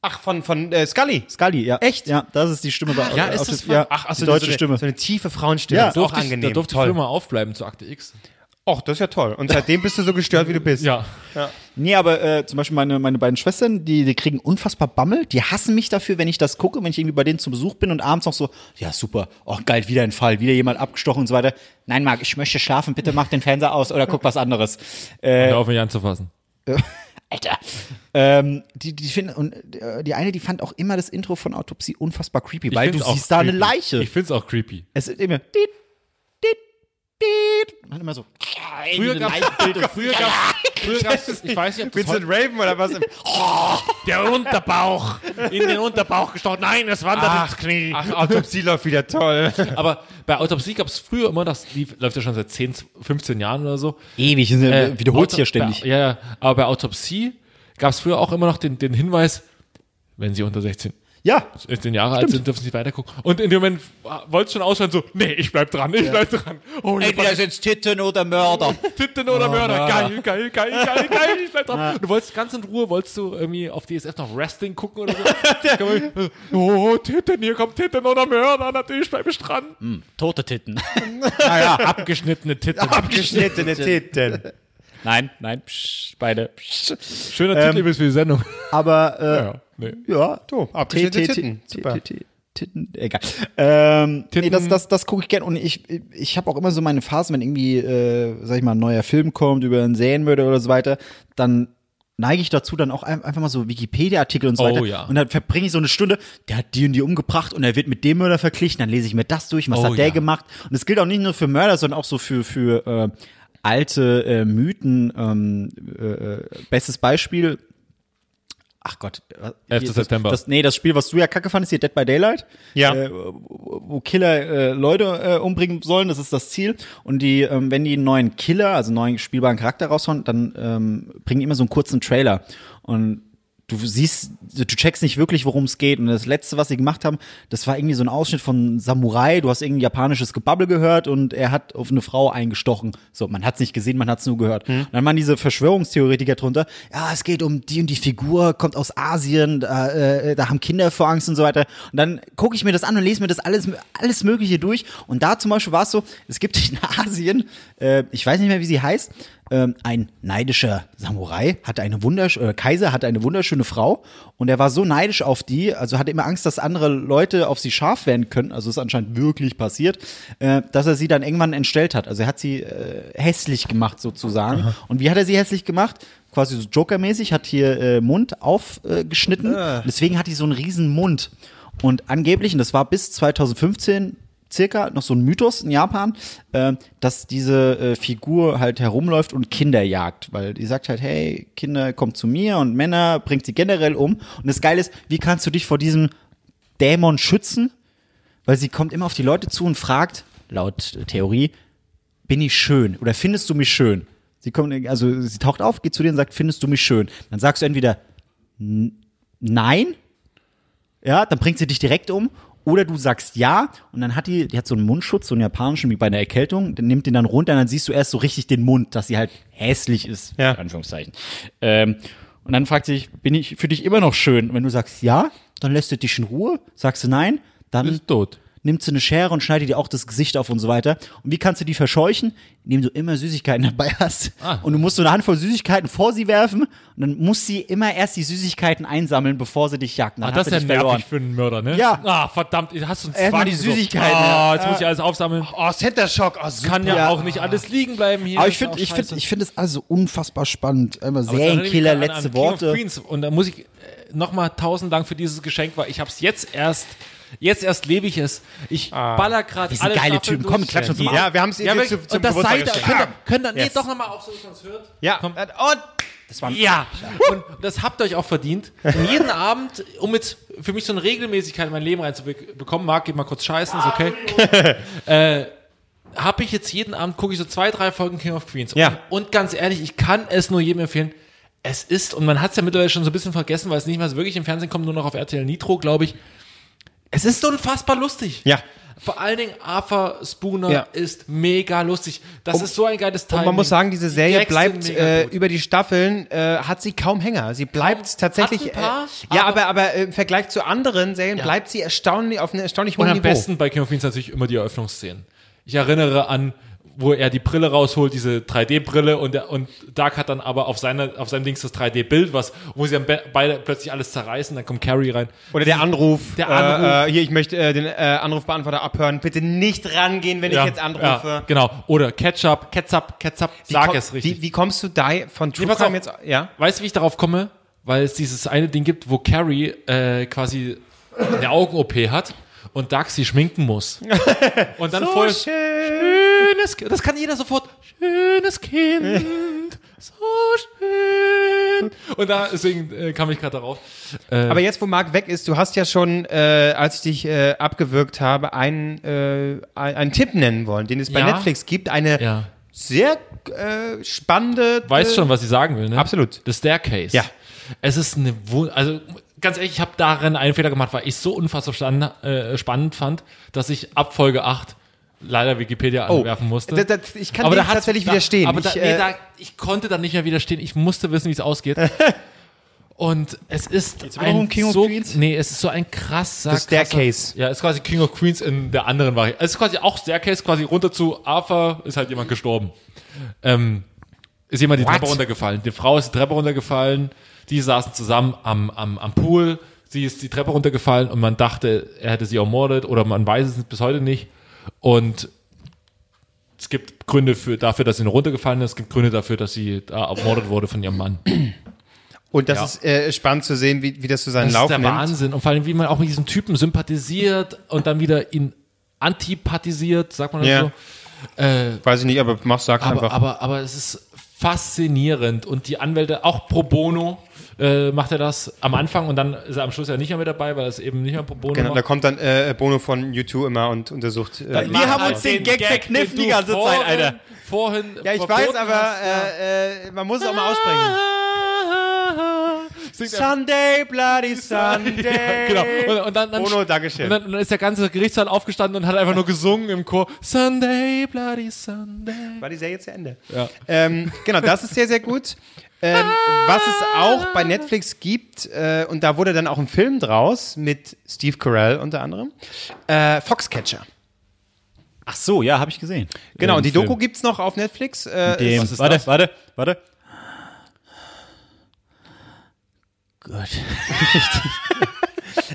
Speaker 3: Ach, von, von äh, Scully.
Speaker 2: Scully, ja.
Speaker 3: Ah. Echt?
Speaker 2: Ja, das ist die Stimme bei
Speaker 3: Ja,
Speaker 2: äh,
Speaker 3: ist das
Speaker 2: Autopsie, ja,
Speaker 3: Ach, also
Speaker 2: die deutsche
Speaker 3: so eine,
Speaker 2: Stimme.
Speaker 3: So eine tiefe Frauenstimme.
Speaker 2: Ja,
Speaker 3: ist
Speaker 1: Da
Speaker 3: auch
Speaker 1: durfte ich, da
Speaker 3: angenehm.
Speaker 1: durfte ich früher
Speaker 3: toll.
Speaker 1: mal aufbleiben zu Akte X.
Speaker 3: Ach, das ist ja toll. Und seitdem bist du so gestört, wie du bist.
Speaker 1: Ja.
Speaker 2: Nee, aber äh, zum Beispiel meine, meine beiden Schwestern, die, die kriegen unfassbar Bammel. Die hassen mich dafür, wenn ich das gucke, wenn ich irgendwie bei denen zu Besuch bin und abends noch so, ja super, oh geil, wieder ein Fall, wieder jemand abgestochen und so weiter.
Speaker 5: Nein, Marc, ich möchte schlafen. Bitte mach den Fernseher aus oder guck was anderes.
Speaker 2: Äh,
Speaker 1: Hör auf mich anzufassen.
Speaker 5: Alter.
Speaker 2: Ähm, die, die finden, und äh, die eine, die fand auch immer das Intro von Autopsie unfassbar creepy,
Speaker 1: Ich
Speaker 2: weil du
Speaker 1: find's auch
Speaker 2: siehst da eine
Speaker 1: creepy.
Speaker 2: Leiche.
Speaker 1: Ich find's auch creepy.
Speaker 2: es ist immer, dit, dit, dit. Und dann immer so,
Speaker 1: Früher gab's, früher gab's, früher gab's, ich weiß nicht, ob das
Speaker 3: Vincent Raven oder was?
Speaker 1: Der Unterbauch. In den Unterbauch gestochen. Nein, es wandert ins Knie.
Speaker 3: Ach, Autopsie läuft wieder toll.
Speaker 1: Aber bei Autopsie gab es früher immer, das lief, läuft ja schon seit 10, 15 Jahren oder so.
Speaker 2: ewig, äh, wiederholt
Speaker 1: Auto-
Speaker 2: hier ständig.
Speaker 1: Bei, ja, ja, aber bei Autopsie gab es früher auch immer noch den, den Hinweis, wenn sie unter 16,
Speaker 2: Ja,
Speaker 1: 16 Jahre alt sind, dürfen sie nicht weitergucken. Und in dem Moment wollte schon ausschalten, so, nee, ich bleib dran, ich bleib dran. Oh, ich
Speaker 5: Entweder sind Titten oder Mörder.
Speaker 1: Titten
Speaker 2: Oh,
Speaker 1: oder Mörder. Geil, geil, geil, geil, geil. Ich bleib dran. Und du wolltest ganz in Ruhe, wolltest du irgendwie auf DSF noch Wrestling gucken oder so? oh, Titten, hier kommt Titten oder Mörder. Natürlich bleib ich dran.
Speaker 5: Tote Titten.
Speaker 1: Abgeschnittene Titten.
Speaker 3: Abgeschnittene Titten.
Speaker 5: Nein, nein, psch, beide. Psch.
Speaker 1: Schöner Titel übrigens für die Sendung.
Speaker 2: aber äh,
Speaker 1: Ja, nee.
Speaker 2: Ähm, Ja,
Speaker 3: So, abgeschnittene
Speaker 2: T- T-
Speaker 3: Titten.
Speaker 2: T-
Speaker 3: Super.
Speaker 2: T- T- Titten, egal. Ähm, Nee,
Speaker 1: Titten.
Speaker 2: das das, das gucke ich gern. Und ich, ich habe auch immer so meine Phasen, wenn irgendwie, äh, sag ich mal, ein neuer Film kommt über einen Serienmörder oder so weiter, dann neige ich dazu, dann auch ein- einfach mal so Wikipedia-Artikel und so
Speaker 1: Oh,
Speaker 2: weiter.
Speaker 1: ja.
Speaker 2: Und dann verbringe ich so eine Stunde, der hat die und die umgebracht und er wird mit dem Mörder verglichen. Dann lese ich mir das durch, was
Speaker 1: Oh,
Speaker 2: hat der
Speaker 1: ja.
Speaker 2: gemacht. Und es gilt auch nicht nur für Mörder, sondern auch so für, für äh, alte äh, Mythen. Ähm, äh, bestes Beispiel, ach Gott. äh,
Speaker 1: 11.
Speaker 2: hier, das-
Speaker 1: September.
Speaker 2: Das, nee, das Spiel, was du ja kacke fandest, hier Dead by Daylight.
Speaker 3: Ja.
Speaker 2: Äh, wo wo Killer äh, Leute äh, umbringen sollen, das ist das Ziel. Und die, ähm, wenn die einen neuen Killer, also einen neuen spielbaren Charakter raushauen, dann ähm, bringen die immer so einen kurzen Trailer. Und du siehst, du checkst nicht wirklich, worum es geht. Und das Letzte, was sie gemacht haben, das war irgendwie so ein Ausschnitt von Samurai. Du hast irgendein japanisches Gebabbel gehört und er hat auf eine Frau eingestochen. So, man hat es nicht gesehen, man hat es nur gehört. Und dann waren diese Verschwörungstheoretiker drunter. Ja, es geht um die und die Figur, kommt aus Asien, da, äh, da haben Kinder vor Angst und so weiter. Und dann gucke ich mir das an und lese mir das alles, alles Mögliche durch. Und da zum Beispiel war es so, es gibt in Asien, äh, ich weiß nicht mehr, wie sie heißt, ähm, ein neidischer Samurai hatte eine wunderschöne, äh, Kaiser hatte eine wunderschöne Frau und er war so neidisch auf die, also hatte immer Angst, dass andere Leute auf sie scharf werden können, also ist anscheinend wirklich passiert, äh, dass er sie dann irgendwann entstellt hat. Also er hat sie äh, hässlich gemacht sozusagen. Und wie hat er sie hässlich gemacht? Quasi so Joker-mäßig, hat hier äh, Mund aufgeschnitten. Deswegen hat die so einen riesen Mund. Und angeblich, und das war bis 2015 circa noch so ein Mythos in Japan, äh, dass diese äh, Figur halt herumläuft und Kinder jagt, weil die sagt halt, hey, Kinder kommt zu mir und Männer bringt sie generell um. Und das Geile ist, wie kannst du dich vor diesem Dämon schützen? Weil sie kommt immer auf die Leute zu und fragt, laut äh, Theorie, bin ich schön oder findest du mich schön? Sie kommt, also sie taucht auf, geht zu dir und sagt, findest du mich schön? Dann sagst du entweder "N- nein ja, dann bringt sie dich direkt um. Oder du sagst ja und dann hat die, die hat so einen Mundschutz, so einen japanischen wie bei einer Erkältung, dann nimmt den dann runter und dann siehst du erst so richtig den Mund, dass sie halt hässlich ist.
Speaker 3: Ja.
Speaker 2: in Anführungszeichen. Ähm, und dann fragt sie dich, bin ich für dich immer noch schön? Und wenn du sagst ja, dann lässt du dich in Ruhe. Sagst du nein, dann
Speaker 1: Bist tot.
Speaker 2: nimmt sie eine Schere und schneidet dir auch das Gesicht auf und so weiter. Und wie kannst du die verscheuchen? Indem du immer Süßigkeiten dabei hast. Und du musst so eine Handvoll Süßigkeiten vor sie werfen und dann muss sie immer erst die Süßigkeiten einsammeln, bevor sie dich jagt. Dann
Speaker 1: Ah,
Speaker 2: hat
Speaker 1: das
Speaker 2: sie
Speaker 1: ist ja
Speaker 2: dich
Speaker 1: nervig
Speaker 2: verloren.
Speaker 1: für einen Mörder, ne?
Speaker 2: Ja.
Speaker 1: Ah, verdammt, ihr hast uns
Speaker 2: Erstmal die
Speaker 1: gesucht.
Speaker 2: Süßigkeiten,
Speaker 1: Ah,
Speaker 2: ja.
Speaker 1: jetzt muss ich alles aufsammeln.
Speaker 3: Oh, Center Shock. Oh, super.
Speaker 1: Kann ja,
Speaker 2: Ja.
Speaker 1: auch nicht alles liegen bleiben hier.
Speaker 2: Aber ich finde
Speaker 1: Ist auch
Speaker 2: ich find,
Speaker 1: scheiße.
Speaker 2: ich find das alles so unfassbar spannend. Einmal
Speaker 1: Aber es erinnert mich
Speaker 2: Serienkiller,
Speaker 1: gerade an-
Speaker 2: letzte
Speaker 1: an King of
Speaker 2: Worte.
Speaker 1: Queens. Und da muss ich äh, nochmal tausend Dank für dieses Geschenk, weil ich habe es jetzt erst, jetzt erst lebe ich es. Ich
Speaker 3: Ah.
Speaker 1: baller gerade
Speaker 2: sind
Speaker 1: alle
Speaker 2: geile
Speaker 1: Staffeln
Speaker 2: Typen.
Speaker 1: durch.
Speaker 2: Komm, klatsch uns mal
Speaker 3: Ja, wir haben es
Speaker 1: Ja,
Speaker 3: eben
Speaker 1: aber-
Speaker 3: zum, zum
Speaker 1: und das
Speaker 3: Geburtstag
Speaker 1: seid ihr.
Speaker 3: geschenkt.
Speaker 1: Könnt ihr, könnt ihr nee,
Speaker 3: Yes.
Speaker 1: doch nochmal auf, so ich sonst hört.
Speaker 3: Ja,
Speaker 1: Komm.
Speaker 3: und
Speaker 5: Das war
Speaker 1: Ja, und das habt ihr euch auch verdient. Und jeden Abend, um jetzt für mich so eine Regelmäßigkeit in mein Leben reinzubekommen, Marc, geh mal kurz scheißen, ist okay. äh, hab ich jetzt jeden Abend, gucke ich so zwei, drei Folgen King of Queens.
Speaker 3: Ja.
Speaker 1: Und, und ganz ehrlich, ich kann es nur jedem empfehlen. Es ist, und man hat es ja mittlerweile schon so ein bisschen vergessen, weil es nicht mehr so wirklich im Fernsehen kommt, nur noch auf RTL Nitro, glaube ich. Es ist so unfassbar lustig.
Speaker 3: Ja.
Speaker 1: Vor allen Dingen Arthur Spooner
Speaker 3: Ja.
Speaker 1: ist mega lustig. Das ist so ein geiles Teil.
Speaker 3: Und man muss sagen, diese Serie
Speaker 1: Gags
Speaker 3: bleibt
Speaker 1: sind mega
Speaker 3: äh,
Speaker 1: gut.
Speaker 3: über die Staffeln, äh, hat sie kaum Hänger. Sie bleibt tatsächlich.
Speaker 1: hat ein paar,
Speaker 3: äh, ja, aber, aber äh, im Vergleich zu anderen Serien bleibt sie erstaunlich auf einem erstaunlich
Speaker 1: Und
Speaker 3: hohen
Speaker 1: am
Speaker 3: Niveau.
Speaker 1: besten bei King of Queens natürlich immer die Eröffnungsszenen. Ich erinnere an, wo er die Brille rausholt, diese 3D-Brille und, der- und Dark hat dann aber auf, seiner auf seinem Dings das 3D-Bild, was, wo sie dann be- beide plötzlich alles zerreißen, dann kommt Carrie rein.
Speaker 3: Oder der Anruf.
Speaker 1: Der Anruf.
Speaker 3: Äh, äh, hier, ich möchte äh, den äh, Anrufbeantworter abhören. Bitte nicht rangehen, wenn
Speaker 1: Ja,
Speaker 3: ich jetzt
Speaker 1: Ja,
Speaker 3: anrufe.
Speaker 1: genau. Oder Ketchup, Ketchup, Ketchup,
Speaker 3: Wie
Speaker 1: sag
Speaker 3: komm-
Speaker 1: es richtig.
Speaker 3: Wie, wie kommst du da von True
Speaker 1: Nee, pass
Speaker 3: Crime
Speaker 1: auf.
Speaker 3: jetzt? Ja.
Speaker 1: Weißt du, wie ich darauf komme? Weil es dieses eine Ding gibt, wo Carrie äh, quasi eine Augen-OP hat und Dark sie schminken muss. Und dann
Speaker 3: Oh,
Speaker 1: voll schönes Kind. Das kann jeder sofort. Schönes Kind. So schön. Und da, deswegen äh, kam ich gerade darauf.
Speaker 3: Aber jetzt, wo Marc weg ist, du hast ja schon, äh, als ich dich äh, abgewürgt habe, einen, äh, ein- einen Tipp nennen wollen, den es bei
Speaker 1: Ja.
Speaker 3: Netflix gibt. Eine
Speaker 1: Ja.
Speaker 3: sehr äh, spannende.
Speaker 1: Weißt schon, was ich sagen will, ne?
Speaker 3: Äh, Absolut.
Speaker 1: The Staircase.
Speaker 3: Ja.
Speaker 1: Es ist eine Wun also ganz ehrlich, ich habe darin einen Fehler gemacht, weil ich so unfassbar stand, äh, spannend fand, dass ich ab Folge 8 leider Wikipedia
Speaker 3: äh,
Speaker 1: anwerfen musste.
Speaker 3: Oh. da- da- ich kann dem
Speaker 1: ne? hat's-
Speaker 3: tatsächlich widerstehen.
Speaker 1: Aber da,
Speaker 3: Ich,
Speaker 1: ich,
Speaker 3: äh,
Speaker 1: nee, da, ich konnte da nicht mehr widerstehen. Ich musste wissen, wie es ausgeht. Und es ist
Speaker 2: immer noch um King of
Speaker 1: so,
Speaker 2: Queens?
Speaker 1: Nee, es ist so ein
Speaker 3: The
Speaker 1: krasser
Speaker 3: Staircase.
Speaker 1: Krasser, ja, ist quasi King of Queens in der anderen Variante. Es ist quasi auch Staircase, quasi runter zu Arthur ist halt jemand gestorben. Ähm, ist jemand die Treppe runtergefallen. Die Frau ist die Treppe runtergefallen. Die saßen zusammen am, am, am Pool. Sie ist die Treppe runtergefallen und man dachte, er hätte sie ermordet oder man weiß es bis heute nicht. Und es gibt Gründe für, dafür, dass sie nur runtergefallen ist. Es gibt Gründe dafür, dass sie da ermordet wurde von ihrem Mann.
Speaker 3: Und das
Speaker 1: Ja.
Speaker 3: ist äh, spannend zu sehen, wie, wie das so seinen
Speaker 1: Das ist
Speaker 3: Lauf
Speaker 1: der
Speaker 3: nimmt.
Speaker 1: Wahnsinn. Und vor allem, wie man auch mit diesem Typen sympathisiert und dann wieder ihn antipathisiert, sagt man das
Speaker 3: Ja.
Speaker 1: so. Äh,
Speaker 3: Weiß ich nicht, aber mach, sag
Speaker 1: Aber,
Speaker 3: einfach.
Speaker 1: aber, aber es ist faszinierend. Und die Anwälte, auch pro bono, äh, macht er das am Anfang und dann ist er am Schluss ja nicht mehr mit dabei, weil er es eben nicht mehr pro bono
Speaker 3: genau, da
Speaker 1: macht.
Speaker 3: kommt dann äh, Bono von U2 immer und untersucht. Äh,
Speaker 2: Wir haben uns den Gag verkniffen die ganze Zeit,
Speaker 1: vorhin,
Speaker 2: Alter.
Speaker 1: Vorhin.
Speaker 3: ja, ich
Speaker 1: vor
Speaker 3: weiß,
Speaker 1: Podcast,
Speaker 3: aber
Speaker 1: ja.
Speaker 3: äh, äh, man muss es auch mal aussprechen.
Speaker 1: Singt er-
Speaker 3: Sunday, bloody Sunday.
Speaker 1: genau. Und, und dann, dann,
Speaker 3: Bono, Dankeschön.
Speaker 1: Und dann, und dann ist der ganze Gerichtssaal aufgestanden und hat einfach nur gesungen im Chor. Sunday, bloody Sunday.
Speaker 3: war die Serie zu Ende. Ähm, genau, das ist sehr, sehr gut. Ähm, was es auch bei Netflix gibt, äh, und da wurde dann auch ein Film draus mit Steve Carell unter anderem, äh, Foxcatcher.
Speaker 2: Ach so, ja, habe ich gesehen.
Speaker 3: Genau,
Speaker 2: Ähm,
Speaker 3: und die
Speaker 2: Film.
Speaker 3: Doku gibt es noch auf Netflix. Äh,
Speaker 2: Dem,
Speaker 1: Was ist
Speaker 2: warte,
Speaker 1: das?
Speaker 2: warte, warte. Gut.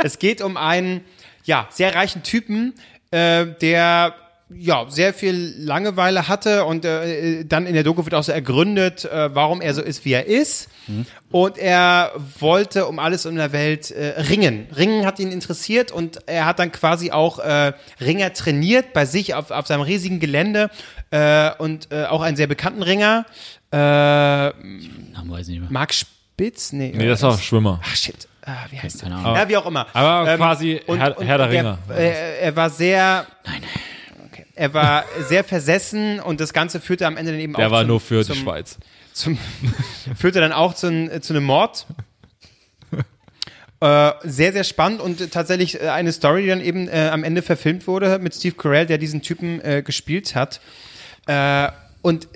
Speaker 3: Es geht um einen, ja, sehr reichen Typen, äh, der ja, sehr viel Langeweile hatte und äh, dann in der Doku wird auch so ergründet, äh, warum er so ist, wie er ist.
Speaker 1: Mhm.
Speaker 3: Und er wollte um alles in der Welt äh, ringen. Ringen hat ihn interessiert und er hat dann quasi auch äh, Ringer trainiert bei sich auf, auf seinem riesigen Gelände äh, und äh, auch einen sehr bekannten Ringer, äh,
Speaker 5: Namen weiß ich nicht mehr.
Speaker 3: Marc Spitz? Nee,
Speaker 1: Nee, das war Schwimmer.
Speaker 3: Ach shit, ah, wie heißt der?
Speaker 5: Keine Ahnung.
Speaker 3: Ja, wie auch immer. Ähm,
Speaker 1: Aber quasi Herr- Herr der Ringe.
Speaker 3: Er, äh, er war sehr. Nein. Okay. Er war sehr versessen und das Ganze führte am Ende dann eben
Speaker 1: Der
Speaker 3: auch
Speaker 1: war
Speaker 3: zum,
Speaker 1: nur für
Speaker 3: zum,
Speaker 1: die Schweiz.
Speaker 3: Zum, führte dann auch zu, n- zu einem Mord. Äh, sehr, sehr spannend und tatsächlich äh, eine Story, die dann eben äh, am Ende verfilmt wurde mit Steve Carell, der diesen Typen äh, gespielt hat. Äh, und äh,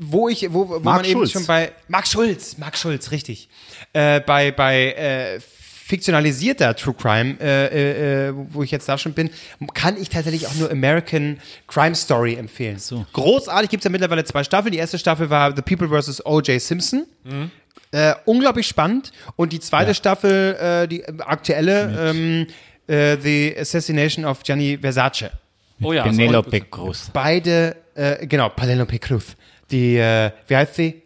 Speaker 3: wo ich, wo, wo man eben
Speaker 2: Schulz.
Speaker 3: schon bei Marc Schulz, Marc Schulz, richtig, äh, bei bei äh, fiktionalisierter True Crime, äh, äh, äh, wo ich jetzt da schon bin, kann ich tatsächlich auch nur American Crime Story empfehlen. Großartig gibt es ja mittlerweile zwei Staffeln. Die erste Staffel war The People vs. O.J. Simpson. Äh, unglaublich spannend. Und die zweite Staffel, äh, die äh, aktuelle, ähm, äh, The Assassination of Gianni Versace
Speaker 1: Oh ja.
Speaker 5: Penelope Cruz.
Speaker 3: beide, äh, genau, Penelope Cruz. Die, äh, wie heißt sie?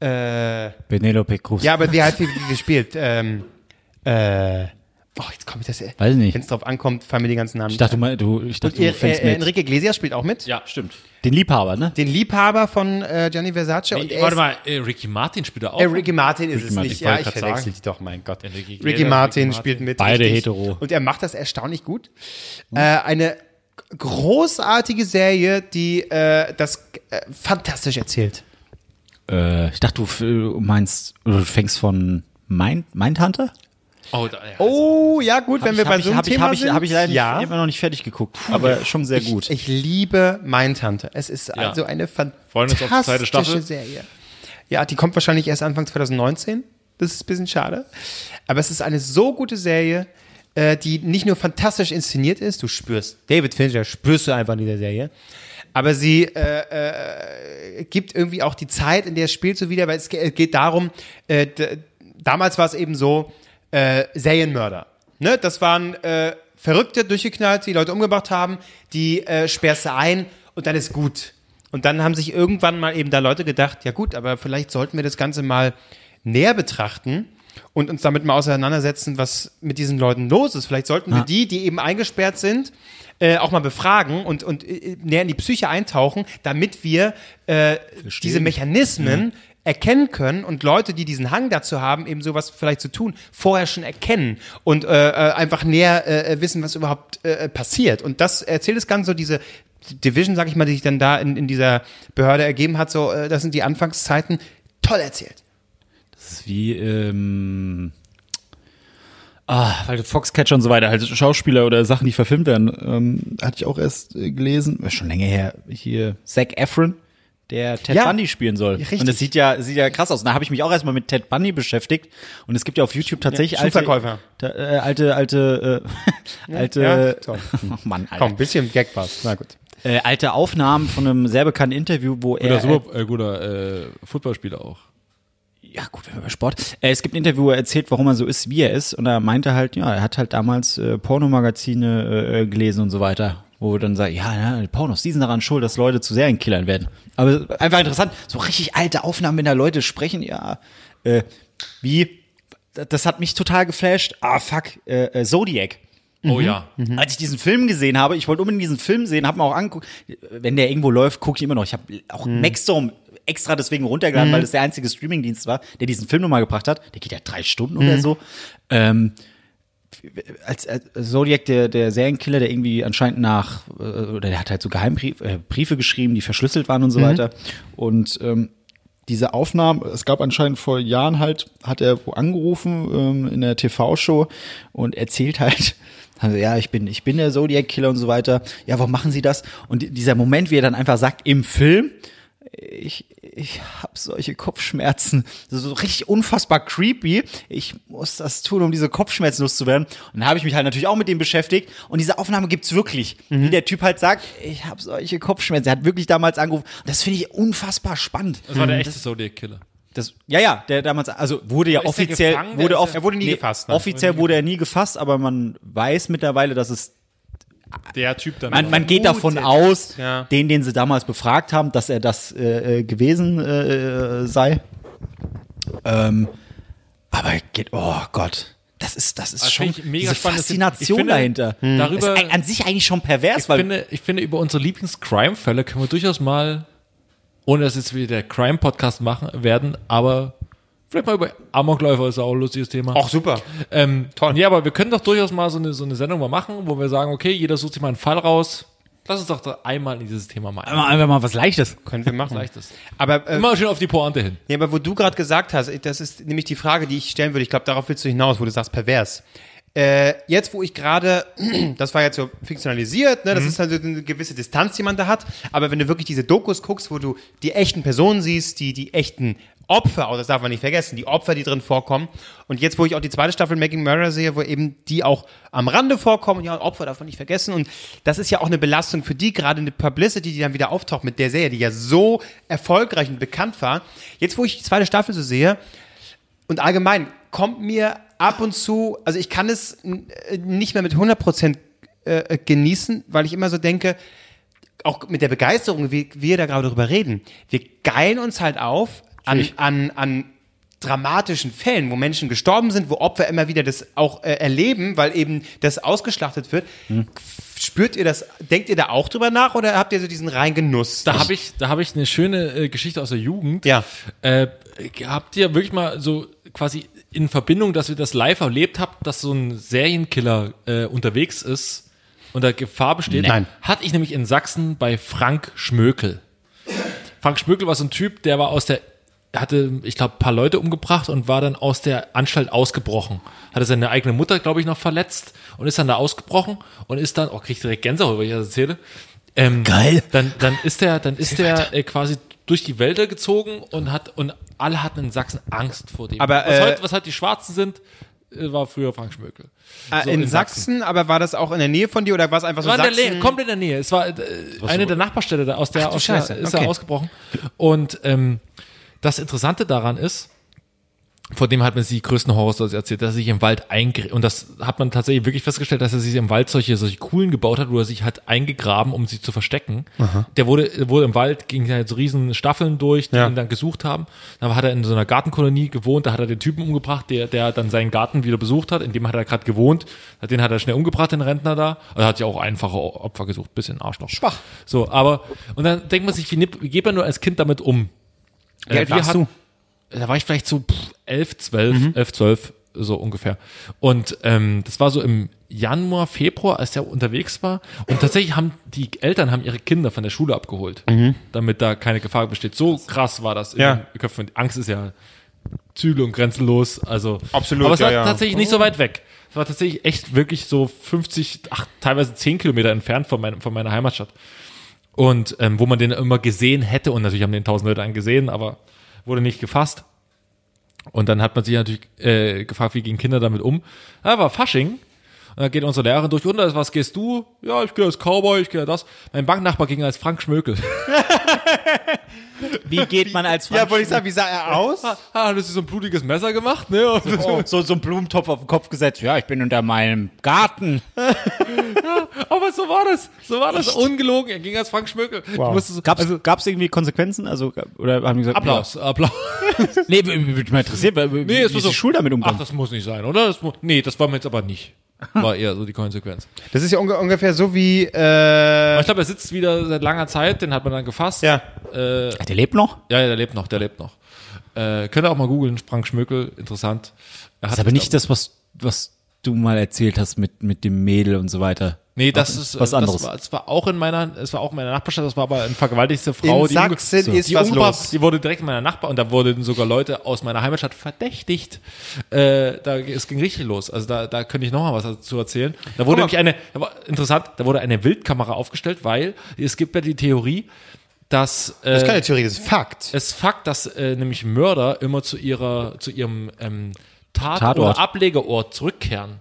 Speaker 3: Äh,
Speaker 5: Penelope Cruz.
Speaker 3: ja, aber wie heißt sie, die gespielt? Ähm, äh, Oh, jetzt komme ich das. Wenn
Speaker 2: Weiß nicht.
Speaker 3: es drauf ankommt, fallen mir die ganzen Namen
Speaker 2: Ich dachte, du, mei- du, ich dachte,
Speaker 3: nicht. Ihr,
Speaker 2: du fängst
Speaker 3: äh, äh,
Speaker 2: mit.
Speaker 3: Enrique Iglesias spielt auch mit.
Speaker 1: Ja, stimmt.
Speaker 2: den Liebhaber, ne?
Speaker 3: Den Liebhaber von äh, Gianni Versace. und er
Speaker 1: Warte
Speaker 3: ist-
Speaker 1: mal, äh, Ricky Martin spielt da auch.
Speaker 3: Äh, Ricky Martin ist es
Speaker 2: Martin,
Speaker 3: nicht.
Speaker 1: wollte
Speaker 3: Ja,
Speaker 1: ich
Speaker 3: ich
Speaker 1: grad
Speaker 3: verwechsel
Speaker 1: sagen.
Speaker 3: die doch, mein Gott.
Speaker 1: Enrique
Speaker 3: Ricky,
Speaker 1: Iglesias,
Speaker 3: Martin
Speaker 1: Ricky
Speaker 3: spielt mit.
Speaker 2: Beide hetero.
Speaker 3: Und er macht das erstaunlich gut. Äh, eine großartige Serie, die äh, das äh, fantastisch erzählt.
Speaker 2: Äh, ich dachte, du f- meinst, du fängst von Mind, Mindhunter?
Speaker 1: oh, da, ja.
Speaker 3: Oh, ja gut, wenn wir bei so einem
Speaker 2: hab ich,
Speaker 3: Thema
Speaker 2: hab ich,
Speaker 3: sind.
Speaker 2: Hab ich leider
Speaker 3: ja.
Speaker 2: nicht, ich hab noch nicht fertig geguckt, aber schon sehr gut.
Speaker 3: Ich liebe Mindhunter. Es ist also eine
Speaker 1: Freuen uns auf die zweite
Speaker 3: fantastische
Speaker 1: Staffel.
Speaker 3: Serie. Ja, die kommt wahrscheinlich erst Anfang 2019. Das ist ein bisschen schade. Aber es ist eine so gute Serie, äh, die nicht nur fantastisch inszeniert ist, du spürst, David Fincher spürst du einfach in dieser Serie, aber sie äh, äh, gibt irgendwie auch die Zeit, in der es spielt, so wieder, weil es ge- geht darum, äh, d- damals war es eben so, äh, Serienmörder. Ne? Das waren äh, Verrückte, durchgeknallt, die Leute umgebracht haben, die äh, sperrst du ein und dann ist gut. Und dann haben sich irgendwann mal eben da Leute gedacht, ja gut, aber vielleicht sollten wir das Ganze mal näher betrachten und uns damit mal auseinandersetzen, was mit diesen Leuten los ist. Vielleicht sollten wir die, die eben eingesperrt sind, äh, auch mal befragen und, und äh, näher in die Psyche eintauchen, damit wir äh, diese Mechanismen erkennen können und Leute, die diesen Hang dazu haben, eben sowas vielleicht zu tun, vorher schon erkennen und äh, äh, einfach näher äh, wissen, was überhaupt äh, passiert. Und das erzählt es ganz so diese Division, sag ich mal, die sich dann da in, in dieser Behörde ergeben hat, so, äh, das sind die Anfangszeiten, toll erzählt.
Speaker 2: Das ist wie, ähm, ah, weil Foxcatcher und so weiter, halt Schauspieler oder Sachen, die verfilmt werden, ähm, hatte ich auch erst äh, gelesen, äh, schon länger her, hier, Zac Efron, der Ted
Speaker 3: Ja.
Speaker 2: Bundy spielen soll.
Speaker 3: richtig.
Speaker 2: Und das sieht ja, sieht ja krass aus. Und Da habe ich mich auch erstmal mit Ted Bundy beschäftigt und es gibt ja auf YouTube tatsächlich alte,
Speaker 3: Schuhverkäufer.
Speaker 2: da, äh, alte, alte, äh, alte,
Speaker 3: ja, toll.
Speaker 2: oh Mann, Alter.
Speaker 3: Komm, ein bisschen Gag war's. Na gut.
Speaker 2: Äh, alte Aufnahmen von einem sehr bekannten Interview, wo er
Speaker 1: Guter, Super, äh, guter äh, Footballspieler auch.
Speaker 2: ja gut, wenn wir über Sport. Äh, es gibt ein Interview, wo er erzählt, warum er so ist, wie er ist. Und er meinte halt, ja, er hat halt damals äh, Pornomagazine äh, äh, gelesen und so weiter. Wo dann sagt, ja, ja, die Pornos, die sind daran schuld, dass Leute zu Serienkillern werden. Aber einfach interessant, so richtig alte Aufnahmen, wenn da Leute sprechen, ja, äh, wie, das hat mich total geflasht. Ah, fuck, äh, äh, Zodiac.
Speaker 1: Oh ja.
Speaker 3: Mhm.
Speaker 2: Als ich diesen Film gesehen habe, ich wollte unbedingt diesen Film sehen, habe mir auch angeguckt. Wenn der irgendwo läuft, gucke ich immer noch. Ich habe auch Maxdome extra deswegen runtergeladen, weil das der einzige Streamingdienst war, der diesen Film nochmal gebracht hat. Der geht ja drei Stunden oder so. Ähm, als, als Zodiac, der, der Serienkiller, der irgendwie anscheinend nach, äh, oder der hat halt so Geheimbriefe äh, Briefe geschrieben, die verschlüsselt waren und so weiter. Und ähm, diese Aufnahmen, es gab anscheinend vor Jahren halt, hat er wo angerufen ähm, in der TV-Show und erzählt halt, also, ja, ich bin, ich bin der Zodiac-Killer und so weiter. Ja, warum machen sie das? Und di- dieser Moment, wie er dann einfach sagt, im Film, ich, ich habe solche Kopfschmerzen. Das ist so richtig unfassbar creepy. Ich muss das tun, um diese Kopfschmerzen loszuwerden. Und dann habe ich mich halt natürlich auch mit dem beschäftigt. Und diese Aufnahme gibt's wirklich. Wie der Typ halt sagt, ich habe solche Kopfschmerzen. Er hat wirklich damals angerufen. Und das finde ich unfassbar spannend.
Speaker 1: Das
Speaker 3: Mhm.
Speaker 1: war der echte Zodiac-Killer.
Speaker 2: Das, ja, ja, der damals, also wurde ja
Speaker 1: der
Speaker 2: offiziell,
Speaker 1: gefangen? Der
Speaker 2: wurde
Speaker 1: ist
Speaker 2: off
Speaker 1: ja-
Speaker 3: Er wurde nie gefasst, ne?
Speaker 2: Offiziell wurde er nie gefasst, aber man weiß mittlerweile, dass es,
Speaker 1: Der Typ dann.
Speaker 2: man, man geht davon aus,
Speaker 3: Ja.
Speaker 2: den, den sie damals befragt haben, dass er das äh, äh, gewesen äh, äh, sei. Ähm, aber geht, oh Gott, das ist, das ist
Speaker 1: Das
Speaker 2: schon
Speaker 1: finde ich mega
Speaker 2: diese
Speaker 1: spannend. Das sind-
Speaker 2: Faszination
Speaker 1: ich finde,
Speaker 2: dahinter.
Speaker 1: hm. darüber-
Speaker 2: das ist ein- an sich eigentlich schon pervers,
Speaker 1: ich,
Speaker 2: weil
Speaker 1: finde, ich finde, über unsere Lieblings-Crime-Fälle können wir durchaus mal, ohne dass jetzt wieder der Crime-Podcast machen werden, aber vielleicht mal über Amokläufer ist ja auch ein lustiges Thema.
Speaker 3: Auch super.
Speaker 1: Ähm, toll. Ja, aber wir können doch durchaus mal so eine, so eine Sendung mal machen, wo wir sagen, okay, jeder sucht sich mal einen Fall raus. Lass uns doch da einmal in dieses Thema mal ein.
Speaker 2: einfach mal was Leichtes.
Speaker 3: Können wir machen.
Speaker 1: Leichtes.
Speaker 3: Aber, äh,
Speaker 1: Immer schön auf die Pointe hin.
Speaker 3: ja, aber wo du gerade gesagt hast, äh, das ist nämlich die Frage, die ich stellen würde. Ich glaube, darauf willst du hinaus, wo du sagst, pervers. Äh, jetzt, wo ich gerade, das war jetzt so fiktionalisiert, ne? das ist also eine gewisse Distanz, die man da hat. Aber wenn du wirklich diese Dokus guckst, wo du die echten Personen siehst, die die echten Opfer, auch das darf man nicht vergessen, die Opfer, die drin vorkommen. Und jetzt, wo ich auch die zweite Staffel Making Murder sehe, wo eben die auch am Rande vorkommen, ja, Opfer darf man nicht vergessen. Und das ist ja auch eine Belastung für die, gerade eine Publicity, die dann wieder auftaucht mit der Serie, die ja so erfolgreich und bekannt war. Jetzt, wo ich die zweite Staffel so sehe, und allgemein kommt mir ab und zu, also ich kann es äh, nicht mehr mit 100% äh, genießen, weil ich immer so denke, auch mit der Begeisterung, wie wir da gerade drüber reden, wir geilen uns halt auf an, an, an dramatischen Fällen, wo Menschen gestorben sind, wo Opfer immer wieder das auch äh, erleben, weil eben das ausgeschlachtet wird.
Speaker 1: Hm.
Speaker 3: Spürt ihr das, denkt ihr da auch drüber nach oder habt ihr so diesen reinen Genuss?
Speaker 1: Da habe ich, da habe ich eine schöne äh, Geschichte aus der Jugend.
Speaker 3: Ja.
Speaker 1: Äh, habt ihr wirklich mal so quasi in Verbindung, dass ihr das live erlebt habt, dass so ein Serienkiller äh, unterwegs ist und da Gefahr besteht?
Speaker 3: Nein.
Speaker 1: Hatte ich nämlich in Sachsen bei Frank Schmökel. Frank Schmökel war so ein Typ, der war aus der hatte, ich glaube, ein paar Leute umgebracht und war dann aus der Anstalt ausgebrochen. Hatte seine eigene Mutter, glaube ich, noch verletzt und ist dann da ausgebrochen und ist dann, oh, krieg ich direkt Gänsehaut, wenn ich das erzähle. Ähm,
Speaker 2: Geil.
Speaker 1: Dann, dann ist der, dann ist der äh, quasi durch die Wälder gezogen und hat und alle hatten in Sachsen Angst vor dem.
Speaker 3: Aber,
Speaker 1: was,
Speaker 3: äh,
Speaker 1: heute, was halt die Schwarzen sind, äh, war früher Frank Schmökel.
Speaker 3: Äh,
Speaker 1: So
Speaker 3: in, Sachsen, aber war das auch in der Nähe von dir oder war es einfach so
Speaker 1: Es war in der
Speaker 3: Also Sachsen?
Speaker 1: Nähe, komplett in der Nähe. Es war äh, eine der Nachbarstädte da aus der,
Speaker 3: Ach du
Speaker 1: aus der
Speaker 3: Scheiße,
Speaker 1: ist
Speaker 3: okay.
Speaker 1: er ausgebrochen. Und ähm, das Interessante daran ist, vor dem hat man die größten Horrorstories erzählt, dass er sich im Wald einge und das hat man tatsächlich wirklich festgestellt, dass er sich im Wald solche solche Kuhlen gebaut hat, wo er sich hat eingegraben, um sie zu verstecken. Der wurde wurde im Wald ging halt so riesen Staffeln durch, die
Speaker 3: Ja.
Speaker 1: ihn dann gesucht haben. Dann hat er in so einer Gartenkolonie gewohnt, da hat er den Typen umgebracht, der der dann seinen Garten wieder besucht hat, in dem hat er gerade gewohnt. Den hat er schnell umgebracht, den Rentner da. Also hat ja auch einfache Opfer gesucht, bisschen Arschloch. Schwach. So, aber und dann denkt man sich, wie, nimmt- wie geht man nur als Kind damit um?
Speaker 3: Wie alt
Speaker 1: wir
Speaker 3: warst
Speaker 1: hatten-
Speaker 3: du?
Speaker 1: da war ich vielleicht so pff, 11, 12, 11, 12, so ungefähr. Und ähm, das war so im Januar, Februar, als der unterwegs war. Und tatsächlich haben die Eltern haben ihre Kinder von der Schule abgeholt, damit da keine Gefahr besteht. So krass war das in
Speaker 3: Ja.
Speaker 1: den Köpfen. Angst ist ja Zügel und grenzenlos. Also,
Speaker 3: Absolut,
Speaker 1: Aber es war
Speaker 3: ja, ja.
Speaker 1: tatsächlich nicht so weit weg. Es war tatsächlich echt wirklich so 50, ach, teilweise 10 Kilometer entfernt von, meinem- von meiner Heimatstadt. Und ähm, wo man den immer gesehen hätte, und natürlich haben den tausend Leute angesehen, aber wurde nicht gefasst. Und dann hat man sich natürlich äh, gefragt, wie gehen Kinder damit um. Ja, war Fasching. Und dann geht unsere Lehrerin durch, und da ist, was gehst du? Ja, ich gehe als Cowboy, ich gehe das. Mein Banknachbar ging als Frank Schmökel.
Speaker 2: Wie geht man als
Speaker 3: Ja, wollte ich sagen, wie sah er aus?
Speaker 1: ah, das ist so ein blutiges Messer gemacht, ne? Und
Speaker 2: Oh, so, so einen Blumentopf auf den Kopf gesetzt. Ja, ich bin unter meinem Garten.
Speaker 1: Aber Oh, so war das. So war das. Ungelogen. Er ging als Frank Schmökel. Du musstest
Speaker 2: Also
Speaker 1: so-
Speaker 2: Gab's, gab's irgendwie Konsequenzen? Also, gab- oder haben die gesagt,
Speaker 1: Applaus, Applaus.
Speaker 2: Ja. Nee, w- würde mich mal interessieren, weil, wie
Speaker 1: es
Speaker 2: ist die Schule damit
Speaker 1: Ach,
Speaker 2: umgegangen?
Speaker 1: das muss nicht sein, oder? Das, mu- nee, das war mir jetzt aber nicht. War eher so die Konsequenz.
Speaker 3: Das ist ja unge ungefähr so wie, äh,
Speaker 1: Aber ich glaube, er sitzt wieder seit langer Zeit, den hat man dann gefasst.
Speaker 3: ja.
Speaker 1: Äh, ja,
Speaker 2: Ach, der lebt noch?
Speaker 1: ja, der lebt noch, der lebt noch. Äh, könnt ihr auch mal googeln, Frank Schmökel, interessant. Er
Speaker 2: Das
Speaker 1: hat
Speaker 2: ist aber nicht das, was, was du mal erzählt hast mit, mit dem Mädel und so weiter.
Speaker 1: Nee, das ist äh,
Speaker 2: was anderes.
Speaker 1: Das war, das war auch in meiner, es war auch in meiner Nachbarstadt. Das war aber eine vergewaltigte Frau.
Speaker 3: In
Speaker 1: umge-
Speaker 3: Sachsen ist
Speaker 1: die
Speaker 3: was
Speaker 1: umgebracht-
Speaker 3: los.
Speaker 1: Die wurde direkt in meiner Nachbar und da wurden sogar Leute aus meiner Heimatstadt verdächtigt. Äh, da es ging richtig los. Also da, da könnte ich noch mal was dazu erzählen. Da wurde
Speaker 3: Guck
Speaker 1: nämlich eine da war, interessant. Da wurde eine Wildkamera aufgestellt, weil es gibt ja die Theorie, dass äh,
Speaker 3: Das ist keine Theorie, das ist Fakt.
Speaker 1: es Fakt, dass äh, nämlich Mörder immer zu ihrer, zu ihrem ähm, Tat-
Speaker 2: Tatort.
Speaker 1: oder Ablegerort zurückkehren.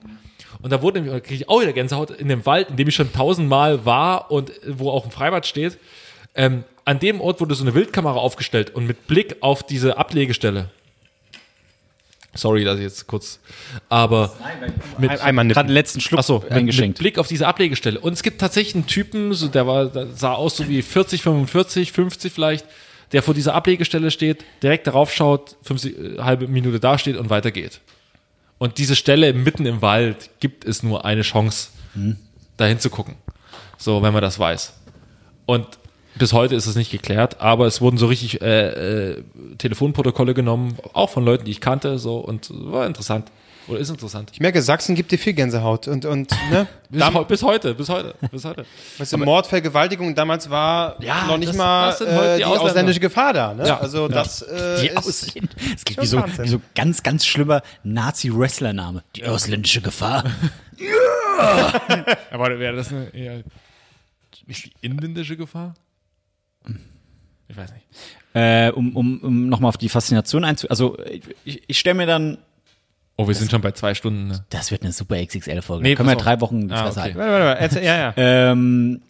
Speaker 1: Und da wurde nämlich, kriege ich auch wieder Gänsehaut, in dem Wald, in dem ich schon tausendmal war und äh, wo auch ein Freibad steht, ähm, an dem Ort wurde so eine Wildkamera aufgestellt und mit Blick auf diese Ablegestelle. Sorry, dass ich jetzt kurz, aber mit,
Speaker 3: Ein- Einmal nippen.
Speaker 2: Gerade den letzten Schluck
Speaker 1: Achso,
Speaker 2: eingeschenkt.
Speaker 1: äh, Mit Blick auf diese Ablegestelle. Und es gibt tatsächlich einen Typen, so, der war, der sah aus so wie 40, 45, 50 vielleicht, der vor dieser Ablegestelle steht, direkt darauf schaut, fünf, Se- äh, halbe Minute dasteht und weitergeht. Und diese Stelle mitten im Wald gibt es nur eine Chance, dahin zu gucken. So, wenn man das weiß. Und bis heute ist es nicht geklärt, aber es wurden so richtig äh, äh, Telefonprotokolle genommen, auch von Leuten, die ich kannte, so und war interessant. Oder ist interessant.
Speaker 3: Ich merke, Sachsen gibt dir viel Gänsehaut und, und ne?
Speaker 1: Bis, heu- bis heute, bis heute, bis heute.
Speaker 3: Was im Mord, Vergewaltigung damals war
Speaker 1: Ja,
Speaker 3: noch nicht
Speaker 1: das-
Speaker 3: mal
Speaker 1: das sind heute
Speaker 3: äh,
Speaker 1: die
Speaker 3: die
Speaker 1: Ausländer.
Speaker 3: ausländische Gefahr da. Ne?
Speaker 1: Ja.
Speaker 3: Also das äh,
Speaker 2: Die
Speaker 3: ist
Speaker 2: Ausländer. Es gibt wie so,
Speaker 3: Wahnsinn.
Speaker 2: wie so ganz, ganz schlimmer Nazi-Wrestler-Name. Die ausländische Gefahr.
Speaker 1: Aber wäre das eine eher nicht die inländische Gefahr? Ich weiß nicht.
Speaker 2: äh, um um, um nochmal auf die Faszination einzu... Also, ich, ich stelle mir dann...
Speaker 1: Oh, wir sind schon bei zwei Stunden. Ne?
Speaker 2: Das wird eine super XXL-Folge.
Speaker 1: Nee,
Speaker 2: Nee, können wir
Speaker 1: pass auf.
Speaker 2: drei Wochen die
Speaker 1: Ah,
Speaker 2: Fresse
Speaker 1: okay.
Speaker 2: halten.
Speaker 3: Warte, warte, warte. Erzähl, ja, ja.
Speaker 2: Ähm,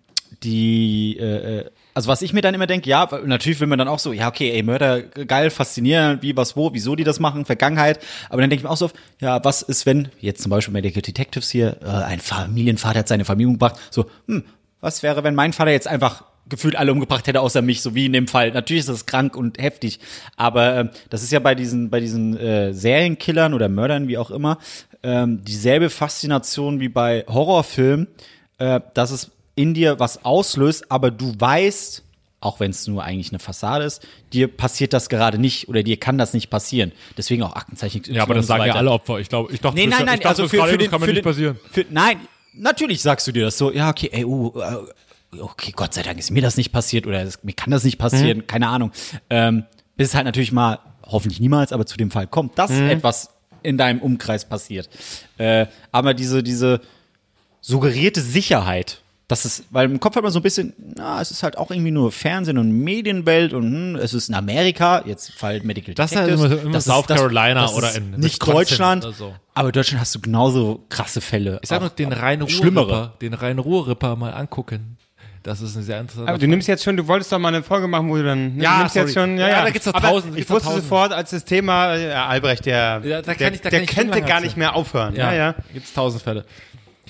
Speaker 2: die, äh, äh, also was ich mir dann immer denke, ja, weil natürlich will man dann auch so, ja, okay, ey, Mörder, geil, faszinierend, wie, was, wo, wieso die das machen, Vergangenheit. Aber dann denke ich mir auch so, oft, ja, was ist, wenn, jetzt zum Beispiel Medical Detectives hier, äh, ein Familienvater hat seine Familie umgebracht, so, hm, was wäre, wenn mein Vater jetzt einfach gefühlt alle umgebracht hätte, außer mich, so wie in dem Fall. Natürlich ist das krank und heftig, aber ähm, das ist ja bei diesen, bei diesen äh, Serienkillern oder Mördern, wie auch immer, ähm, dieselbe Faszination wie bei Horrorfilmen, äh, dass es in dir was auslöst, aber du weißt, auch wenn es nur eigentlich eine Fassade ist, dir passiert das gerade nicht oder dir kann das nicht passieren. Deswegen auch Aktenzeichen XY
Speaker 1: Ja, aber
Speaker 2: und so
Speaker 1: das sagen ja
Speaker 2: weiter.
Speaker 1: alle Opfer. Ich glaube, ich dachte,
Speaker 2: Nee,
Speaker 1: das-
Speaker 2: nein, nein,
Speaker 1: ich dachte,
Speaker 2: also
Speaker 1: das
Speaker 2: für,
Speaker 1: gerade
Speaker 2: für den,
Speaker 1: kann mir
Speaker 2: für
Speaker 1: nicht
Speaker 2: den,
Speaker 1: passieren.
Speaker 2: Für, nein, natürlich sagst du dir das so, ja, okay, ey, uh, äh, okay, Gott sei Dank ist mir das nicht passiert oder es, mir kann das nicht passieren,
Speaker 1: Mhm.
Speaker 2: keine Ahnung. Ähm, bis es halt natürlich mal, hoffentlich niemals, aber zu dem Fall kommt, dass
Speaker 1: Mhm.
Speaker 2: etwas in deinem Umkreis passiert. Äh, aber diese, diese suggerierte Sicherheit, dass es, weil im Kopf hat man so ein bisschen, na, es ist halt auch irgendwie nur Fernsehen und Medienwelt und hm, es ist in Amerika, jetzt Fall Medical
Speaker 1: Das ist halt
Speaker 2: Detectives,
Speaker 1: immer- immer South Carolina
Speaker 2: das
Speaker 1: oder
Speaker 2: ist
Speaker 1: in
Speaker 2: nicht
Speaker 1: Wisconsin
Speaker 2: Deutschland,
Speaker 1: oder so.
Speaker 2: aber in Deutschland hast du genauso krasse Fälle.
Speaker 1: Ich sag nur, den reinen
Speaker 2: Schlimmere.
Speaker 1: Ruhrripper, den reinen Ruhrripper mal angucken. Das ist ein sehr interessanter
Speaker 3: Aber du nimmst jetzt schon, du wolltest doch mal eine Folge machen, wo du dann. ne,
Speaker 1: Ja,
Speaker 3: du nimmst
Speaker 1: sorry.
Speaker 3: jetzt schon. Ja,
Speaker 1: Ja,
Speaker 3: ja,
Speaker 1: da gibt's doch
Speaker 3: Aber
Speaker 1: tausend,
Speaker 3: Ich
Speaker 1: gibt's doch
Speaker 3: wusste
Speaker 1: tausend.
Speaker 3: sofort, als das Thema. äh, Ja, Albrecht, der.
Speaker 1: da kann
Speaker 3: der
Speaker 1: ich- da
Speaker 3: der
Speaker 1: kann ich
Speaker 3: könnte
Speaker 1: stundenlang
Speaker 3: gar nicht
Speaker 1: erzählen.
Speaker 3: mehr aufhören. Ja, ja.
Speaker 1: Gibt's tausend Fälle.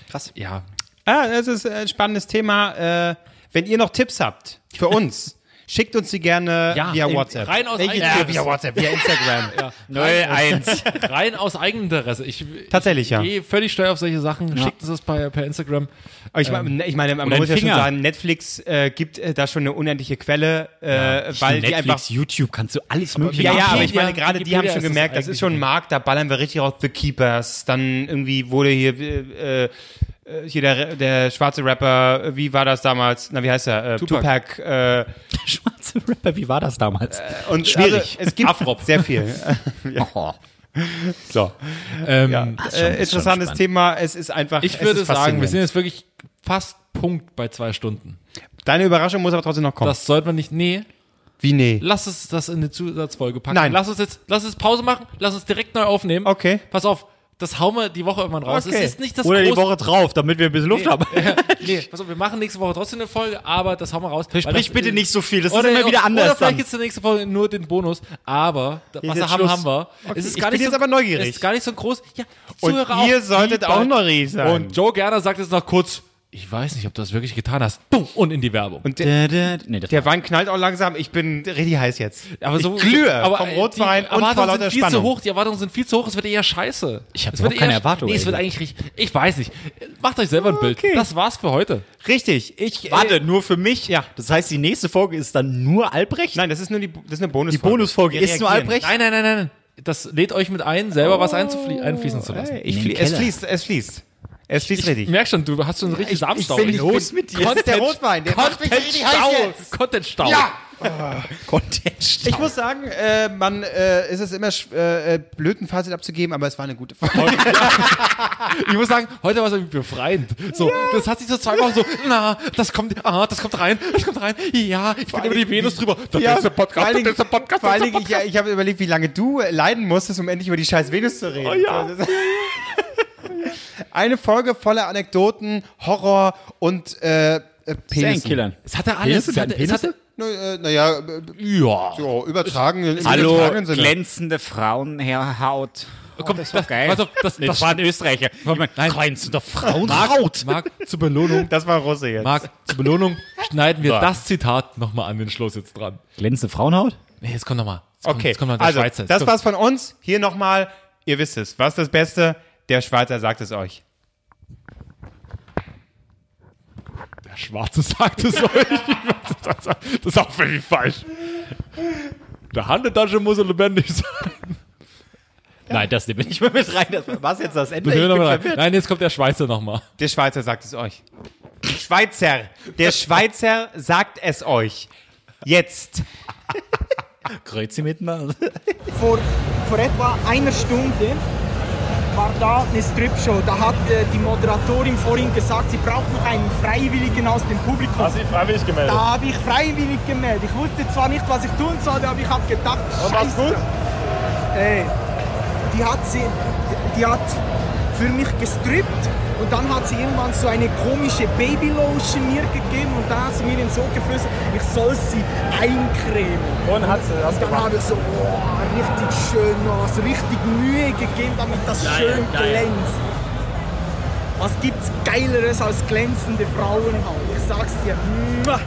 Speaker 2: Krass.
Speaker 1: Ja.
Speaker 3: Ah, das ist ein spannendes Thema. Äh, wenn ihr noch Tipps habt für uns, schickt uns die gerne
Speaker 1: Ja,
Speaker 3: via
Speaker 1: im-
Speaker 3: WhatsApp.
Speaker 1: rein aus
Speaker 3: Welche
Speaker 1: eigenen-
Speaker 3: Tipps? via WhatsApp, via Instagram.
Speaker 1: Rein aus, rein aus Eigeninteresse. Ich,
Speaker 3: Tatsächlich, ja.
Speaker 1: Ich gehe völlig steuer auf solche Sachen. Schickt uns das bei, per Instagram.
Speaker 3: Aber ich, mein- ich meine, man
Speaker 2: oder
Speaker 3: muss
Speaker 2: ein
Speaker 3: ja schon
Speaker 2: Finger.
Speaker 3: sagen, Netflix äh, gibt äh, da schon eine unendliche Quelle, äh, weil die einfach
Speaker 2: Netflix, YouTube, kannst du alles mögliche
Speaker 3: Ja, ja,
Speaker 2: machen.
Speaker 3: aber ich
Speaker 1: Wikipedia-
Speaker 3: meine, gerade die haben
Speaker 1: Wikipedia
Speaker 3: schon
Speaker 1: ist das
Speaker 3: gemerkt, das ist
Speaker 1: eigentlich
Speaker 3: schon ein Markt, da ballern wir richtig raus. The Keepers, dann irgendwie wurde hier, äh, äh, hier der, der schwarze Rapper, äh, wie war das damals? Na, wie heißt er? Äh, Tupac.
Speaker 1: Tupac.
Speaker 3: äh,
Speaker 2: Schwarze Rapper, wie war das damals?
Speaker 3: und
Speaker 2: Schwierig.
Speaker 3: Also, es gibt
Speaker 1: Afrop.
Speaker 3: sehr viel.
Speaker 2: oh,
Speaker 3: so.
Speaker 1: Ähm,
Speaker 3: Ja.
Speaker 2: schon-
Speaker 3: äh,
Speaker 2: ist schon
Speaker 3: interessantes
Speaker 2: spannend.
Speaker 3: Thema. Es ist einfach. es
Speaker 1: Ich würde
Speaker 3: ist
Speaker 1: sagen, wir
Speaker 3: faszinierend.
Speaker 1: sind jetzt wirklich fast Punkt bei zwei Stunden.
Speaker 3: Deine Überraschung muss aber trotzdem noch kommen.
Speaker 1: Das sollte man nicht. Nee,
Speaker 3: wie nee?
Speaker 1: lass uns das in eine Zusatzfolge packen.
Speaker 3: Nein.
Speaker 1: Lass uns jetzt, lass uns Pause machen, lass uns direkt neu aufnehmen.
Speaker 3: Okay.
Speaker 1: Pass auf, das hauen wir die Woche irgendwann raus.
Speaker 3: Okay.
Speaker 1: Es ist nicht das
Speaker 2: Oder die
Speaker 1: große-
Speaker 2: Woche drauf, damit wir ein bisschen Luft haben.
Speaker 1: Nee, pass auf, wir machen nächste Woche trotzdem eine Folge, aber das hauen wir raus. weil
Speaker 2: Sprich
Speaker 1: das-
Speaker 2: bitte nicht so viel, das ist immer
Speaker 1: oder-
Speaker 2: wieder anders.
Speaker 1: Oder vielleicht
Speaker 2: Dann.
Speaker 1: gibt es nächste Folge nur den Bonus, aber da-
Speaker 3: jetzt
Speaker 1: was wir haben,
Speaker 3: Schluss.
Speaker 1: haben wir. Es
Speaker 3: ich bin jetzt aber neugierig.
Speaker 1: Es ist gar nicht so groß. Ja, die
Speaker 3: Und
Speaker 1: Zuhörer
Speaker 3: ihr
Speaker 1: auch,
Speaker 3: solltet
Speaker 1: die
Speaker 3: auch
Speaker 1: bald-
Speaker 3: neugierig sein.
Speaker 1: Und Joe Gerner sagt jetzt noch kurz, ich weiß nicht, ob du das wirklich getan hast. Bumm, und in die Werbung.
Speaker 3: Und der,
Speaker 2: Da, da, Äh, nee, das
Speaker 3: der Wein knallt auch langsam. Ich bin richtig heiß jetzt.
Speaker 1: aber so,
Speaker 3: ich glühe
Speaker 1: aber
Speaker 3: vom
Speaker 1: äh,
Speaker 3: Rotwein
Speaker 1: die
Speaker 3: und vor
Speaker 1: Erwartungen
Speaker 3: lauter
Speaker 1: sind viel zu
Speaker 3: Spannung.
Speaker 1: hoch, die Erwartungen sind viel zu hoch, es wird eher scheiße.
Speaker 2: Ich hab
Speaker 1: Es wird
Speaker 2: überhaupt keine
Speaker 1: eher-
Speaker 2: Erwartungen,
Speaker 1: Nee, es wird
Speaker 2: ey.
Speaker 1: eigentlich richtig, ich weiß nicht. Macht euch selber ein Bild.
Speaker 3: Ah, Okay.
Speaker 1: Das war's für heute.
Speaker 3: Richtig. Ich, äh,
Speaker 2: Warte, nur für mich.
Speaker 3: Ja.
Speaker 2: Das heißt, die nächste Folge ist dann nur Albrecht?
Speaker 3: Nein, das ist nur die, das ist eine Bonusfolge.
Speaker 2: die Bonusfolge
Speaker 3: Wir
Speaker 2: ist nur
Speaker 3: reagieren.
Speaker 2: Albrecht?
Speaker 1: Nein, nein, nein, nein. Das lädt euch mit ein, selber was einzuflie- einfließen zu lassen.
Speaker 3: Oh, Ey, Ich
Speaker 2: In den
Speaker 3: flie es
Speaker 2: Keller.
Speaker 3: fließt, es fließt. Es fließt
Speaker 1: Ich
Speaker 3: richtig.
Speaker 1: merk schon, du hast schon einen richtigen Samstau.
Speaker 2: bin- ich bin- Los mit dir.
Speaker 3: Das ist der Rotwein. Der macht mich richtig heiß jetzt.
Speaker 1: Content-Stau.
Speaker 2: Content.
Speaker 3: Ich muss sagen, äh, man äh, ist es immer sch- äh, äh, blöd, ein Fazit abzugeben, aber es war eine gute Folge.
Speaker 1: Ich muss sagen, heute war es irgendwie befreiend. So, das hat sich so zweimal so, na, das kommt, ah, das kommt rein, das kommt rein, ja, ich bin über die Venus drüber. Das ist der
Speaker 3: vor allen
Speaker 1: Podcast, das
Speaker 3: Dingen-
Speaker 1: ist der Podcast,
Speaker 3: vor
Speaker 1: das
Speaker 3: allen
Speaker 1: ist der
Speaker 3: Dingen, ich,
Speaker 1: Podcast.
Speaker 3: ich habe überlegt, wie lange du äh, leiden musstest, um endlich über die scheiß Venus zu reden.
Speaker 1: Oh ja.
Speaker 3: So, das- Eine Folge voller Anekdoten, Horror und äh, äh, Penissen.
Speaker 2: Serienkillern.
Speaker 1: Es hatte alles. Es hatte, es hatte,
Speaker 3: Naja, na ja, äh,
Speaker 1: ja.
Speaker 3: so, übertragen. im übertragenen Sinne.
Speaker 2: glänzende Frauenhaut.
Speaker 3: Oh,
Speaker 1: Komm, das, das, pass auf, das, das,
Speaker 2: ein Österreicher. Glänzende Frauenhaut.
Speaker 1: Marc, zur Belohnung,
Speaker 3: Das war Russe jetzt.
Speaker 1: Marc, zur Belohnung schneiden wir das Zitat nochmal an den Schluss jetzt dran.
Speaker 2: Glänzende Frauenhaut?
Speaker 1: Nee, jetzt kommt nochmal.
Speaker 3: Okay,
Speaker 1: jetzt kommt noch der
Speaker 3: also
Speaker 1: Schweizer. Jetzt
Speaker 3: das
Speaker 1: kommt-
Speaker 3: war's von uns. Hier nochmal, ihr wisst es, was das Beste, der Schweizer sagt es euch.
Speaker 1: Der Schwarze sagt es euch. Das ist auch völlig falsch. Der Handetasche muss lebendig sein.
Speaker 2: Nein, das nehme ich mal mit rein. Das war jetzt das Ende.
Speaker 1: Das nehmen wir
Speaker 2: Ich bin
Speaker 1: noch mal rein.
Speaker 2: verwirrt.
Speaker 1: Nein, jetzt kommt der Schweizer nochmal.
Speaker 3: Der Schweizer sagt es euch. Schweizer, der Schweizer sagt es euch. Jetzt.
Speaker 2: Kreuzi miteinander.
Speaker 4: vor, vor etwa einer Stunde war da eine Stripshow. Da hat äh, die Moderatorin vorhin gesagt, sie braucht noch einen Freiwilligen aus dem Publikum. Hast du dich freiwillig gemeldet? Da habe ich freiwillig gemeldet. Ich wusste zwar nicht, was ich tun sollte, aber ich habe gedacht, scheiße. Ey, die hat sie, die hat für mich gestrippt und dann hat sie irgendwann so eine komische Babylotion mir gegeben und da hat sie mir in so geflüstert, ich soll sie eincremen.
Speaker 7: Und hat sie das
Speaker 4: Und dann
Speaker 7: gemacht?
Speaker 4: habe ich so, boah, richtig schön, was richtig Mühe gegeben, damit das schön glänzt. Was gibt's Geileres als glänzende Frauenhaut? Ich sag's halt? dir. Mua.